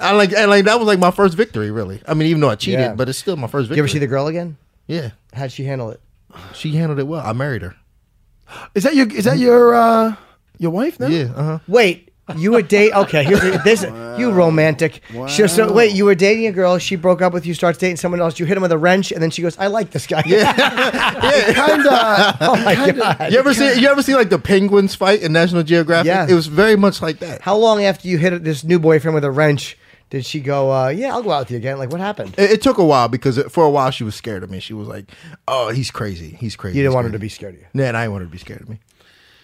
[SPEAKER 5] I like, and like, that was like my first victory, really. I mean, even though I cheated,
[SPEAKER 1] Yeah.
[SPEAKER 5] but it's still my first
[SPEAKER 1] You
[SPEAKER 5] victory.
[SPEAKER 1] ever see the girl again?
[SPEAKER 5] Yeah.
[SPEAKER 1] How'd she handle it?
[SPEAKER 5] She handled it well. I married her.
[SPEAKER 4] Is that your is that your uh, your wife now?
[SPEAKER 5] Yeah. Uh huh.
[SPEAKER 1] Wait, you were dating? Okay, here's this. You romantic. She was so, wait, you were dating a girl. She broke up with you. Starts dating someone else. You hit him with a wrench, and then she goes, "I like this guy." Yeah.
[SPEAKER 4] kind of.
[SPEAKER 1] oh my god.
[SPEAKER 5] You ever see, you ever see like the penguins fight in National Geographic?
[SPEAKER 1] Yeah.
[SPEAKER 5] It was very much like that.
[SPEAKER 1] How long after you hit this new boyfriend with a wrench did she go? Uh, yeah, I'll go out with you again. Like what happened?
[SPEAKER 5] it, it took a while because it, for a while she was scared of me. She was like, "Oh, he's crazy. He's crazy."
[SPEAKER 1] You didn't
[SPEAKER 5] he's
[SPEAKER 1] want her to
[SPEAKER 5] crazy."
[SPEAKER 1] be scared of you.
[SPEAKER 5] Nah, and I didn't want her to be scared of me.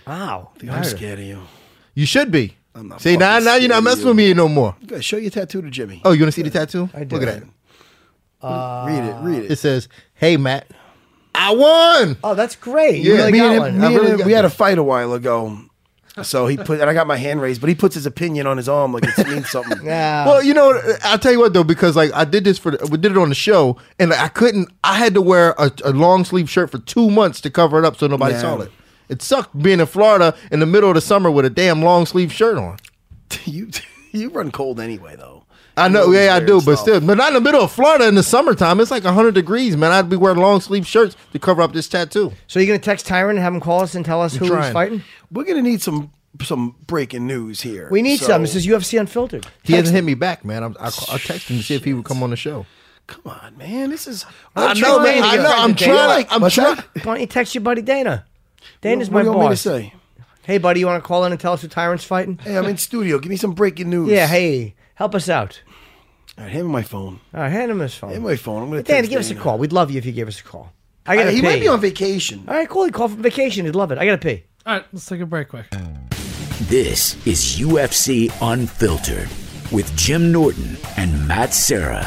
[SPEAKER 1] Wow.
[SPEAKER 4] I'm scared of you.
[SPEAKER 5] You should be.
[SPEAKER 4] I'm not
[SPEAKER 5] see now,
[SPEAKER 4] fucking
[SPEAKER 5] now you're
[SPEAKER 4] scared
[SPEAKER 5] not
[SPEAKER 4] of
[SPEAKER 5] messing
[SPEAKER 4] you.
[SPEAKER 5] with me no more.
[SPEAKER 4] Good. Show your tattoo to Jimmy.
[SPEAKER 5] Oh, you want to see the tattoo?
[SPEAKER 1] I do.
[SPEAKER 5] Look at that. Uh,
[SPEAKER 4] read it. Read
[SPEAKER 5] It
[SPEAKER 4] it.
[SPEAKER 5] says, "Hey Matt, I won."
[SPEAKER 1] Oh, that's great.
[SPEAKER 5] Yeah.
[SPEAKER 1] you really
[SPEAKER 5] Me
[SPEAKER 1] got
[SPEAKER 5] and
[SPEAKER 1] one.
[SPEAKER 5] him- I
[SPEAKER 4] Me and
[SPEAKER 5] really
[SPEAKER 4] him-
[SPEAKER 5] got
[SPEAKER 4] we had
[SPEAKER 5] that.
[SPEAKER 4] a fight a while ago, so he put and I got my hand raised, but he puts his opinion on his arm like it means something.
[SPEAKER 1] Yeah.
[SPEAKER 5] Well, you know, I'll tell you what though, because like I did this for the, we did it on the show, and like, I couldn't. I had to wear a, a long sleeve shirt for two months to cover it up so nobody
[SPEAKER 4] Yeah.
[SPEAKER 5] saw it. It sucked being in Florida in the middle of the summer with a damn long sleeve shirt on.
[SPEAKER 4] you you run cold anyway though.
[SPEAKER 5] I
[SPEAKER 4] You
[SPEAKER 5] know,
[SPEAKER 4] always
[SPEAKER 5] yeah, I
[SPEAKER 4] wear
[SPEAKER 5] do, but
[SPEAKER 4] yourself.
[SPEAKER 5] still, but not in the middle of Florida in the summertime. It's like hundred degrees, man. I'd be wearing long sleeve shirts to cover up this tattoo.
[SPEAKER 1] so you're gonna text Tyron and have him call us and tell us who he's
[SPEAKER 5] trying.
[SPEAKER 1] fighting?
[SPEAKER 4] we're gonna need some some breaking news here.
[SPEAKER 1] We need
[SPEAKER 4] So-
[SPEAKER 1] some. This is UFC Unfiltered.
[SPEAKER 5] He hasn't hit me back, man. I'm, I, I texted him to see if he would come on the show.
[SPEAKER 4] Come on, man. This is.
[SPEAKER 5] I know, man. I know. I'm trying. I'm
[SPEAKER 4] What's
[SPEAKER 5] trying.
[SPEAKER 4] that?
[SPEAKER 1] Why don't you text your buddy Dana? Dana's
[SPEAKER 4] What
[SPEAKER 1] my
[SPEAKER 4] do you want me to
[SPEAKER 1] boss.
[SPEAKER 4] say?
[SPEAKER 1] Hey, buddy, you want to call in and tell us who Tyron's fighting?
[SPEAKER 4] Hey, I'm in studio. Give me some breaking news.
[SPEAKER 1] Yeah. Hey, help us out.
[SPEAKER 4] All right, hand me my phone.
[SPEAKER 1] All right, hand him his phone.
[SPEAKER 4] Hand me my phone. I'm gonna.
[SPEAKER 1] Dana,
[SPEAKER 4] text
[SPEAKER 1] give us a
[SPEAKER 4] Dana.
[SPEAKER 1] call. We'd love you if you gave us a call. I
[SPEAKER 4] Uh,
[SPEAKER 1] gotta
[SPEAKER 4] he
[SPEAKER 1] pee.
[SPEAKER 4] might be on vacation.
[SPEAKER 1] All right, cool. He called from vacation. He'd love it. I gotta pee.
[SPEAKER 6] All right, let's take a break quick.
[SPEAKER 3] This is UFC Unfiltered with Jim Norton and Matt Sarah.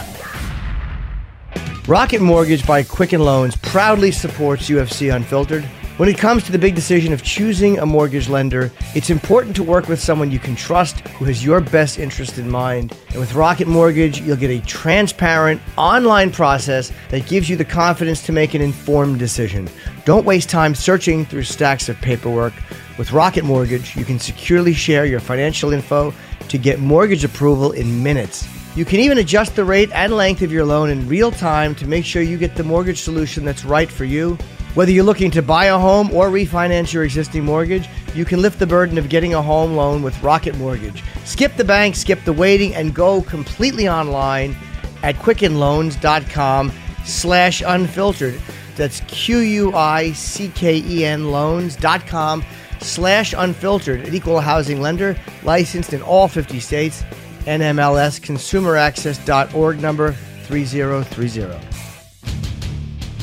[SPEAKER 1] Rocket Mortgage by Quicken Loans proudly supports UFC Unfiltered. When it comes to the big decision of choosing a mortgage lender, it's important to work with someone you can trust who has your best interest in mind. And with Rocket Mortgage, you'll get a transparent online process that gives you the confidence to make an informed decision. Don't waste time searching through stacks of paperwork. With Rocket Mortgage, you can securely share your financial info to get mortgage approval in minutes. You can even adjust the rate and length of your loan in real time to make sure you get the mortgage solution that's right for you. Whether you're looking to buy a home or refinance your existing mortgage, you can lift the burden of getting a home loan with Rocket Mortgage. Skip the bank, skip the waiting, and go completely online at quickenloans.com slash unfiltered. That's Q U I C K E N loans.com slash unfiltered. An equal housing lender licensed in all 50 states. NMLS consumeraccess.org number 3030.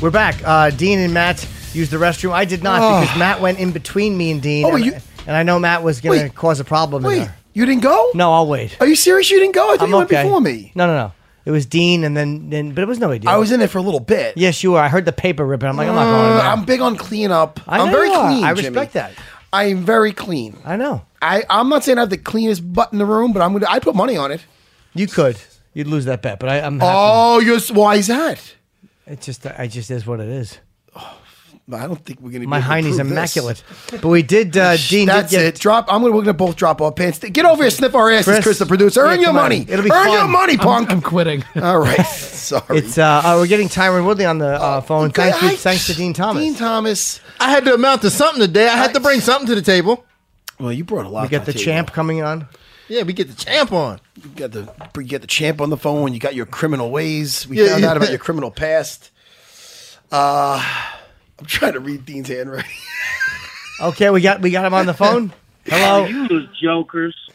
[SPEAKER 1] We're back. Uh, Dean and Matt used the restroom. I did not because Matt went in between me and Dean.
[SPEAKER 4] Oh,
[SPEAKER 1] and,
[SPEAKER 4] you-
[SPEAKER 1] and I know Matt was going to
[SPEAKER 4] Wait.
[SPEAKER 1] cause a problem. in
[SPEAKER 4] Wait,
[SPEAKER 1] there.
[SPEAKER 4] you didn't go?
[SPEAKER 1] No, I'll wait.
[SPEAKER 4] Are you serious? You didn't go? I thought
[SPEAKER 1] I'm
[SPEAKER 4] you went
[SPEAKER 1] okay.
[SPEAKER 4] before me.
[SPEAKER 1] No, no, no. It was Dean, and then, then but it was no idea.
[SPEAKER 4] I was in there for a little bit.
[SPEAKER 1] Yes, you were. I heard the paper ripping. I'm like, I'm not going.
[SPEAKER 4] Uh,
[SPEAKER 1] there.
[SPEAKER 4] I'm big on cleanup.
[SPEAKER 1] I
[SPEAKER 4] I'm
[SPEAKER 1] know
[SPEAKER 4] very
[SPEAKER 1] you are.
[SPEAKER 4] clean.
[SPEAKER 1] I
[SPEAKER 4] Jimmy.
[SPEAKER 1] respect that.
[SPEAKER 4] I am very clean.
[SPEAKER 1] I know.
[SPEAKER 4] I, I'm not saying I have the cleanest butt in the room, but I'm gonna. I put money on it.
[SPEAKER 1] You could. You'd lose that bet, but I, I'm. Happy.
[SPEAKER 4] Oh, you're s- why is that?
[SPEAKER 1] It just, I just is what it is.
[SPEAKER 4] I don't think we're gonna.
[SPEAKER 1] My
[SPEAKER 4] be able to
[SPEAKER 1] hiney's
[SPEAKER 4] prove this.
[SPEAKER 1] immaculate. But we did. Uh, Dean
[SPEAKER 4] That's
[SPEAKER 1] did get,
[SPEAKER 4] it. Drop. I'm gonna. We're gonna both drop our pants. Get over here. Sniff our asses,
[SPEAKER 1] Chris.
[SPEAKER 4] Chris, the producer.
[SPEAKER 1] Yeah,
[SPEAKER 4] Earn your
[SPEAKER 1] come on.
[SPEAKER 4] money.
[SPEAKER 1] It'll be
[SPEAKER 4] Earn
[SPEAKER 1] fun.
[SPEAKER 4] your money, punk.
[SPEAKER 6] I'm quitting.
[SPEAKER 4] All right. Sorry.
[SPEAKER 1] It's. Uh, uh, we're getting Tyron Woodley on the uh, phone.
[SPEAKER 4] Oh, Okay,
[SPEAKER 1] Thank you.
[SPEAKER 4] I-
[SPEAKER 1] Thanks to Dean Thomas.
[SPEAKER 4] Dean Thomas.
[SPEAKER 5] I had to amount to something today. I had to bring something to the table.
[SPEAKER 4] Well, you brought a lot.
[SPEAKER 1] we got
[SPEAKER 4] to
[SPEAKER 1] the
[SPEAKER 4] table.
[SPEAKER 1] champ coming on.
[SPEAKER 5] Yeah, we get the champ on.
[SPEAKER 4] You got the you got the champ on the phone. You got your criminal ways. We
[SPEAKER 5] Yeah,
[SPEAKER 4] found
[SPEAKER 5] yeah.
[SPEAKER 4] out about your criminal past. Uh, I'm trying to read Dean's handwriting.
[SPEAKER 1] Okay, we got we got him on the phone. Hello.
[SPEAKER 8] Those jokers.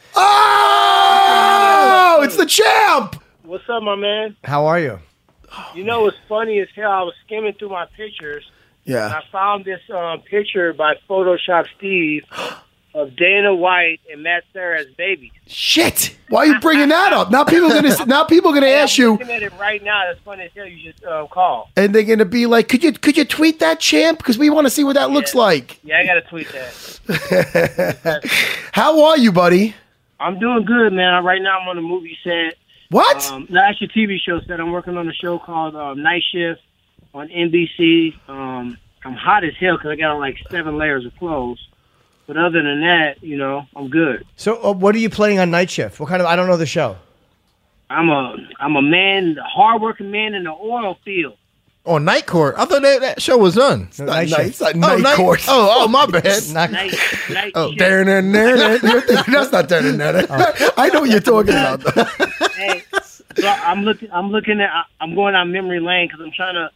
[SPEAKER 4] Oh, it's the champ.
[SPEAKER 8] What's up, my man?
[SPEAKER 1] How are you?
[SPEAKER 8] You know what's funny as hell? I was skimming through my pictures. And
[SPEAKER 4] Yeah.
[SPEAKER 8] I found this um, picture by Photoshop Steve of Dana White and Matt Sarah as babies.
[SPEAKER 4] Shit. Why are you bringing that up? Now people gonna now people gonna
[SPEAKER 8] Hey,
[SPEAKER 4] ask
[SPEAKER 8] I'm
[SPEAKER 4] you,
[SPEAKER 8] looking at it right now. That's funny as hell. You just um, call.
[SPEAKER 4] and they're gonna be like, could you could you tweet that champ? Because we want to see what that looks
[SPEAKER 8] Yeah.
[SPEAKER 4] like.
[SPEAKER 8] Yeah, I gotta tweet that.
[SPEAKER 4] How are you, buddy?
[SPEAKER 8] I'm doing good, man. Right now, I'm on a movie set.
[SPEAKER 4] What?
[SPEAKER 8] Um, no, actually, TV show set. I'm working on a show called um, Night Shift on NBC. Um, I'm hot as hell because I got on like seven layers of clothes. But other than that, you know, I'm good.
[SPEAKER 1] So, uh, what are you playing on night shift? What kind of? I don't know the show.
[SPEAKER 8] I'm a I'm a man, a hardworking man in the oil field.
[SPEAKER 5] On Night Court. I thought that, that show was done.
[SPEAKER 1] No,
[SPEAKER 4] Not night, it's not
[SPEAKER 5] oh,
[SPEAKER 4] night court.
[SPEAKER 5] Oh, oh, my bad.
[SPEAKER 1] Not,
[SPEAKER 8] Night, night
[SPEAKER 5] Oh,
[SPEAKER 8] shift.
[SPEAKER 4] Darn it, darn it. You're thinking- That's not darn it, darn it. I know what you're talking about. though.
[SPEAKER 8] Hey, so I'm looking. I'm looking at. I- I'm going on memory lane because I'm trying to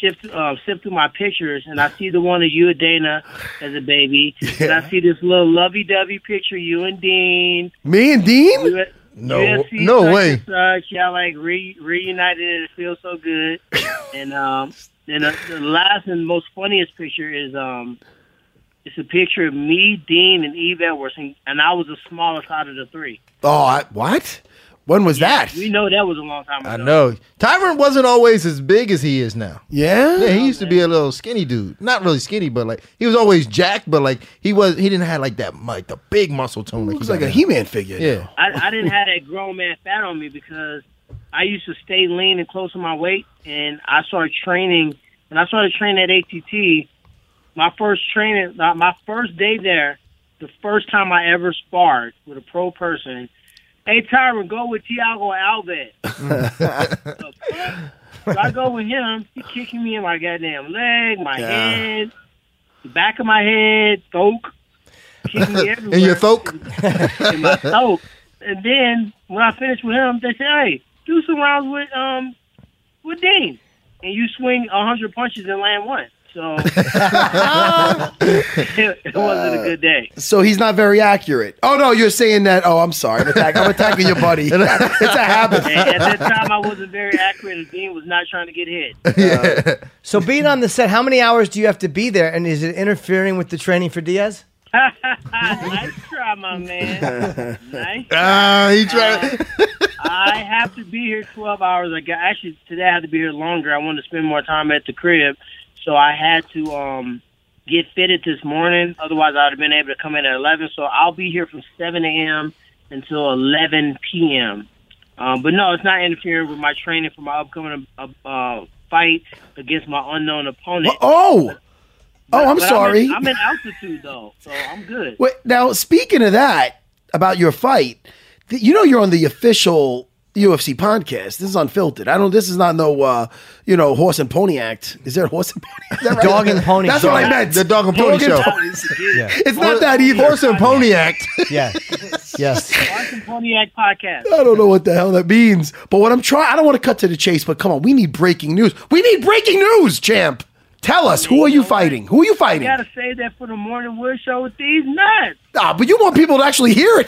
[SPEAKER 8] shift, uh, sift through my pictures, and I see the one of you and Dana as a baby, and I see this little lovey-dovey picture you and Dean.
[SPEAKER 4] Me and Dean?
[SPEAKER 8] You at-
[SPEAKER 5] No-
[SPEAKER 8] UFC
[SPEAKER 5] no
[SPEAKER 8] such
[SPEAKER 5] way.
[SPEAKER 8] and Such. Y'all like re- reunited, and it feels so good. and um, then the, the last and most funniest picture is um, it's a picture of me, Dean, and Eve Edwards, and, and I was the smallest out of the three.
[SPEAKER 4] Oh, I, what? When was that?
[SPEAKER 8] We know that was a long time ago.
[SPEAKER 5] I know. Tyron wasn't always as big as he is now.
[SPEAKER 4] Yeah?
[SPEAKER 5] Yeah, he used to be a little skinny dude. Not really skinny, but like he was always jacked, but like he was he didn't have like that like the big muscle tone. Like
[SPEAKER 4] Looks
[SPEAKER 5] he
[SPEAKER 4] like
[SPEAKER 5] got
[SPEAKER 4] a
[SPEAKER 5] now.
[SPEAKER 4] He-Man figure.
[SPEAKER 5] Yeah.
[SPEAKER 8] I, I didn't have that grown man fat on me because I used to stay lean and close to my weight, and I started training. And I started training at ATT. My first training, my my first day there, the first time I ever sparred with a pro person. Hey Tyron, go with Tiago Alves. so I go with him. He kicking me in my goddamn leg, my head, the back of my head, thoke, kicking me everywhere
[SPEAKER 5] In your thoke?
[SPEAKER 8] in my soap. And then when I finished with him, they say, "Hey, do some rounds with um with Dean, and you swing a hundred punches and land one." So it, it wasn't a good day.
[SPEAKER 4] So he's not very accurate. Oh no, you're saying that. Oh, I'm sorry. I'm, attack- I'm attacking your buddy. it's a habit.
[SPEAKER 8] And at that time, I wasn't very accurate, and Dean was not trying to get hit.
[SPEAKER 1] so, being on the set, how many hours do you have to be there, and is it interfering with the training for Diaz?
[SPEAKER 8] Ah, nice try, my man. Nice.
[SPEAKER 5] Ah, he tried.
[SPEAKER 8] I have to be here 12 hours. I got actually today. I had to be here longer. I wanted to spend more time at the crib, so I had to um get fitted this morning. Otherwise, I'd have been able to come in at 11. So I'll be here from 7 a.m. until 11 p.m. Um, but no, it's not interfering with my training for my upcoming uh, uh, fight against my unknown opponent.
[SPEAKER 4] Oh, oh, I'm
[SPEAKER 8] But
[SPEAKER 4] sorry.
[SPEAKER 8] I'm in, I'm in altitude though, so I'm good.
[SPEAKER 4] Wait, now speaking of that, about your fight, th- you know you're on the official UFC podcast. This is unfiltered. I don't. This is not no, uh, you know, horse and pony act. Is there a horse and pony? Is that right?
[SPEAKER 1] Dog and pony
[SPEAKER 4] That's
[SPEAKER 1] show.
[SPEAKER 4] what I meant.
[SPEAKER 5] The dog and pony show.
[SPEAKER 8] I was good.
[SPEAKER 4] It's not that either.
[SPEAKER 5] Horse and Pony Act.
[SPEAKER 1] Yeah. yes.
[SPEAKER 8] Martin Pontiac podcast.
[SPEAKER 4] I don't know what the hell that means. But what I'm trying, I don't want to cut to the chase. But come on, we need breaking news. We need breaking news, champ. Tell us, who are you fighting? Who are you fighting?
[SPEAKER 8] gotta say that for the morning wood show with these nuts.
[SPEAKER 4] Ah, but you want people to actually hear it.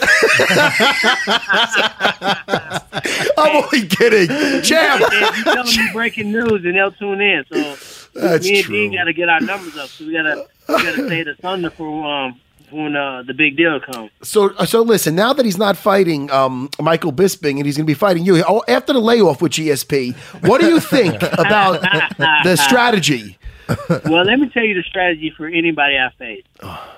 [SPEAKER 4] I'm only kidding. Champ.
[SPEAKER 8] if you tell them you breaking news, and they'll tune in. So
[SPEAKER 4] That's
[SPEAKER 8] me and
[SPEAKER 4] true.
[SPEAKER 8] Dean gotta get our numbers up. So we gotta we gotta say the thunder for um for when uh, the big deal comes.
[SPEAKER 4] So, so listen. Now that he's not fighting um, Michael Bisping and he's going to be fighting you oh, after the layoff with GSP, what do you think about the strategy?
[SPEAKER 8] well, let me tell you the strategy for anybody I face.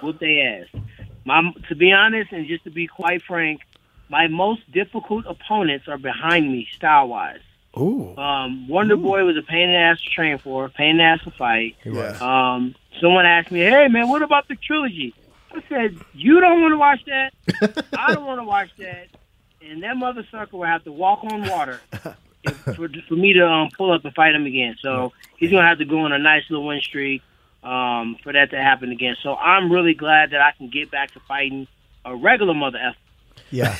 [SPEAKER 8] Whoop they ass. My, to be honest, and just to be quite frank, my most difficult opponents are behind me style wise.
[SPEAKER 4] Ooh.
[SPEAKER 8] Um, Wonder Boy was a pain in the ass to train for, pain in the ass to fight.
[SPEAKER 4] was.
[SPEAKER 8] Um, someone asked me, "Hey man, what about the trilogy?" I said, "You don't want to watch that. I don't want to watch that." And that mother sucker will have to walk on water if- for, for me to um, pull up and fight him again. So he's gonna have to go on a nice little win streak um, for that to happen again. So I'm really glad that I can get back to fighting a regular mother f.
[SPEAKER 1] Yeah.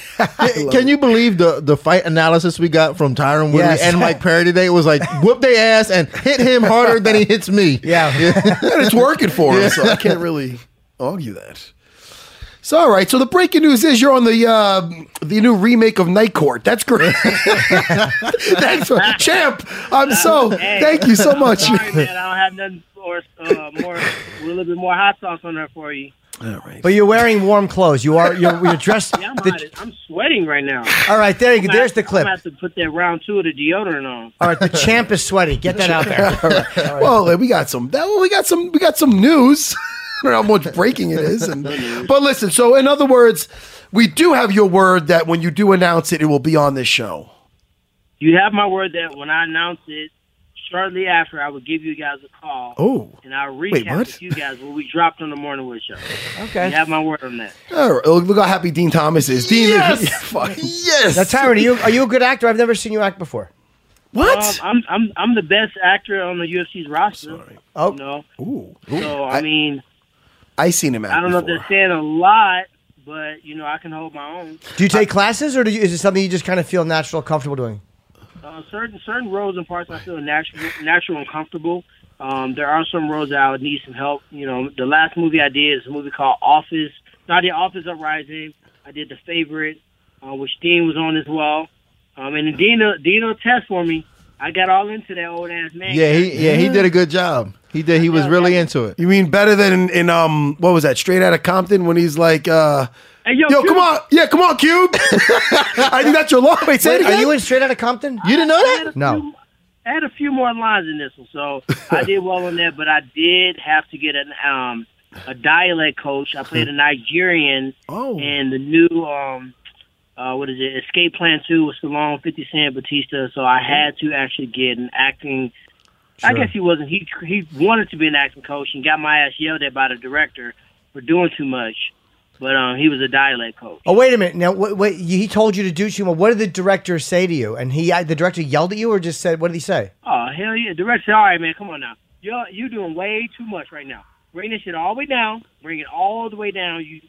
[SPEAKER 5] Can you believe the the fight analysis we got from Tyron Woodley
[SPEAKER 1] Yes.
[SPEAKER 5] and Mike Perry today? It was like whoop they ass and hit him harder than he hits me.
[SPEAKER 1] Yeah.
[SPEAKER 4] and it's working for him, so I can't really argue that. So, all right. So the breaking news is you're on the uh, the new remake of Night Court. That's great. Thanks, champ. I'm so
[SPEAKER 8] Hey,
[SPEAKER 4] thank you so
[SPEAKER 8] I'm
[SPEAKER 4] much.
[SPEAKER 8] Sorry, man, I don't have nothing more, uh, more, a little bit more hot sauce on there for you.
[SPEAKER 1] But you're wearing warm clothes. You are you're, you're dressed.
[SPEAKER 8] Yeah, I'm,
[SPEAKER 1] the-
[SPEAKER 8] hot. I'm sweating right now.
[SPEAKER 1] all right, there you go. There's the
[SPEAKER 8] I'm
[SPEAKER 1] clip.
[SPEAKER 8] gonna have to put that round two of the deodorant on.
[SPEAKER 1] All right, the champ is sweaty. Get that out there.
[SPEAKER 4] Well, we got some. That, well, we got some. We got some news. I don't know how much breaking it is. And, but listen. So, in other words, we do have your word that when you do announce it, it will be on this show.
[SPEAKER 8] You have my word that when I announce it, shortly after, I will give you guys a call.
[SPEAKER 4] Oh.
[SPEAKER 8] And I'll recap
[SPEAKER 4] Wait, what?
[SPEAKER 8] with you guys what we dropped on the Morning Wood Show. You
[SPEAKER 1] Okay.
[SPEAKER 8] have my word on that.
[SPEAKER 4] All right, look how happy Dean Thomas is. Dean,
[SPEAKER 5] Yes!
[SPEAKER 4] fuck.
[SPEAKER 5] Yes.
[SPEAKER 1] Now, Tyron, are you are you a good actor? I've never seen you act before.
[SPEAKER 8] Um,
[SPEAKER 4] what?
[SPEAKER 8] I'm, I'm, I'm the best actor on the UFC's roster.
[SPEAKER 1] Oh.
[SPEAKER 8] You know?
[SPEAKER 4] Ooh,
[SPEAKER 8] So, I,
[SPEAKER 4] I-
[SPEAKER 8] mean,
[SPEAKER 4] I seen him. Act
[SPEAKER 8] I don't know if
[SPEAKER 4] before.
[SPEAKER 8] they're saying a lot, but, you know, I can hold my own.
[SPEAKER 1] Do you take classes, or do you, is it something you just kind of feel natural, comfortable doing?
[SPEAKER 8] Uh, certain certain roles and parts I feel natural natural and comfortable. Um, there are some roles that I would need some help. You know, the last movie I did is a movie called Office. No, I did Office Uprising. I did The Favorite, uh, which Dean was on as well. Um, and Dino Dino test for me. I got all into that old ass man.
[SPEAKER 5] Yeah, he yeah, he did a good job. He did. He was really into it.
[SPEAKER 4] You mean better than in, in um what was that? Straight out of Compton when he's like, uh,
[SPEAKER 8] Hey, yo,
[SPEAKER 4] yo,
[SPEAKER 8] Cube,
[SPEAKER 4] come on, yeah, come on, Cube. I think that's your line. Wait, say
[SPEAKER 1] Wait,
[SPEAKER 4] it
[SPEAKER 1] are
[SPEAKER 4] again.
[SPEAKER 1] you in Straight Outta Compton?
[SPEAKER 5] You didn't know
[SPEAKER 8] I had
[SPEAKER 5] that?
[SPEAKER 8] a
[SPEAKER 1] No.
[SPEAKER 8] few- I had a few more lines in this one, so I did well on that. But I did have to get an um a dialect coach. I played a Nigerian
[SPEAKER 4] oh,
[SPEAKER 8] and the new um uh what is it escape plan 2 with Stallone 50 Cent Batista so I had to actually get an acting I guess he wasn't he he wanted to be an acting coach and got my ass yelled at by the director for doing too much but um he was a dialect coach
[SPEAKER 1] Oh, wait a minute. Now, what, what he told you to do to him? What did the director say to you? And he, the director yelled at you, or just said, "What did he say?"
[SPEAKER 8] oh hell yeah director said, all right man come on now you you doing way too much right now bring this shit all the way down bring it all the way down you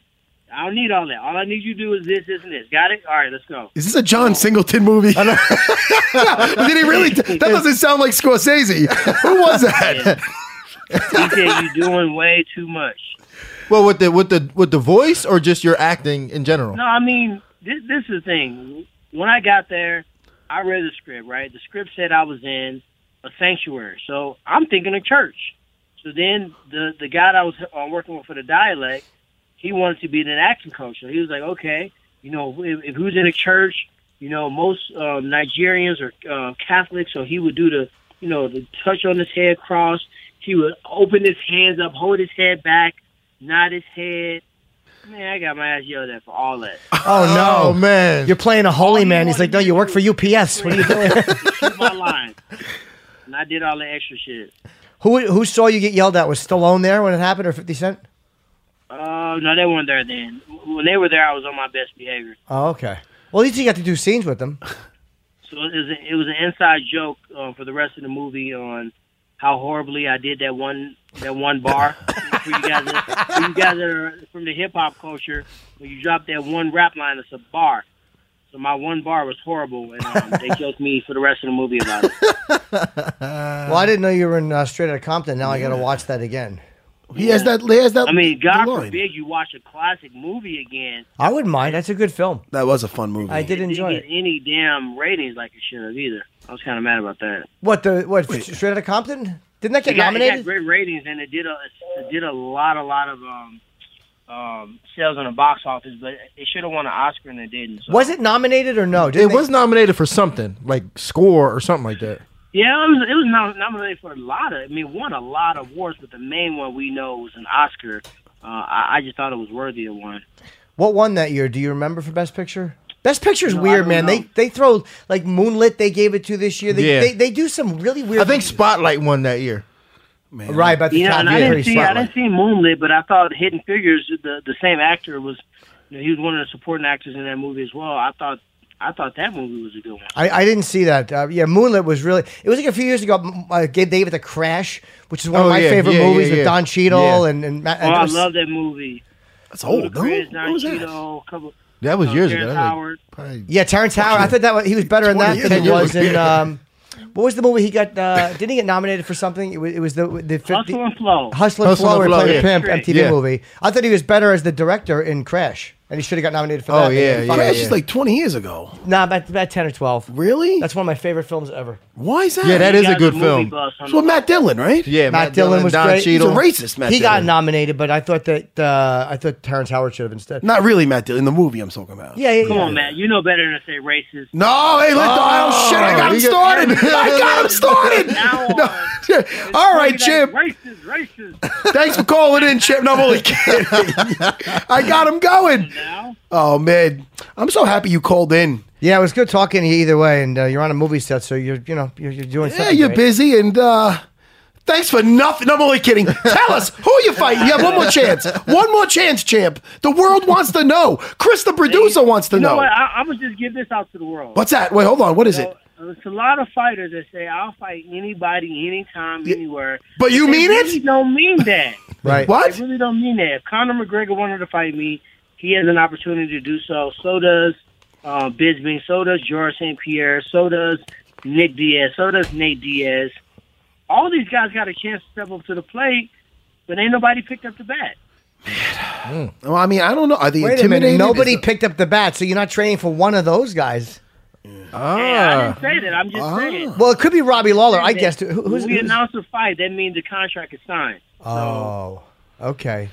[SPEAKER 8] I don't need all that. All I need you to do is this, this, and this. Got it? All right, let's go.
[SPEAKER 4] Is this a John Singleton movie? Did he really? That doesn't sound like Scorsese. Who was that?
[SPEAKER 8] He said, you're doing way too much.
[SPEAKER 5] Well, with the with the with the voice or just your acting in general?
[SPEAKER 8] No, I mean, this, this is the thing. When I got there, I read the script, right? The script said I was in a sanctuary. So I'm thinking a church. So then the, the guy that I was uh, working with for the dialect, he wanted to be an action coach. So he was like, okay, you know, if, if who's in a church, you know, most um, Nigerians are uh, Catholic. So he would do the, you know, the touch on his head cross. He would open his hands up, hold his head back, nod his head. Man, I got my ass yelled at for all that.
[SPEAKER 1] Oh no,
[SPEAKER 5] Oh man.
[SPEAKER 1] You're playing a holy
[SPEAKER 8] All you
[SPEAKER 1] man. He's
[SPEAKER 8] wanna
[SPEAKER 1] like, no,
[SPEAKER 8] do
[SPEAKER 1] you work
[SPEAKER 8] is
[SPEAKER 1] for UPS. What are you doing?
[SPEAKER 8] Shoot my line. And I did all the extra shit.
[SPEAKER 1] who who saw you get yelled at? Was Stallone there when it happened, or Fifty Cent?
[SPEAKER 8] Uh, no, they weren't there then. When they were there, I was on my best behavior.
[SPEAKER 1] Oh, okay. Uh, Well, at least you got to do scenes with them.
[SPEAKER 8] So it was, a, it was an inside joke uh, for the rest of the movie on how horribly I did that one that one bar for you guys. That, for you guys that are from the hip hop culture, when you drop that one rap line, it's a bar. So my one bar was horrible, and um, they joked me for the rest of the movie about it.
[SPEAKER 1] well, I didn't know you were in uh, Straight Outta Compton. Now I got to watch that again.
[SPEAKER 4] He has that. He has that.
[SPEAKER 8] I mean, God
[SPEAKER 4] line.
[SPEAKER 8] forbid you watch a classic movie again.
[SPEAKER 1] I wouldn't mind. That's a good film.
[SPEAKER 4] That was a fun movie.
[SPEAKER 1] I did enjoy
[SPEAKER 8] didn't
[SPEAKER 1] it.
[SPEAKER 8] get any damn ratings like it should have either. I was kind of mad about that.
[SPEAKER 1] What the what? Straight Outta Compton? Didn't that
[SPEAKER 8] It got, it
[SPEAKER 1] get
[SPEAKER 8] got
[SPEAKER 1] nominated?
[SPEAKER 8] great ratings, and it did a it did a lot, a lot of um, um, sales in the box office. But it should have won an Oscar, and it didn't. So.
[SPEAKER 1] Was it nominated or no?
[SPEAKER 5] It
[SPEAKER 1] Didn't they-
[SPEAKER 5] was nominated for something like score or something like that.
[SPEAKER 8] Yeah, it was, it was nom- nominated for a lot of. I mean, won a lot of awards, but the main one we know was an Oscar. Uh, I, I just thought it was worthy of one.
[SPEAKER 1] What won that year? Do you remember for Best Picture? Best Picture's
[SPEAKER 8] I
[SPEAKER 1] weird,
[SPEAKER 8] don't
[SPEAKER 1] man. They
[SPEAKER 8] know.
[SPEAKER 1] they throw like Moonlit. They gave it to this year. They
[SPEAKER 5] Yeah.
[SPEAKER 1] they, they do some really weird.
[SPEAKER 5] I think Spotlight won that year.
[SPEAKER 1] right about the
[SPEAKER 8] You know,
[SPEAKER 1] top
[SPEAKER 8] and I
[SPEAKER 1] year.
[SPEAKER 8] didn't see I didn't
[SPEAKER 1] Spotlight.
[SPEAKER 8] see Moonlit, but I thought Hidden Figures, the the same actor was, you know, he was one of the supporting actors in that movie as well. I thought I thought that movie was a good one.
[SPEAKER 1] I, I didn't see that. Uh, yeah, Moonlit was really. It was like a few years ago. m- Uh, gave David the Crash, which is one
[SPEAKER 5] Oh,
[SPEAKER 1] of my
[SPEAKER 5] yeah,
[SPEAKER 1] favorite
[SPEAKER 5] yeah,
[SPEAKER 1] movies
[SPEAKER 5] yeah,
[SPEAKER 1] with
[SPEAKER 5] yeah.
[SPEAKER 1] Don Cheadle
[SPEAKER 5] Yeah.
[SPEAKER 1] and and, Matt,
[SPEAKER 8] Oh,
[SPEAKER 1] and
[SPEAKER 8] I
[SPEAKER 1] just-
[SPEAKER 8] love that movie.
[SPEAKER 4] That's old. Oh, No,
[SPEAKER 8] Ludacris,
[SPEAKER 4] what
[SPEAKER 8] Don
[SPEAKER 4] was that?
[SPEAKER 8] Cheadle, couple,
[SPEAKER 5] That was
[SPEAKER 8] uh,
[SPEAKER 5] years
[SPEAKER 8] Terrence
[SPEAKER 5] ago. That was like
[SPEAKER 8] Howard.
[SPEAKER 5] probably-
[SPEAKER 1] yeah Terrence Howard. I thought that was, he was better in
[SPEAKER 4] 20
[SPEAKER 1] that
[SPEAKER 4] years
[SPEAKER 1] than he
[SPEAKER 4] ago.
[SPEAKER 1] was in. Um, what was the movie he got? Uh, didn't he get nominated for something? It was, it was the the fifty
[SPEAKER 8] Hustle and Flow.
[SPEAKER 1] Hustler
[SPEAKER 5] Hustle and
[SPEAKER 1] Flow, where he
[SPEAKER 5] Flow,
[SPEAKER 1] played a
[SPEAKER 5] yeah.
[SPEAKER 1] pimp
[SPEAKER 8] Great.
[SPEAKER 1] MTV
[SPEAKER 5] Yeah.
[SPEAKER 1] movie. I thought he was better as the director in Crash, and he should have got nominated for that.
[SPEAKER 5] Oh,
[SPEAKER 1] and
[SPEAKER 5] yeah,
[SPEAKER 1] then
[SPEAKER 5] yeah,
[SPEAKER 1] fuck it.
[SPEAKER 4] Crash is like 20 years ago.
[SPEAKER 1] Nah, about, about ten or twelve.
[SPEAKER 4] Really?
[SPEAKER 1] That's one of my favorite films ever.
[SPEAKER 4] Why is that?
[SPEAKER 5] Yeah, that
[SPEAKER 8] He
[SPEAKER 5] is a
[SPEAKER 8] got
[SPEAKER 5] good
[SPEAKER 8] the movie
[SPEAKER 5] film.
[SPEAKER 8] bus on
[SPEAKER 4] That's with
[SPEAKER 8] the-
[SPEAKER 4] Matt Dillon, right?
[SPEAKER 5] Yeah,
[SPEAKER 1] Matt, Dillon, was
[SPEAKER 5] Don
[SPEAKER 1] great.
[SPEAKER 5] Cheadle.
[SPEAKER 4] He's a racist, Matt
[SPEAKER 1] He got
[SPEAKER 4] Dillon.
[SPEAKER 1] nominated, but I thought that uh, I thought Terrence Howard should have instead.
[SPEAKER 4] Not really Matt Dillon. The movie I'm talking about.
[SPEAKER 1] Yeah, yeah,
[SPEAKER 8] Come
[SPEAKER 1] yeah.
[SPEAKER 8] on, man, you know better than to say racist.
[SPEAKER 4] No, hey, let the oh shit! I got him
[SPEAKER 5] he got-
[SPEAKER 4] started. I got him started.
[SPEAKER 8] Now uh, on.
[SPEAKER 4] Yeah. All right, Chip.
[SPEAKER 8] Racist, racist.
[SPEAKER 4] Thanks for calling in, Chip. No, I'm only kidding. I got him going.
[SPEAKER 8] Now,
[SPEAKER 4] Oh man, I'm so happy you called in.
[SPEAKER 1] Yeah, it was good talking to you either way, and uh, you're on a movie set, so you're you know you're, you're doing
[SPEAKER 4] Yeah,
[SPEAKER 1] something.
[SPEAKER 4] you're
[SPEAKER 1] great.
[SPEAKER 4] busy and. uh Thanks for nothing. No, I'm only kidding. Tell us who you fighting. You have one more chance. One more chance, champ. The world wants to know. Chris, the producer, wants to
[SPEAKER 8] you know
[SPEAKER 4] know.
[SPEAKER 8] what? I, I'm gonna just give this out to the world.
[SPEAKER 4] What's that? Wait, hold on. What is
[SPEAKER 8] So,
[SPEAKER 4] it?
[SPEAKER 8] uh, it's a lot of fighters that say I'll fight anybody, anytime, anywhere.
[SPEAKER 4] But you
[SPEAKER 8] They
[SPEAKER 4] mean
[SPEAKER 8] really
[SPEAKER 4] it?
[SPEAKER 8] Don't mean that.
[SPEAKER 1] right?
[SPEAKER 8] I
[SPEAKER 4] What?
[SPEAKER 8] really don't mean that. If Conor McGregor wanted to fight me, he has an opportunity to do so. So does uh, Bisbing. So does George St. Pierre. So does Nick Diaz. So does Nate Diaz. All these guys got a chance to step up to the plate, but ain't nobody picked up the bat.
[SPEAKER 4] Well, I mean, I don't know. Are they
[SPEAKER 1] Wait a minute,
[SPEAKER 4] intimidated?
[SPEAKER 1] nobody
[SPEAKER 4] Is-
[SPEAKER 1] picked up the bat, so you're not training for one of those guys.
[SPEAKER 8] Hey, I didn't say that. I'm just saying.
[SPEAKER 1] Well, it could be Robbie Lawler, Ah. I guess. Who, who's,
[SPEAKER 8] When we
[SPEAKER 1] who's
[SPEAKER 8] announce a fight, that means the contract is signed.
[SPEAKER 1] Oh, okay.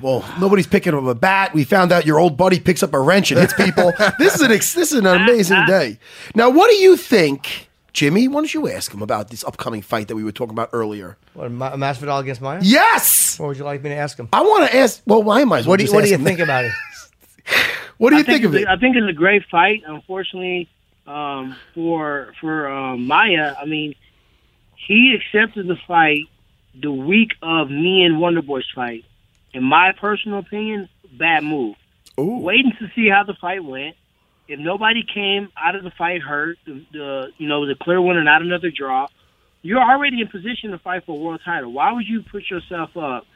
[SPEAKER 4] well, nobody's picking up a bat. We found out your old buddy picks up a wrench and hits people. this is an ex- this is an amazing day. Now, what do you think, Jimmy? Why don't you ask him about this upcoming fight that we were talking about earlier?
[SPEAKER 1] What Ma- Masvidal against Meyer?
[SPEAKER 4] Yes,
[SPEAKER 1] What would you like me to ask him?
[SPEAKER 4] I want to ask. Well, I might as well.
[SPEAKER 1] What do you
[SPEAKER 4] just
[SPEAKER 1] What do
[SPEAKER 4] ask
[SPEAKER 1] you
[SPEAKER 4] him
[SPEAKER 1] think
[SPEAKER 4] that.
[SPEAKER 1] about it?
[SPEAKER 4] What do you
[SPEAKER 8] I think
[SPEAKER 4] think of
[SPEAKER 8] it's
[SPEAKER 4] it?
[SPEAKER 8] a- I think it's a great fight. Unfortunately, um, for for um, Maya, I mean, he accepted the fight the week of me and Wonderboy's fight. In my personal opinion, bad move. Waiting to see how the fight went. If nobody came out of the fight hurt, the, the you know the clear winner, not another draw. You're already in position to fight for a world title. Why would you put yourself up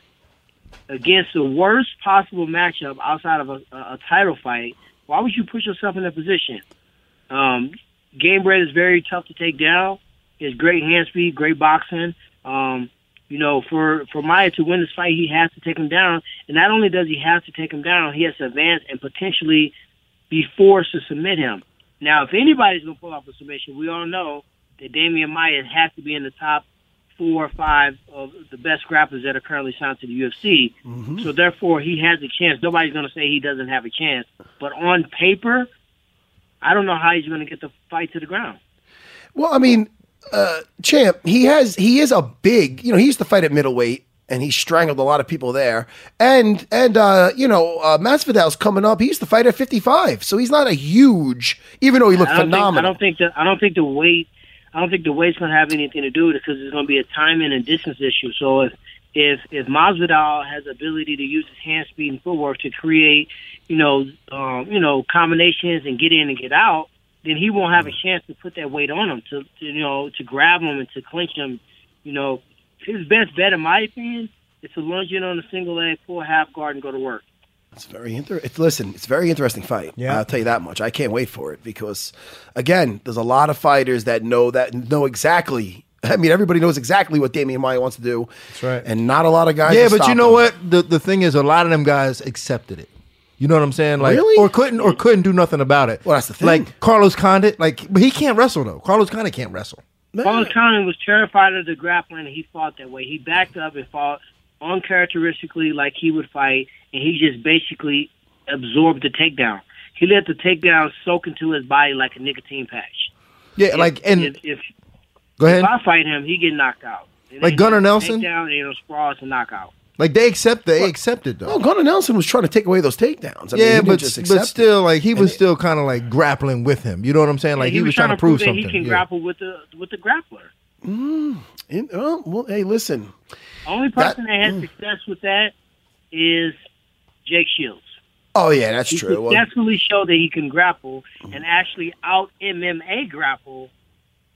[SPEAKER 8] against the worst possible matchup outside of a, a a title fight, why would you put yourself in that position? Um, game bread is very tough to take down. It's great hand speed, great boxing. Um, you know, for for Maya to win this fight, he has to take him down, and not only does he have to take him down, he has to advance and potentially be forced to submit him. Now, if anybody's gonna pull off a submission, we all know that Damian Maya has to be in the top four or five of the best grapplers that are currently signed to the UFC. So therefore, he has a chance. Nobody's going to say he doesn't have a chance. But on paper, I don't know how he's going to get the fight to the ground.
[SPEAKER 4] Well, I mean, uh, champ, he has he is a big. You know, he used to fight at middleweight, and he strangled a lot of people there. And and uh, you know, uh, Masvidal's coming up. He used to fight at fifty five, so he's not a huge. Even though he looked
[SPEAKER 8] I don't think I
[SPEAKER 4] phenomenal,
[SPEAKER 8] don't think the I don't think the weight I don't think the weight's going to have anything to do with it because it's going to be a timing and distance issue. So if if if Masvidal has the ability to use his hand speed and footwork to create, you know, um, you know, combinations and get in and get out, then he won't have a chance to put that weight on him to, to you know to grab him and to clinch him. You know, his best bet, in my opinion, is to lunge in on a single leg, pull a half guard, and go to work.
[SPEAKER 4] It's very inter- it's, listen, it's a very interesting fight. Yeah. I'll tell you that much. I can't wait for it because again, there's a lot of fighters that know that know exactly I mean, everybody knows exactly what Damian Maya wants to do. That's right. And not a lot of guys.
[SPEAKER 5] yeah,
[SPEAKER 4] can
[SPEAKER 5] but
[SPEAKER 4] stop
[SPEAKER 5] you
[SPEAKER 4] him.
[SPEAKER 5] know what? The the thing is, a lot of them guys accepted it. You know what I'm saying? Like,
[SPEAKER 4] Really?
[SPEAKER 5] or couldn't or couldn't do nothing about it. Well,
[SPEAKER 4] that's the thing.
[SPEAKER 5] Like Carlos Condit, like, but he can't wrestle though. Carlos Condit can't wrestle.
[SPEAKER 8] Paul Conley was terrified of the grappling, and he fought that way. He backed up and fought uncharacteristically, like he would fight, and he just basically absorbed the takedown. He let the takedown soak into his body like a nicotine patch.
[SPEAKER 5] Yeah,
[SPEAKER 8] If-
[SPEAKER 5] like and
[SPEAKER 8] if, if,
[SPEAKER 5] go ahead.
[SPEAKER 8] if I fight him, he get knocked out. It
[SPEAKER 5] Like
[SPEAKER 8] ain't
[SPEAKER 5] Gunnar
[SPEAKER 8] no
[SPEAKER 5] Nelson?
[SPEAKER 8] takedown, ain't no sprawl, it's a knockout.
[SPEAKER 5] Like they accept, they accepted though.
[SPEAKER 4] Oh, Gunnar Nelson was trying to take away those takedowns. I mean, he
[SPEAKER 5] yeah,
[SPEAKER 4] didn't
[SPEAKER 5] but
[SPEAKER 4] just accept
[SPEAKER 5] but
[SPEAKER 4] it.
[SPEAKER 5] still, like he was still kind of like grappling with him. You know what I'm saying? Like
[SPEAKER 8] he, was
[SPEAKER 5] trying to prove
[SPEAKER 8] that
[SPEAKER 5] something.
[SPEAKER 8] he can
[SPEAKER 5] yeah.
[SPEAKER 8] grapple with the with the grappler.
[SPEAKER 4] Mm, in, oh, well, hey, listen.
[SPEAKER 8] Only person that, has success with that is Jake Shields.
[SPEAKER 4] Oh yeah, that's
[SPEAKER 8] he
[SPEAKER 4] true. Mm-hmm. Well,
[SPEAKER 8] successfully showed that he can grapple and actually out MMA grapple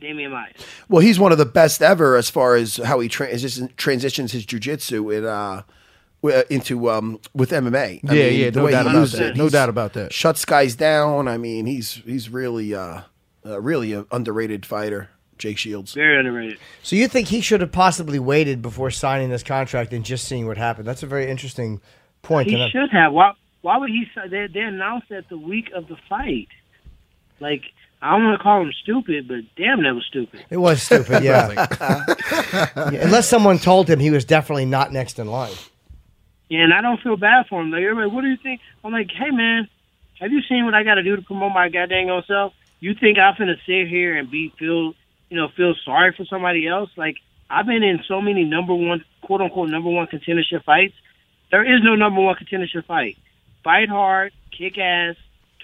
[SPEAKER 8] Damian Maya.
[SPEAKER 4] well, he's one of the best ever as far as how he trans- transitions his jujitsu in uh wi- into um with MMA. I
[SPEAKER 5] yeah,
[SPEAKER 4] mean,
[SPEAKER 5] yeah,
[SPEAKER 4] the
[SPEAKER 5] no
[SPEAKER 4] way
[SPEAKER 5] doubt
[SPEAKER 4] he
[SPEAKER 5] about
[SPEAKER 4] uses
[SPEAKER 5] that.
[SPEAKER 4] it,
[SPEAKER 5] No
[SPEAKER 4] he's-
[SPEAKER 5] doubt about that.
[SPEAKER 4] Shuts guys down. I mean, he's he's really uh, uh really an underrated fighter, Jake Shields.
[SPEAKER 8] Very underrated.
[SPEAKER 1] So you think he should have possibly waited before signing this contract and just seeing what happened? That's a very interesting point.
[SPEAKER 8] He
[SPEAKER 1] and I-
[SPEAKER 8] should have. Why? Why would he? say- They, they announced that the week of the fight. Like I don't want to call him stupid, but damn, that was stupid.
[SPEAKER 1] It was stupid, yeah. Yeah, Unless someone told him he was definitely not next in line.
[SPEAKER 8] Yeah, and I don't feel bad for him. Like everybody, what do you think? I'm like, hey man, have you seen what I got to do to promote my goddamn own self? You think I'm finna sit here and be feel, you know, feel sorry for somebody else? Like I've been in so many number one, quote unquote, number one contendership fights. There is no number one contendership fight. Fight hard, kick ass,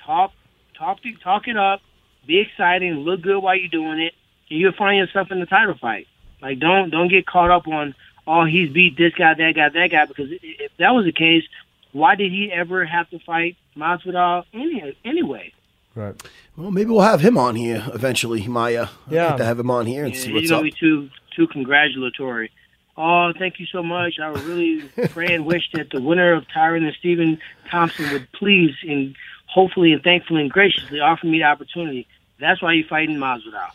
[SPEAKER 8] talk, talk, talk it up, be exciting, look good while you're doing it, and you'll find yourself in the title fight. Like don't don't get caught up on oh he's beat this guy, that guy, that guy. Because i- if that was the case, why did he ever have to fight Masvidal any anyway?
[SPEAKER 1] Right.
[SPEAKER 4] Well, maybe we'll have him on here eventually, Maya.
[SPEAKER 8] Yeah.
[SPEAKER 4] I'd like to have him on here and
[SPEAKER 8] Yeah,
[SPEAKER 4] see
[SPEAKER 8] you
[SPEAKER 4] what's
[SPEAKER 8] don't
[SPEAKER 4] up.
[SPEAKER 8] be too too congratulatory. Oh, thank you so much. I would really pray and wish that the winner of Tyron and Stephen Thompson would please and hopefully and thankfully and graciously offer me the opportunity. That's why you're fighting Masvidal.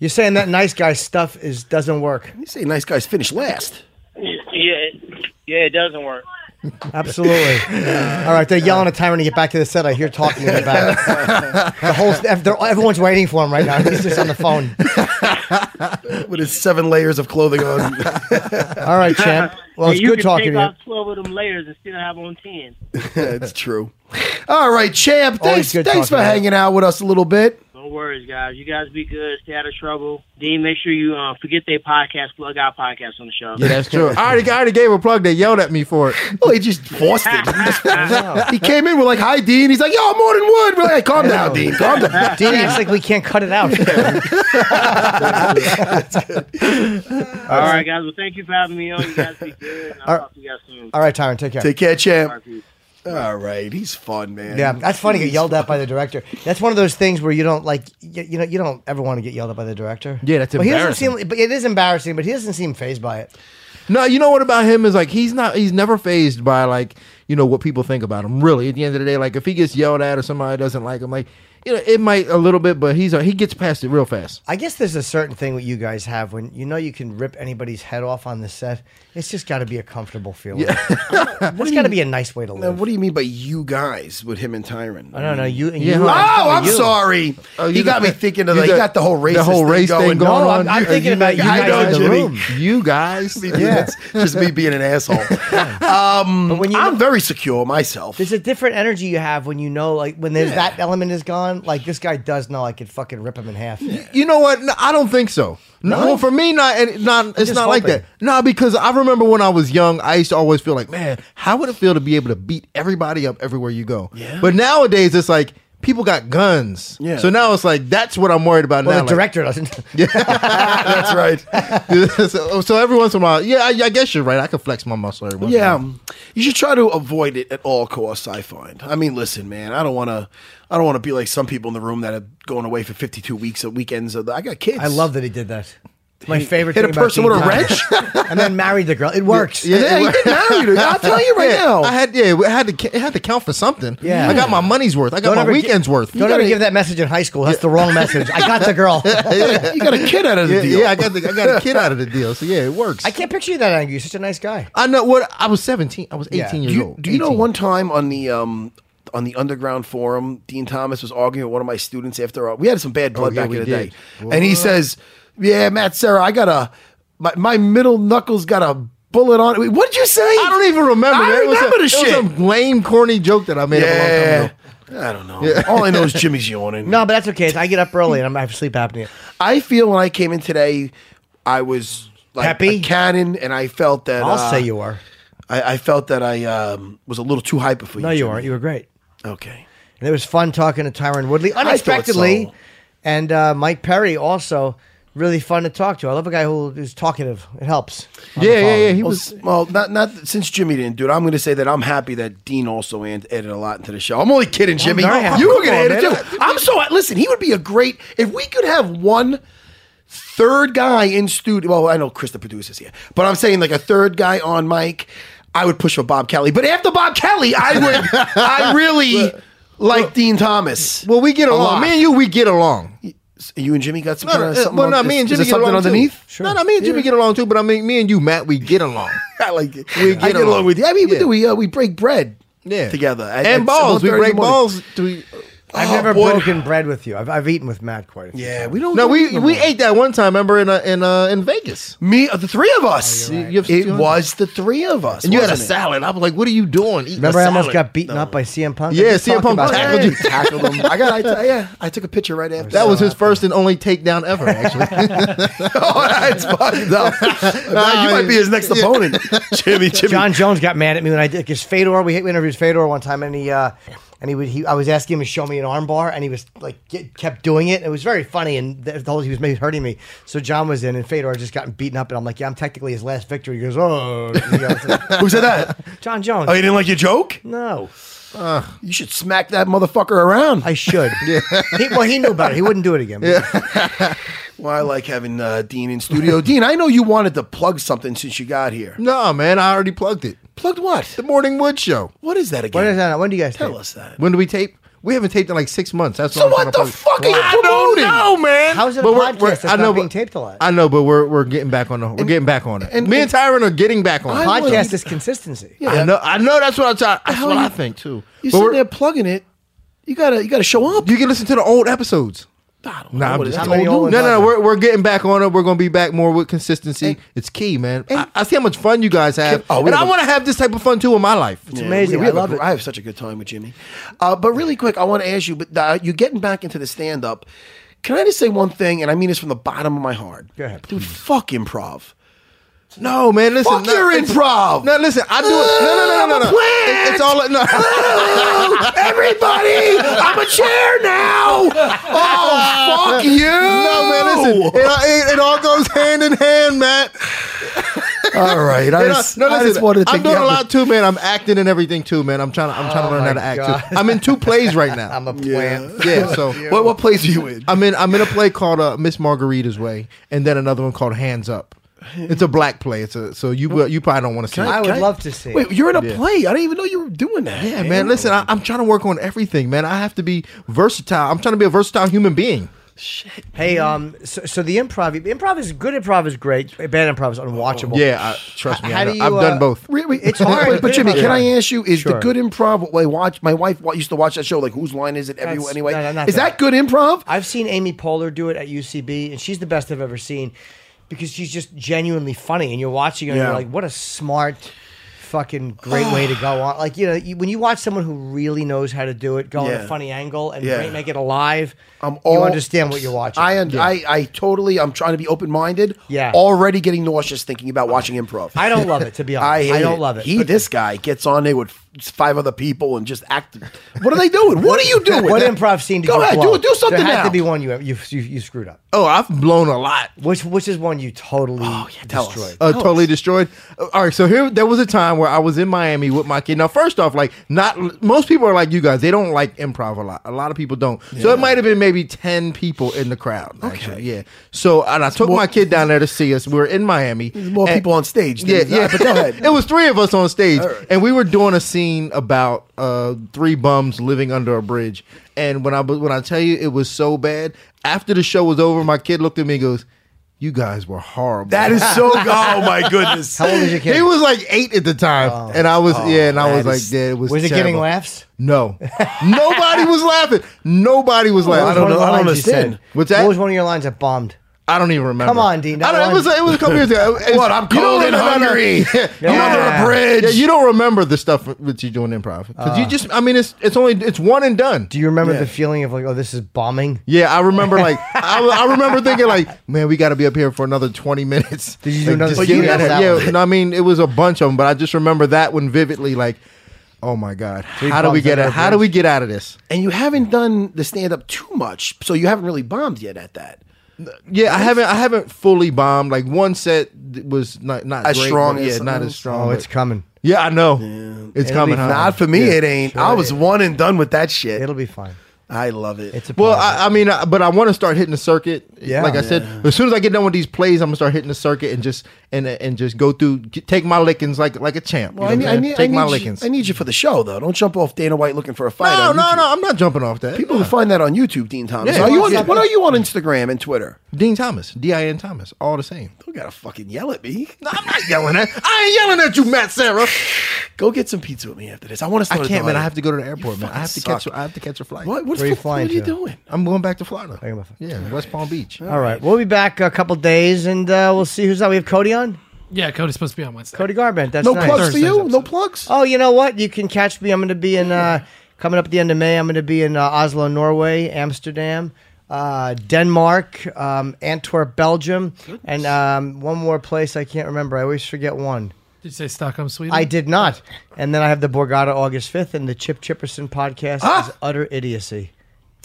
[SPEAKER 1] You're saying that nice guy stuff is doesn't work.
[SPEAKER 4] You say nice guys finish last.
[SPEAKER 8] Yeah, yeah, it doesn't work.
[SPEAKER 1] Absolutely. All right, they're yelling at Tyron to get back to the set. I hear talking in the back. The whole ev- they're- everyone's waiting for him right now. He's just on the phone.
[SPEAKER 4] With his seven layers of clothing on.
[SPEAKER 1] All right, champ. Well,
[SPEAKER 8] Yeah,
[SPEAKER 1] it's
[SPEAKER 8] you
[SPEAKER 1] good
[SPEAKER 8] can
[SPEAKER 1] talking
[SPEAKER 8] take
[SPEAKER 1] to you.
[SPEAKER 8] off twelve of them layers and still have on ten.
[SPEAKER 4] it's true. All right, champ.
[SPEAKER 8] Always
[SPEAKER 4] Thanks,
[SPEAKER 8] good
[SPEAKER 4] thanks
[SPEAKER 8] talking
[SPEAKER 4] for
[SPEAKER 8] to you.
[SPEAKER 4] hanging out with us a little bit.
[SPEAKER 8] No worries, guys. You guys be good. Stay out of trouble. Dean, make sure you uh, forget their podcast. Plug our podcast on the show.
[SPEAKER 5] Yeah, that's true. I already, I already gave a plug. They yelled at me for it.
[SPEAKER 4] Well, he just forced it. he came in. We're like, "Hi, Dean." He's like, "Yo, I'm Morton Wood." We're like, hey, "Calm down, Dean. Calm down."
[SPEAKER 1] Dean, it's like we can't cut it out.
[SPEAKER 8] All right, guys. Well, thank you for having me on. You guys be good. and I'll
[SPEAKER 1] All-
[SPEAKER 8] talk to you guys soon.
[SPEAKER 1] All right, Tyron, take care.
[SPEAKER 4] Take care, champ.
[SPEAKER 8] All right, peace.
[SPEAKER 4] All right, he's fun, man.
[SPEAKER 1] Yeah, that's funny. Get
[SPEAKER 4] He's
[SPEAKER 1] yelled at by the director. That's one of those things where you don't like. You, you know, you don't ever want to get yelled at by the director.
[SPEAKER 5] Yeah, that's
[SPEAKER 1] but he doesn't
[SPEAKER 5] embarrassing.
[SPEAKER 1] seem. But it is embarrassing. But he doesn't seem phased by it.
[SPEAKER 5] No, you know what about him is like he's not he's never phased by like, you know, what people think about him. Really, at the end of the day, like if he gets yelled at or somebody doesn't like him, like you know, it might a little bit, but he's a, he gets past it real fast.
[SPEAKER 1] I guess there's a certain thing that you guys have when you know you can rip anybody's head off on the set. It's just got to be a comfortable feeling. it's got to be a nice way to
[SPEAKER 4] Now,
[SPEAKER 1] live.
[SPEAKER 4] what do you mean by you guys with him and Tyron?
[SPEAKER 1] I don't know you.
[SPEAKER 5] Yeah,
[SPEAKER 1] you
[SPEAKER 5] huh?
[SPEAKER 4] Oh,
[SPEAKER 1] probably
[SPEAKER 4] I'm
[SPEAKER 1] you.
[SPEAKER 4] sorry.
[SPEAKER 5] Oh, you
[SPEAKER 4] he got
[SPEAKER 5] the-
[SPEAKER 4] me thinking of
[SPEAKER 5] you
[SPEAKER 4] the,
[SPEAKER 5] the-
[SPEAKER 4] he got the whole race,
[SPEAKER 5] the whole race thing going
[SPEAKER 4] no,
[SPEAKER 5] on.
[SPEAKER 4] I'm, I'm
[SPEAKER 5] You-
[SPEAKER 4] thinking
[SPEAKER 5] you
[SPEAKER 4] about you
[SPEAKER 1] guys
[SPEAKER 4] I know,
[SPEAKER 1] in the
[SPEAKER 4] Jimmy.
[SPEAKER 1] room.
[SPEAKER 5] You guys.
[SPEAKER 1] Yeah.
[SPEAKER 4] That's just me being an asshole.
[SPEAKER 1] But when you
[SPEAKER 4] I'm very secure myself.
[SPEAKER 1] There's a different energy you have when you know, like, when there's that element is gone. Like this guy does know I could fucking rip him in half.
[SPEAKER 5] You know what? No, I don't think so. No, well, for me, not and not. it's
[SPEAKER 1] just
[SPEAKER 5] not like that.
[SPEAKER 1] hoping.
[SPEAKER 5] No, because I remember when I was young, I used to always feel like, man, how would it feel to be able to beat everybody up everywhere you go? Yeah. But nowadays, it's like people got guns.
[SPEAKER 4] Yeah.
[SPEAKER 5] So now it's like that's what I'm worried about now.
[SPEAKER 1] Well, the
[SPEAKER 5] like-
[SPEAKER 1] director doesn't.
[SPEAKER 4] That's right.
[SPEAKER 5] so, so every once in a while, yeah, I, I guess you're right. I can flex my muscle every once.
[SPEAKER 4] Yeah,
[SPEAKER 5] in a while.
[SPEAKER 4] um, you should try to avoid it at all costs. I find. I mean, listen, man, I don't want to. I don't want to be like some people in the room that are going away for 52 weeks at weekends. Of the, I got kids.
[SPEAKER 1] I love that he did that. My favorite
[SPEAKER 4] hit a
[SPEAKER 1] thing about
[SPEAKER 4] person with
[SPEAKER 1] Teen
[SPEAKER 4] a
[SPEAKER 1] Titans. and then married the girl. It works.
[SPEAKER 5] Yeah,
[SPEAKER 4] Yeah,
[SPEAKER 5] it
[SPEAKER 4] he
[SPEAKER 5] was-
[SPEAKER 4] did marry you. I'll tell you right
[SPEAKER 5] Yeah,
[SPEAKER 4] now.
[SPEAKER 5] I had yeah, it had to ca- it had to count for something.
[SPEAKER 1] Yeah.
[SPEAKER 5] I got my money's worth. I got
[SPEAKER 1] Don't
[SPEAKER 5] my
[SPEAKER 1] ever gi-
[SPEAKER 5] weekend's worth.
[SPEAKER 1] Don't ever give that message in high school. That's the wrong message. I got the girl.
[SPEAKER 4] you got a kid out of the
[SPEAKER 5] yeah,
[SPEAKER 4] deal.
[SPEAKER 5] yeah, I got the, I got a kid out of the deal. So yeah, it works.
[SPEAKER 1] I
[SPEAKER 5] I,
[SPEAKER 1] can't picture you that angry. You're such a nice guy.
[SPEAKER 5] know what I was seventeen. I was eighteen
[SPEAKER 1] Yeah.
[SPEAKER 5] years
[SPEAKER 4] do you,
[SPEAKER 5] old.
[SPEAKER 4] do you know
[SPEAKER 5] 18.
[SPEAKER 4] one time on the um on the underground forum, Dean Thomas was arguing with one of my students after our, we had some bad blood
[SPEAKER 5] Oh, yeah,
[SPEAKER 4] back
[SPEAKER 5] we
[SPEAKER 4] in the
[SPEAKER 5] did.
[SPEAKER 4] day, and he says, "Yeah, Matt, Sarah, I got a my, my middle knuckle's got a bullet on it." Wait, What did you say?
[SPEAKER 5] I don't even remember.
[SPEAKER 4] I
[SPEAKER 5] man. It was a-
[SPEAKER 4] remember
[SPEAKER 5] it
[SPEAKER 4] the
[SPEAKER 5] was
[SPEAKER 4] shit.
[SPEAKER 5] some lame, corny joke that I made up a long time
[SPEAKER 4] yeah,
[SPEAKER 5] ago.
[SPEAKER 4] I don't know. All I know is Jimmy's yawning.
[SPEAKER 1] No, but that's okay. It's- I get up early and I'm, I have sleep apnea.
[SPEAKER 4] I feel when I came in today, I was like
[SPEAKER 1] Happy?
[SPEAKER 4] a cannon, and I felt that
[SPEAKER 1] I'll
[SPEAKER 4] uh,
[SPEAKER 1] say you are.
[SPEAKER 4] I, I felt that I um, was a little too hyper for you.
[SPEAKER 1] No, you
[SPEAKER 4] Jimmy.
[SPEAKER 1] aren't. You were great.
[SPEAKER 4] Okay.
[SPEAKER 1] And it was fun talking to Tyron Woodley unexpectedly,
[SPEAKER 4] so.
[SPEAKER 1] and uh, Mike Perry also really fun to talk to. I love a guy who is talkative. It helps. on the
[SPEAKER 5] Yeah, yeah,
[SPEAKER 1] phone.
[SPEAKER 5] yeah. He
[SPEAKER 4] Well,
[SPEAKER 5] was
[SPEAKER 4] s- well, not not since Jimmy didn't do it. I'm going to say that I'm happy that Dean also an- added a lot into the show. I'm only kidding, Jimmy.
[SPEAKER 1] very happy.
[SPEAKER 4] You were
[SPEAKER 1] Come
[SPEAKER 4] going to
[SPEAKER 1] on,
[SPEAKER 4] add it
[SPEAKER 1] man.
[SPEAKER 4] too. I'm so listen. He would be a great if we could have one third guy in studio. Well, I know Chris the producer's here, but I'm saying like a third guy on mic. I would push for Bob Kelly, but after Bob Kelly, I would. I really like Dean Thomas.
[SPEAKER 5] Well, we get
[SPEAKER 4] a
[SPEAKER 5] along.
[SPEAKER 4] lot.
[SPEAKER 5] Me and you, we get along.
[SPEAKER 4] You and Jimmy got some.
[SPEAKER 5] No,
[SPEAKER 4] kind
[SPEAKER 5] no,
[SPEAKER 4] of
[SPEAKER 5] uh,
[SPEAKER 4] something
[SPEAKER 5] well,
[SPEAKER 4] on-
[SPEAKER 5] no, me and
[SPEAKER 4] is- is
[SPEAKER 5] Jimmy
[SPEAKER 4] there
[SPEAKER 5] get along
[SPEAKER 4] something underneath.
[SPEAKER 5] Too. No, no, me and Jimmy get along too. But I mean, me and you, Matt, we get along.
[SPEAKER 4] I like it.
[SPEAKER 5] We
[SPEAKER 4] I
[SPEAKER 5] get
[SPEAKER 4] get along.
[SPEAKER 5] along.
[SPEAKER 4] with you. I mean, we
[SPEAKER 5] Yeah.
[SPEAKER 4] do. We uh, we break bread.
[SPEAKER 5] Yeah,
[SPEAKER 4] together At-
[SPEAKER 5] and
[SPEAKER 4] at
[SPEAKER 5] balls. We
[SPEAKER 4] 1:30 in the
[SPEAKER 5] break
[SPEAKER 4] morning.
[SPEAKER 5] balls. Do we?
[SPEAKER 1] I've
[SPEAKER 4] Oh,
[SPEAKER 1] never
[SPEAKER 4] boy.
[SPEAKER 1] broken bread with you. I've, I've eaten with Matt quite a few.
[SPEAKER 4] Yeah, we don't.
[SPEAKER 5] No,
[SPEAKER 4] do
[SPEAKER 5] we
[SPEAKER 4] anymore.
[SPEAKER 5] we ate that one time. Remember in uh, in uh, in Vegas.
[SPEAKER 4] me uh, the three of us.
[SPEAKER 5] Oh, you're right. You have
[SPEAKER 4] it
[SPEAKER 5] two hundred.
[SPEAKER 4] was the three of us.
[SPEAKER 5] And you had a
[SPEAKER 4] wasn't it?
[SPEAKER 5] salad. I'm like, what are you doing? Eating
[SPEAKER 1] Remember,
[SPEAKER 5] a
[SPEAKER 1] I almost
[SPEAKER 5] salad?
[SPEAKER 1] got beaten up by CM Punk. I
[SPEAKER 5] Yeah,
[SPEAKER 1] just
[SPEAKER 5] CM
[SPEAKER 1] talked
[SPEAKER 5] Punk
[SPEAKER 1] about
[SPEAKER 5] was-
[SPEAKER 1] that.
[SPEAKER 4] Tackled you, tackled him. I got. I, t- yeah, I took a picture right after.
[SPEAKER 5] That was his first and only takedown ever. Actually,
[SPEAKER 4] oh, that's fucked up. Now you might be his next opponent, Jimmy. Jimmy.
[SPEAKER 1] John Jones got mad at me when I did because Fedor. We, we interviewed Fedor one time, and he uh, and he would he. I was asking him to show me an armbar, and he was like get, kept doing it. It was very funny, and the, the whole he was maybe hurting me. So John was in, and Fedor had just gotten beaten up, and I'm like, yeah, I'm technically his last victory. He goes, oh, you know, it's like,
[SPEAKER 4] Who said that?
[SPEAKER 1] John Jones.
[SPEAKER 4] Oh, you didn't like your joke?
[SPEAKER 1] no,
[SPEAKER 4] You should smack that motherfucker around.
[SPEAKER 1] I should. he, well, he knew about it. He wouldn't do it again.
[SPEAKER 4] well, I like having uh, Dean in studio. Dean, I know you wanted to plug something since you got here.
[SPEAKER 5] no, man, I already plugged it.
[SPEAKER 4] Plugged what?
[SPEAKER 5] The Morning Wood Show.
[SPEAKER 4] What is that again?
[SPEAKER 1] When is that? When do you guys
[SPEAKER 4] Tell
[SPEAKER 1] tape?
[SPEAKER 4] us that.
[SPEAKER 5] When do we tape? We haven't taped in like six months. That's
[SPEAKER 4] So
[SPEAKER 5] I'm
[SPEAKER 4] what
[SPEAKER 5] trying
[SPEAKER 4] the
[SPEAKER 5] to
[SPEAKER 4] fuck are
[SPEAKER 5] plug.
[SPEAKER 4] you
[SPEAKER 5] I don't
[SPEAKER 4] promoting?
[SPEAKER 5] know, man.
[SPEAKER 1] How is it a
[SPEAKER 5] But
[SPEAKER 1] podcast that's not being taped a lot?
[SPEAKER 5] I know, but we're we're getting back on. The, we're getting back on it.
[SPEAKER 4] and-
[SPEAKER 5] Me and Tyron are getting back on. it.
[SPEAKER 4] I would-
[SPEAKER 1] Podcast is consistency.
[SPEAKER 5] I know. I know. That's what I try. That's
[SPEAKER 4] hell
[SPEAKER 5] what
[SPEAKER 4] you-
[SPEAKER 5] I think too.
[SPEAKER 4] You
[SPEAKER 5] But
[SPEAKER 4] sitting
[SPEAKER 5] we're-
[SPEAKER 4] there plugging it. You gotta, you gotta show up.
[SPEAKER 5] you can listen to the old episodes.
[SPEAKER 4] I don't
[SPEAKER 5] Nah,
[SPEAKER 4] know
[SPEAKER 5] I'm
[SPEAKER 4] what
[SPEAKER 5] just
[SPEAKER 4] it's
[SPEAKER 1] many
[SPEAKER 4] all
[SPEAKER 1] old
[SPEAKER 4] new.
[SPEAKER 5] No, no, no. We're, we're getting back on it. We're going to be back more with consistency. it's key, man. I, I see how much fun you guys have,
[SPEAKER 4] Oh, we
[SPEAKER 5] and I
[SPEAKER 4] have a-
[SPEAKER 5] want to have this type of fun too in my life.
[SPEAKER 1] It's amazing.
[SPEAKER 4] We
[SPEAKER 1] I
[SPEAKER 4] have a
[SPEAKER 1] love
[SPEAKER 4] gr-
[SPEAKER 1] it.
[SPEAKER 4] I have such a good time with Jimmy. Uh, but really quick, I want to ask you. But uh, you getting back into the stand up? Can I just say one thing? And I mean this from the bottom of my heart.
[SPEAKER 1] Go ahead.
[SPEAKER 4] dude. Fuck improv.
[SPEAKER 5] No, man. Listen,
[SPEAKER 4] Fuck
[SPEAKER 5] no,
[SPEAKER 4] your
[SPEAKER 5] listen-
[SPEAKER 4] improv.
[SPEAKER 5] No, listen. I do it. No, no, no, no,
[SPEAKER 4] I'm a
[SPEAKER 5] no. no.
[SPEAKER 4] plant.
[SPEAKER 5] It- it's all. No.
[SPEAKER 4] Everybody, I'm a chair now. Oh fuck you.
[SPEAKER 5] No, man. Listen. It, all- it, it all goes hand in hand, Matt.
[SPEAKER 4] All right, I
[SPEAKER 5] It all-
[SPEAKER 4] just,
[SPEAKER 5] no,
[SPEAKER 4] I
[SPEAKER 5] listen.
[SPEAKER 4] just wanted to.
[SPEAKER 5] I'm
[SPEAKER 4] take the Oh
[SPEAKER 5] doing a
[SPEAKER 4] oppor-
[SPEAKER 5] lot too, man. I'm acting and everything too, man. I'm trying. to. I'm trying to learn how to act too. I'm in two plays right now.
[SPEAKER 1] I'm a plant.
[SPEAKER 5] yeah. So
[SPEAKER 4] What what place are you in?
[SPEAKER 5] I'm in I'm in a play called uh, Miss Margarita's Way, and then another one called Hands Up. It's a black play. It's a so you will- you probably don't want to see.
[SPEAKER 1] I
[SPEAKER 5] it.
[SPEAKER 1] would love to see. it.
[SPEAKER 4] Wait, you're in a play. I didn't even know you were doing that.
[SPEAKER 5] Yeah, man. Listen, I, I'm trying to work on everything, man. I have to be versatile. I'm trying to be a versatile human being.
[SPEAKER 1] Hey, um, so, so the improv, improv is good. Improv is great. Bad improv is unwatchable.
[SPEAKER 5] Yeah, I, trust me.
[SPEAKER 1] How
[SPEAKER 5] I
[SPEAKER 1] do
[SPEAKER 5] know.
[SPEAKER 1] you,
[SPEAKER 5] I've
[SPEAKER 1] uh,
[SPEAKER 5] done both.
[SPEAKER 4] Really?
[SPEAKER 1] It's hard.
[SPEAKER 4] But, but Jimmy,
[SPEAKER 1] Yeah.
[SPEAKER 4] can I ask you? Is
[SPEAKER 1] Sure.
[SPEAKER 4] the good improv? What I watch. My wife wa- used to watch that show. Like, whose line is it? Every,
[SPEAKER 1] That's-
[SPEAKER 4] anyway,
[SPEAKER 1] no, no, not
[SPEAKER 4] is that.
[SPEAKER 1] that.
[SPEAKER 4] good improv?
[SPEAKER 1] I've seen Amy Poehler do it at UCB, and she's the best I've ever seen because she's just genuinely funny. And you're watching her, and
[SPEAKER 4] Yeah.
[SPEAKER 1] you're like, what a smart, fucking great way to go on. Like you know, you, when you watch someone who really knows how to do it, go on
[SPEAKER 4] Yeah.
[SPEAKER 1] a funny angle and
[SPEAKER 4] Yeah.
[SPEAKER 1] make- make it alive,
[SPEAKER 4] I'm all.
[SPEAKER 1] you understand what you're watching.
[SPEAKER 4] I, und- I I totally. I'm trying to be open minded.
[SPEAKER 1] Yeah.
[SPEAKER 4] Already getting nauseous thinking about watching improv.
[SPEAKER 1] I don't love it to be honest.
[SPEAKER 4] I,
[SPEAKER 1] I,
[SPEAKER 4] hate
[SPEAKER 1] don't love it.
[SPEAKER 4] He,
[SPEAKER 1] but
[SPEAKER 4] this guy gets on there with five other people and just act. What are they doing? What are you doing?
[SPEAKER 1] What improv scene did
[SPEAKER 4] Go
[SPEAKER 1] you
[SPEAKER 4] ahead,
[SPEAKER 1] blow?
[SPEAKER 4] do do something
[SPEAKER 1] There had
[SPEAKER 4] now.
[SPEAKER 1] to be one you, you you you screwed up.
[SPEAKER 5] Oh, I've blown a lot.
[SPEAKER 1] Which which is one you totally
[SPEAKER 4] Oh, tell us.
[SPEAKER 1] destroyed.
[SPEAKER 5] Uh, totally destroyed. Uh, All right, so here there was a time where I was in Miami with my kid. Now, first off, like not most people are like you guys; they don't like improv a lot. A lot of people don't. So it might have been maybe ten people in the crowd. Actually, yeah. So and I took my kid down there to see us. We were in Miami.
[SPEAKER 4] There's more
[SPEAKER 5] And-
[SPEAKER 4] people on stage. than-
[SPEAKER 5] Yeah, yeah.
[SPEAKER 4] But go ahead.
[SPEAKER 5] it was three of us on stage,
[SPEAKER 4] All right.
[SPEAKER 5] and we were doing a scene about uh, three bums living under a bridge. And when I bu- when I tell you, it was so bad. After the show was over, my kid looked at me and goes, "You guys were horrible."
[SPEAKER 4] that is so. oh my goodness.
[SPEAKER 1] How old is your kid? Oh.
[SPEAKER 5] He was like eight at the time, and I was yeah, and I was
[SPEAKER 4] that
[SPEAKER 5] like,
[SPEAKER 4] is-
[SPEAKER 5] yeah, it was.
[SPEAKER 1] was it getting
[SPEAKER 5] terrible.
[SPEAKER 1] laughs?
[SPEAKER 5] No, nobody was laughing. Nobody was
[SPEAKER 1] What was
[SPEAKER 5] laughing.
[SPEAKER 1] one of the
[SPEAKER 4] I don't
[SPEAKER 1] lines you said?
[SPEAKER 4] understand.
[SPEAKER 5] What's that?
[SPEAKER 1] What was one of your lines that bombed?
[SPEAKER 5] I don't even remember.
[SPEAKER 1] Come on, Dean,
[SPEAKER 5] I
[SPEAKER 1] that
[SPEAKER 5] don't, it was
[SPEAKER 1] one-
[SPEAKER 5] it was a couple years ago. It's-
[SPEAKER 4] What, I'm
[SPEAKER 5] you don't
[SPEAKER 4] cold and
[SPEAKER 5] remember-
[SPEAKER 4] hungry.
[SPEAKER 5] Yeah.
[SPEAKER 1] Yeah.
[SPEAKER 4] Under a bridge.
[SPEAKER 5] Yeah, you don't remember the stuff that you do in improv because
[SPEAKER 1] Uh.
[SPEAKER 5] you just. I mean, it's it's only it's one and done.
[SPEAKER 1] Do you remember
[SPEAKER 4] Yeah.
[SPEAKER 1] the feeling of like, oh, this is bombing?
[SPEAKER 5] yeah, I remember like I, I remember thinking like, man, we got to be up here for another twenty minutes.
[SPEAKER 1] Did you do
[SPEAKER 5] Like,
[SPEAKER 1] another
[SPEAKER 5] just
[SPEAKER 1] scene
[SPEAKER 5] get me out
[SPEAKER 1] after
[SPEAKER 5] of-
[SPEAKER 1] that
[SPEAKER 5] Yeah,
[SPEAKER 1] one?
[SPEAKER 5] and I mean, it was a bunch of them, but I just remember that one vividly. Like, oh my god, how do we
[SPEAKER 1] bums
[SPEAKER 5] get
[SPEAKER 1] under
[SPEAKER 5] out?
[SPEAKER 1] a
[SPEAKER 5] How do we get out of this?
[SPEAKER 4] and you haven't done the stand up too much, so you haven't really bombed yet at that.
[SPEAKER 5] Yeah, I haven't I haven't fully bombed. Like one set was not not
[SPEAKER 4] As
[SPEAKER 5] great,
[SPEAKER 4] strong
[SPEAKER 5] but
[SPEAKER 4] as
[SPEAKER 5] yeah, not
[SPEAKER 4] others?
[SPEAKER 5] as strong.
[SPEAKER 1] Oh,
[SPEAKER 5] but-
[SPEAKER 1] it's coming.
[SPEAKER 5] yeah, I know. It's
[SPEAKER 1] It'll be
[SPEAKER 5] coming. huh?
[SPEAKER 4] Not for me, it ain't. I was one and done with that shit.
[SPEAKER 1] It'll be fine.
[SPEAKER 4] I love it.
[SPEAKER 1] It's a
[SPEAKER 5] Well,
[SPEAKER 1] positive.
[SPEAKER 5] I, I mean, I, but I want to start hitting the circuit.
[SPEAKER 1] Yeah.
[SPEAKER 5] like I said, as soon as I get done with these plays, I'm gonna start hitting the circuit and just and and just go through, get, take my lickings like like a champ.
[SPEAKER 4] well, I
[SPEAKER 5] you
[SPEAKER 4] need,
[SPEAKER 5] know what
[SPEAKER 4] I
[SPEAKER 5] I'm saying?
[SPEAKER 4] need,
[SPEAKER 5] take
[SPEAKER 4] I need
[SPEAKER 5] my
[SPEAKER 4] you,
[SPEAKER 5] lickings.
[SPEAKER 4] I need you for the show though. Don't jump off Dana White looking for a fight.
[SPEAKER 5] no,
[SPEAKER 4] on
[SPEAKER 5] no,
[SPEAKER 4] YouTube.
[SPEAKER 5] no! I'm not jumping off that.
[SPEAKER 4] People
[SPEAKER 5] No.
[SPEAKER 4] who find that on YouTube, Dean Thomas.
[SPEAKER 5] Yeah.
[SPEAKER 4] Are you on, what are you on Instagram and Twitter?
[SPEAKER 5] Dean Thomas, D I N Thomas, all the same.
[SPEAKER 4] Don't gotta fucking yell at me.
[SPEAKER 5] No, I'm not yelling at. I ain't yelling at you, Matt Sarah.
[SPEAKER 4] Go get some pizza with me after this. I want to.
[SPEAKER 5] I
[SPEAKER 4] start a
[SPEAKER 5] can't, man. I
[SPEAKER 4] diet.
[SPEAKER 5] have to go to the airport, man. I have to
[SPEAKER 4] fucking
[SPEAKER 5] catch.
[SPEAKER 4] suck.
[SPEAKER 5] I have to catch a flight.
[SPEAKER 4] What? What,
[SPEAKER 1] Where
[SPEAKER 4] the
[SPEAKER 1] you
[SPEAKER 4] fuck,
[SPEAKER 1] flying
[SPEAKER 4] what are you
[SPEAKER 1] to?
[SPEAKER 4] doing?
[SPEAKER 5] I'm going back to Florida.
[SPEAKER 1] Think about it.
[SPEAKER 5] Yeah, West Palm Beach.
[SPEAKER 1] All right, we'll be back a couple days, and uh, we'll see who's on. We have Cody on.
[SPEAKER 6] Yeah, Cody's supposed to be on Wednesday.
[SPEAKER 1] Cody Garbrandt. That's
[SPEAKER 4] No
[SPEAKER 1] nice.
[SPEAKER 4] plugs for
[SPEAKER 6] Thursday's
[SPEAKER 4] you. No
[SPEAKER 6] episode.
[SPEAKER 4] plugs.
[SPEAKER 1] Oh, you know what? You can catch me. I'm going to be in uh, coming up at the end of May. I'm going to be in uh, Oslo, Norway, Amsterdam, uh, Denmark, um, Antwerp, Belgium, and um, one more place I can't remember. I always forget one.
[SPEAKER 6] Did you say Stockholm, Sweden?
[SPEAKER 1] I did not. And then I have the Borgata August 5th, and the Chip Chipperson podcast is utter idiocy.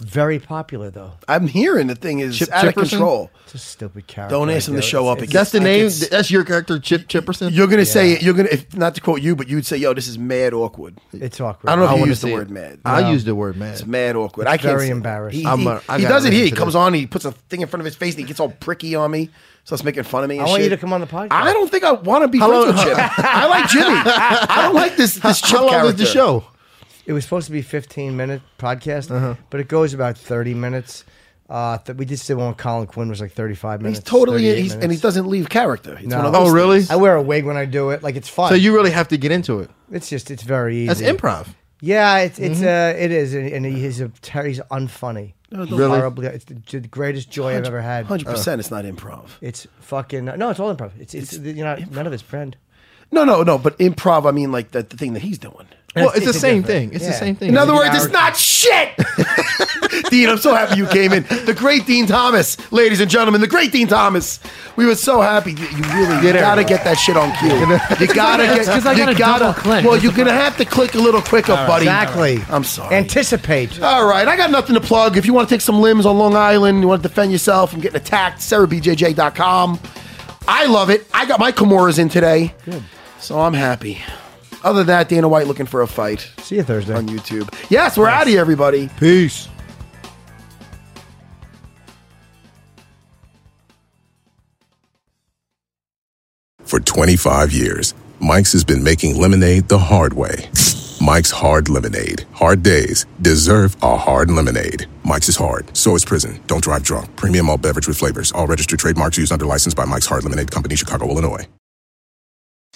[SPEAKER 1] Very popular though.
[SPEAKER 4] I'm hearing the thing is
[SPEAKER 5] Chip
[SPEAKER 4] out of
[SPEAKER 5] Chipperson?
[SPEAKER 4] control.
[SPEAKER 1] It's a stupid character.
[SPEAKER 4] Don't ask him to show up again.
[SPEAKER 5] That's the
[SPEAKER 4] I
[SPEAKER 5] name.
[SPEAKER 4] can s-
[SPEAKER 5] That's your character, Chip Chipperson.
[SPEAKER 4] You're gonna say it. You're gonna if, not to quote you, but you'd say, "Yo, this is mad awkward."
[SPEAKER 1] It's awkward.
[SPEAKER 4] I don't know if you
[SPEAKER 5] wanna
[SPEAKER 4] use the
[SPEAKER 5] see it.
[SPEAKER 4] word mad.
[SPEAKER 5] I use the word man.
[SPEAKER 4] It's mad awkward. I can't.
[SPEAKER 1] very
[SPEAKER 4] stand it.
[SPEAKER 1] embarrassing.
[SPEAKER 4] He,
[SPEAKER 5] I'm
[SPEAKER 4] he-
[SPEAKER 5] a- I
[SPEAKER 4] he
[SPEAKER 5] gotta
[SPEAKER 4] does
[SPEAKER 5] listen
[SPEAKER 4] it here. He
[SPEAKER 5] to
[SPEAKER 4] comes
[SPEAKER 5] this.
[SPEAKER 4] on. He puts a thing in front of his face. and He gets all pricky on me. Starts making fun of me. and
[SPEAKER 1] I want you
[SPEAKER 4] shit.
[SPEAKER 1] to come on the podcast.
[SPEAKER 4] I don't think I want to be friends with Chip. I like Jimmy. I don't like this this Chip
[SPEAKER 5] How long
[SPEAKER 4] character.
[SPEAKER 5] is the show?
[SPEAKER 1] It was supposed to be 15 minute podcast,
[SPEAKER 4] Uh-huh.
[SPEAKER 1] but it goes about 30 minutes. Uh, th- we just did one with Colin Quinn was like 35 minutes.
[SPEAKER 4] He's totally
[SPEAKER 1] 38
[SPEAKER 4] he's, and he
[SPEAKER 1] minutes.
[SPEAKER 4] doesn't leave character. He's
[SPEAKER 1] No.
[SPEAKER 4] one of
[SPEAKER 5] Oh,
[SPEAKER 4] those
[SPEAKER 5] really?
[SPEAKER 4] things.
[SPEAKER 1] I wear a wig when I do it. Like it's fun.
[SPEAKER 5] So you really have to get into it.
[SPEAKER 1] it's just it's very easy.
[SPEAKER 5] That's improv.
[SPEAKER 1] Yeah, it's it's
[SPEAKER 4] Mm-hmm.
[SPEAKER 1] uh it is, and, and he's a ter- he's unfunny.
[SPEAKER 5] Really?
[SPEAKER 1] Horribly, it's the, the greatest joy I've ever
[SPEAKER 4] Oh,
[SPEAKER 1] had. uh,
[SPEAKER 4] Hundred percent. It's not improv.
[SPEAKER 1] It's fucking no, it's all improv. It's it's, you know none of it's brand.
[SPEAKER 4] No, no, no. But improv. I mean, like the, the thing that he's doing.
[SPEAKER 5] Well, it's,
[SPEAKER 1] it's-
[SPEAKER 5] the
[SPEAKER 1] it's
[SPEAKER 5] same
[SPEAKER 1] different.
[SPEAKER 5] thing. It's the
[SPEAKER 1] Yeah.
[SPEAKER 5] same thing.
[SPEAKER 4] In other
[SPEAKER 1] Yeah.
[SPEAKER 4] words, it's not shit. Dean, I'm so happy you came in. The great Dean Thomas, ladies and gentlemen, the great Dean Thomas. We were so happy. You you really
[SPEAKER 5] Get
[SPEAKER 4] gotta
[SPEAKER 5] everyone.
[SPEAKER 4] get that shit on cue. You gotta get.
[SPEAKER 6] 'cause I
[SPEAKER 4] you
[SPEAKER 6] gotta double click.
[SPEAKER 4] Well, you're gonna have to click a little quicker, buddy.
[SPEAKER 1] Exactly.
[SPEAKER 4] I'm sorry.
[SPEAKER 1] Anticipate.
[SPEAKER 4] All right, I got nothing to plug. If you want to take some limbs on Long Island, you want to defend yourself from getting attacked, sarahbjj.com. I love it. I got my Kimuras in today, so I'm happy. Other than that, Dana White looking for a fight
[SPEAKER 1] See you Thursday.
[SPEAKER 4] on YouTube. Yes, we're out of here, everybody.
[SPEAKER 5] Peace.
[SPEAKER 9] For 25 years, Mike's has been making lemonade the hard way. Mike's Hard Lemonade. Hard days deserve a hard lemonade. Mike's is hard, so is prison. Don't drive drunk. Premium all beverage with flavors. All registered trademarks used under license by Mike's Hard Lemonade Company, Chicago, Illinois.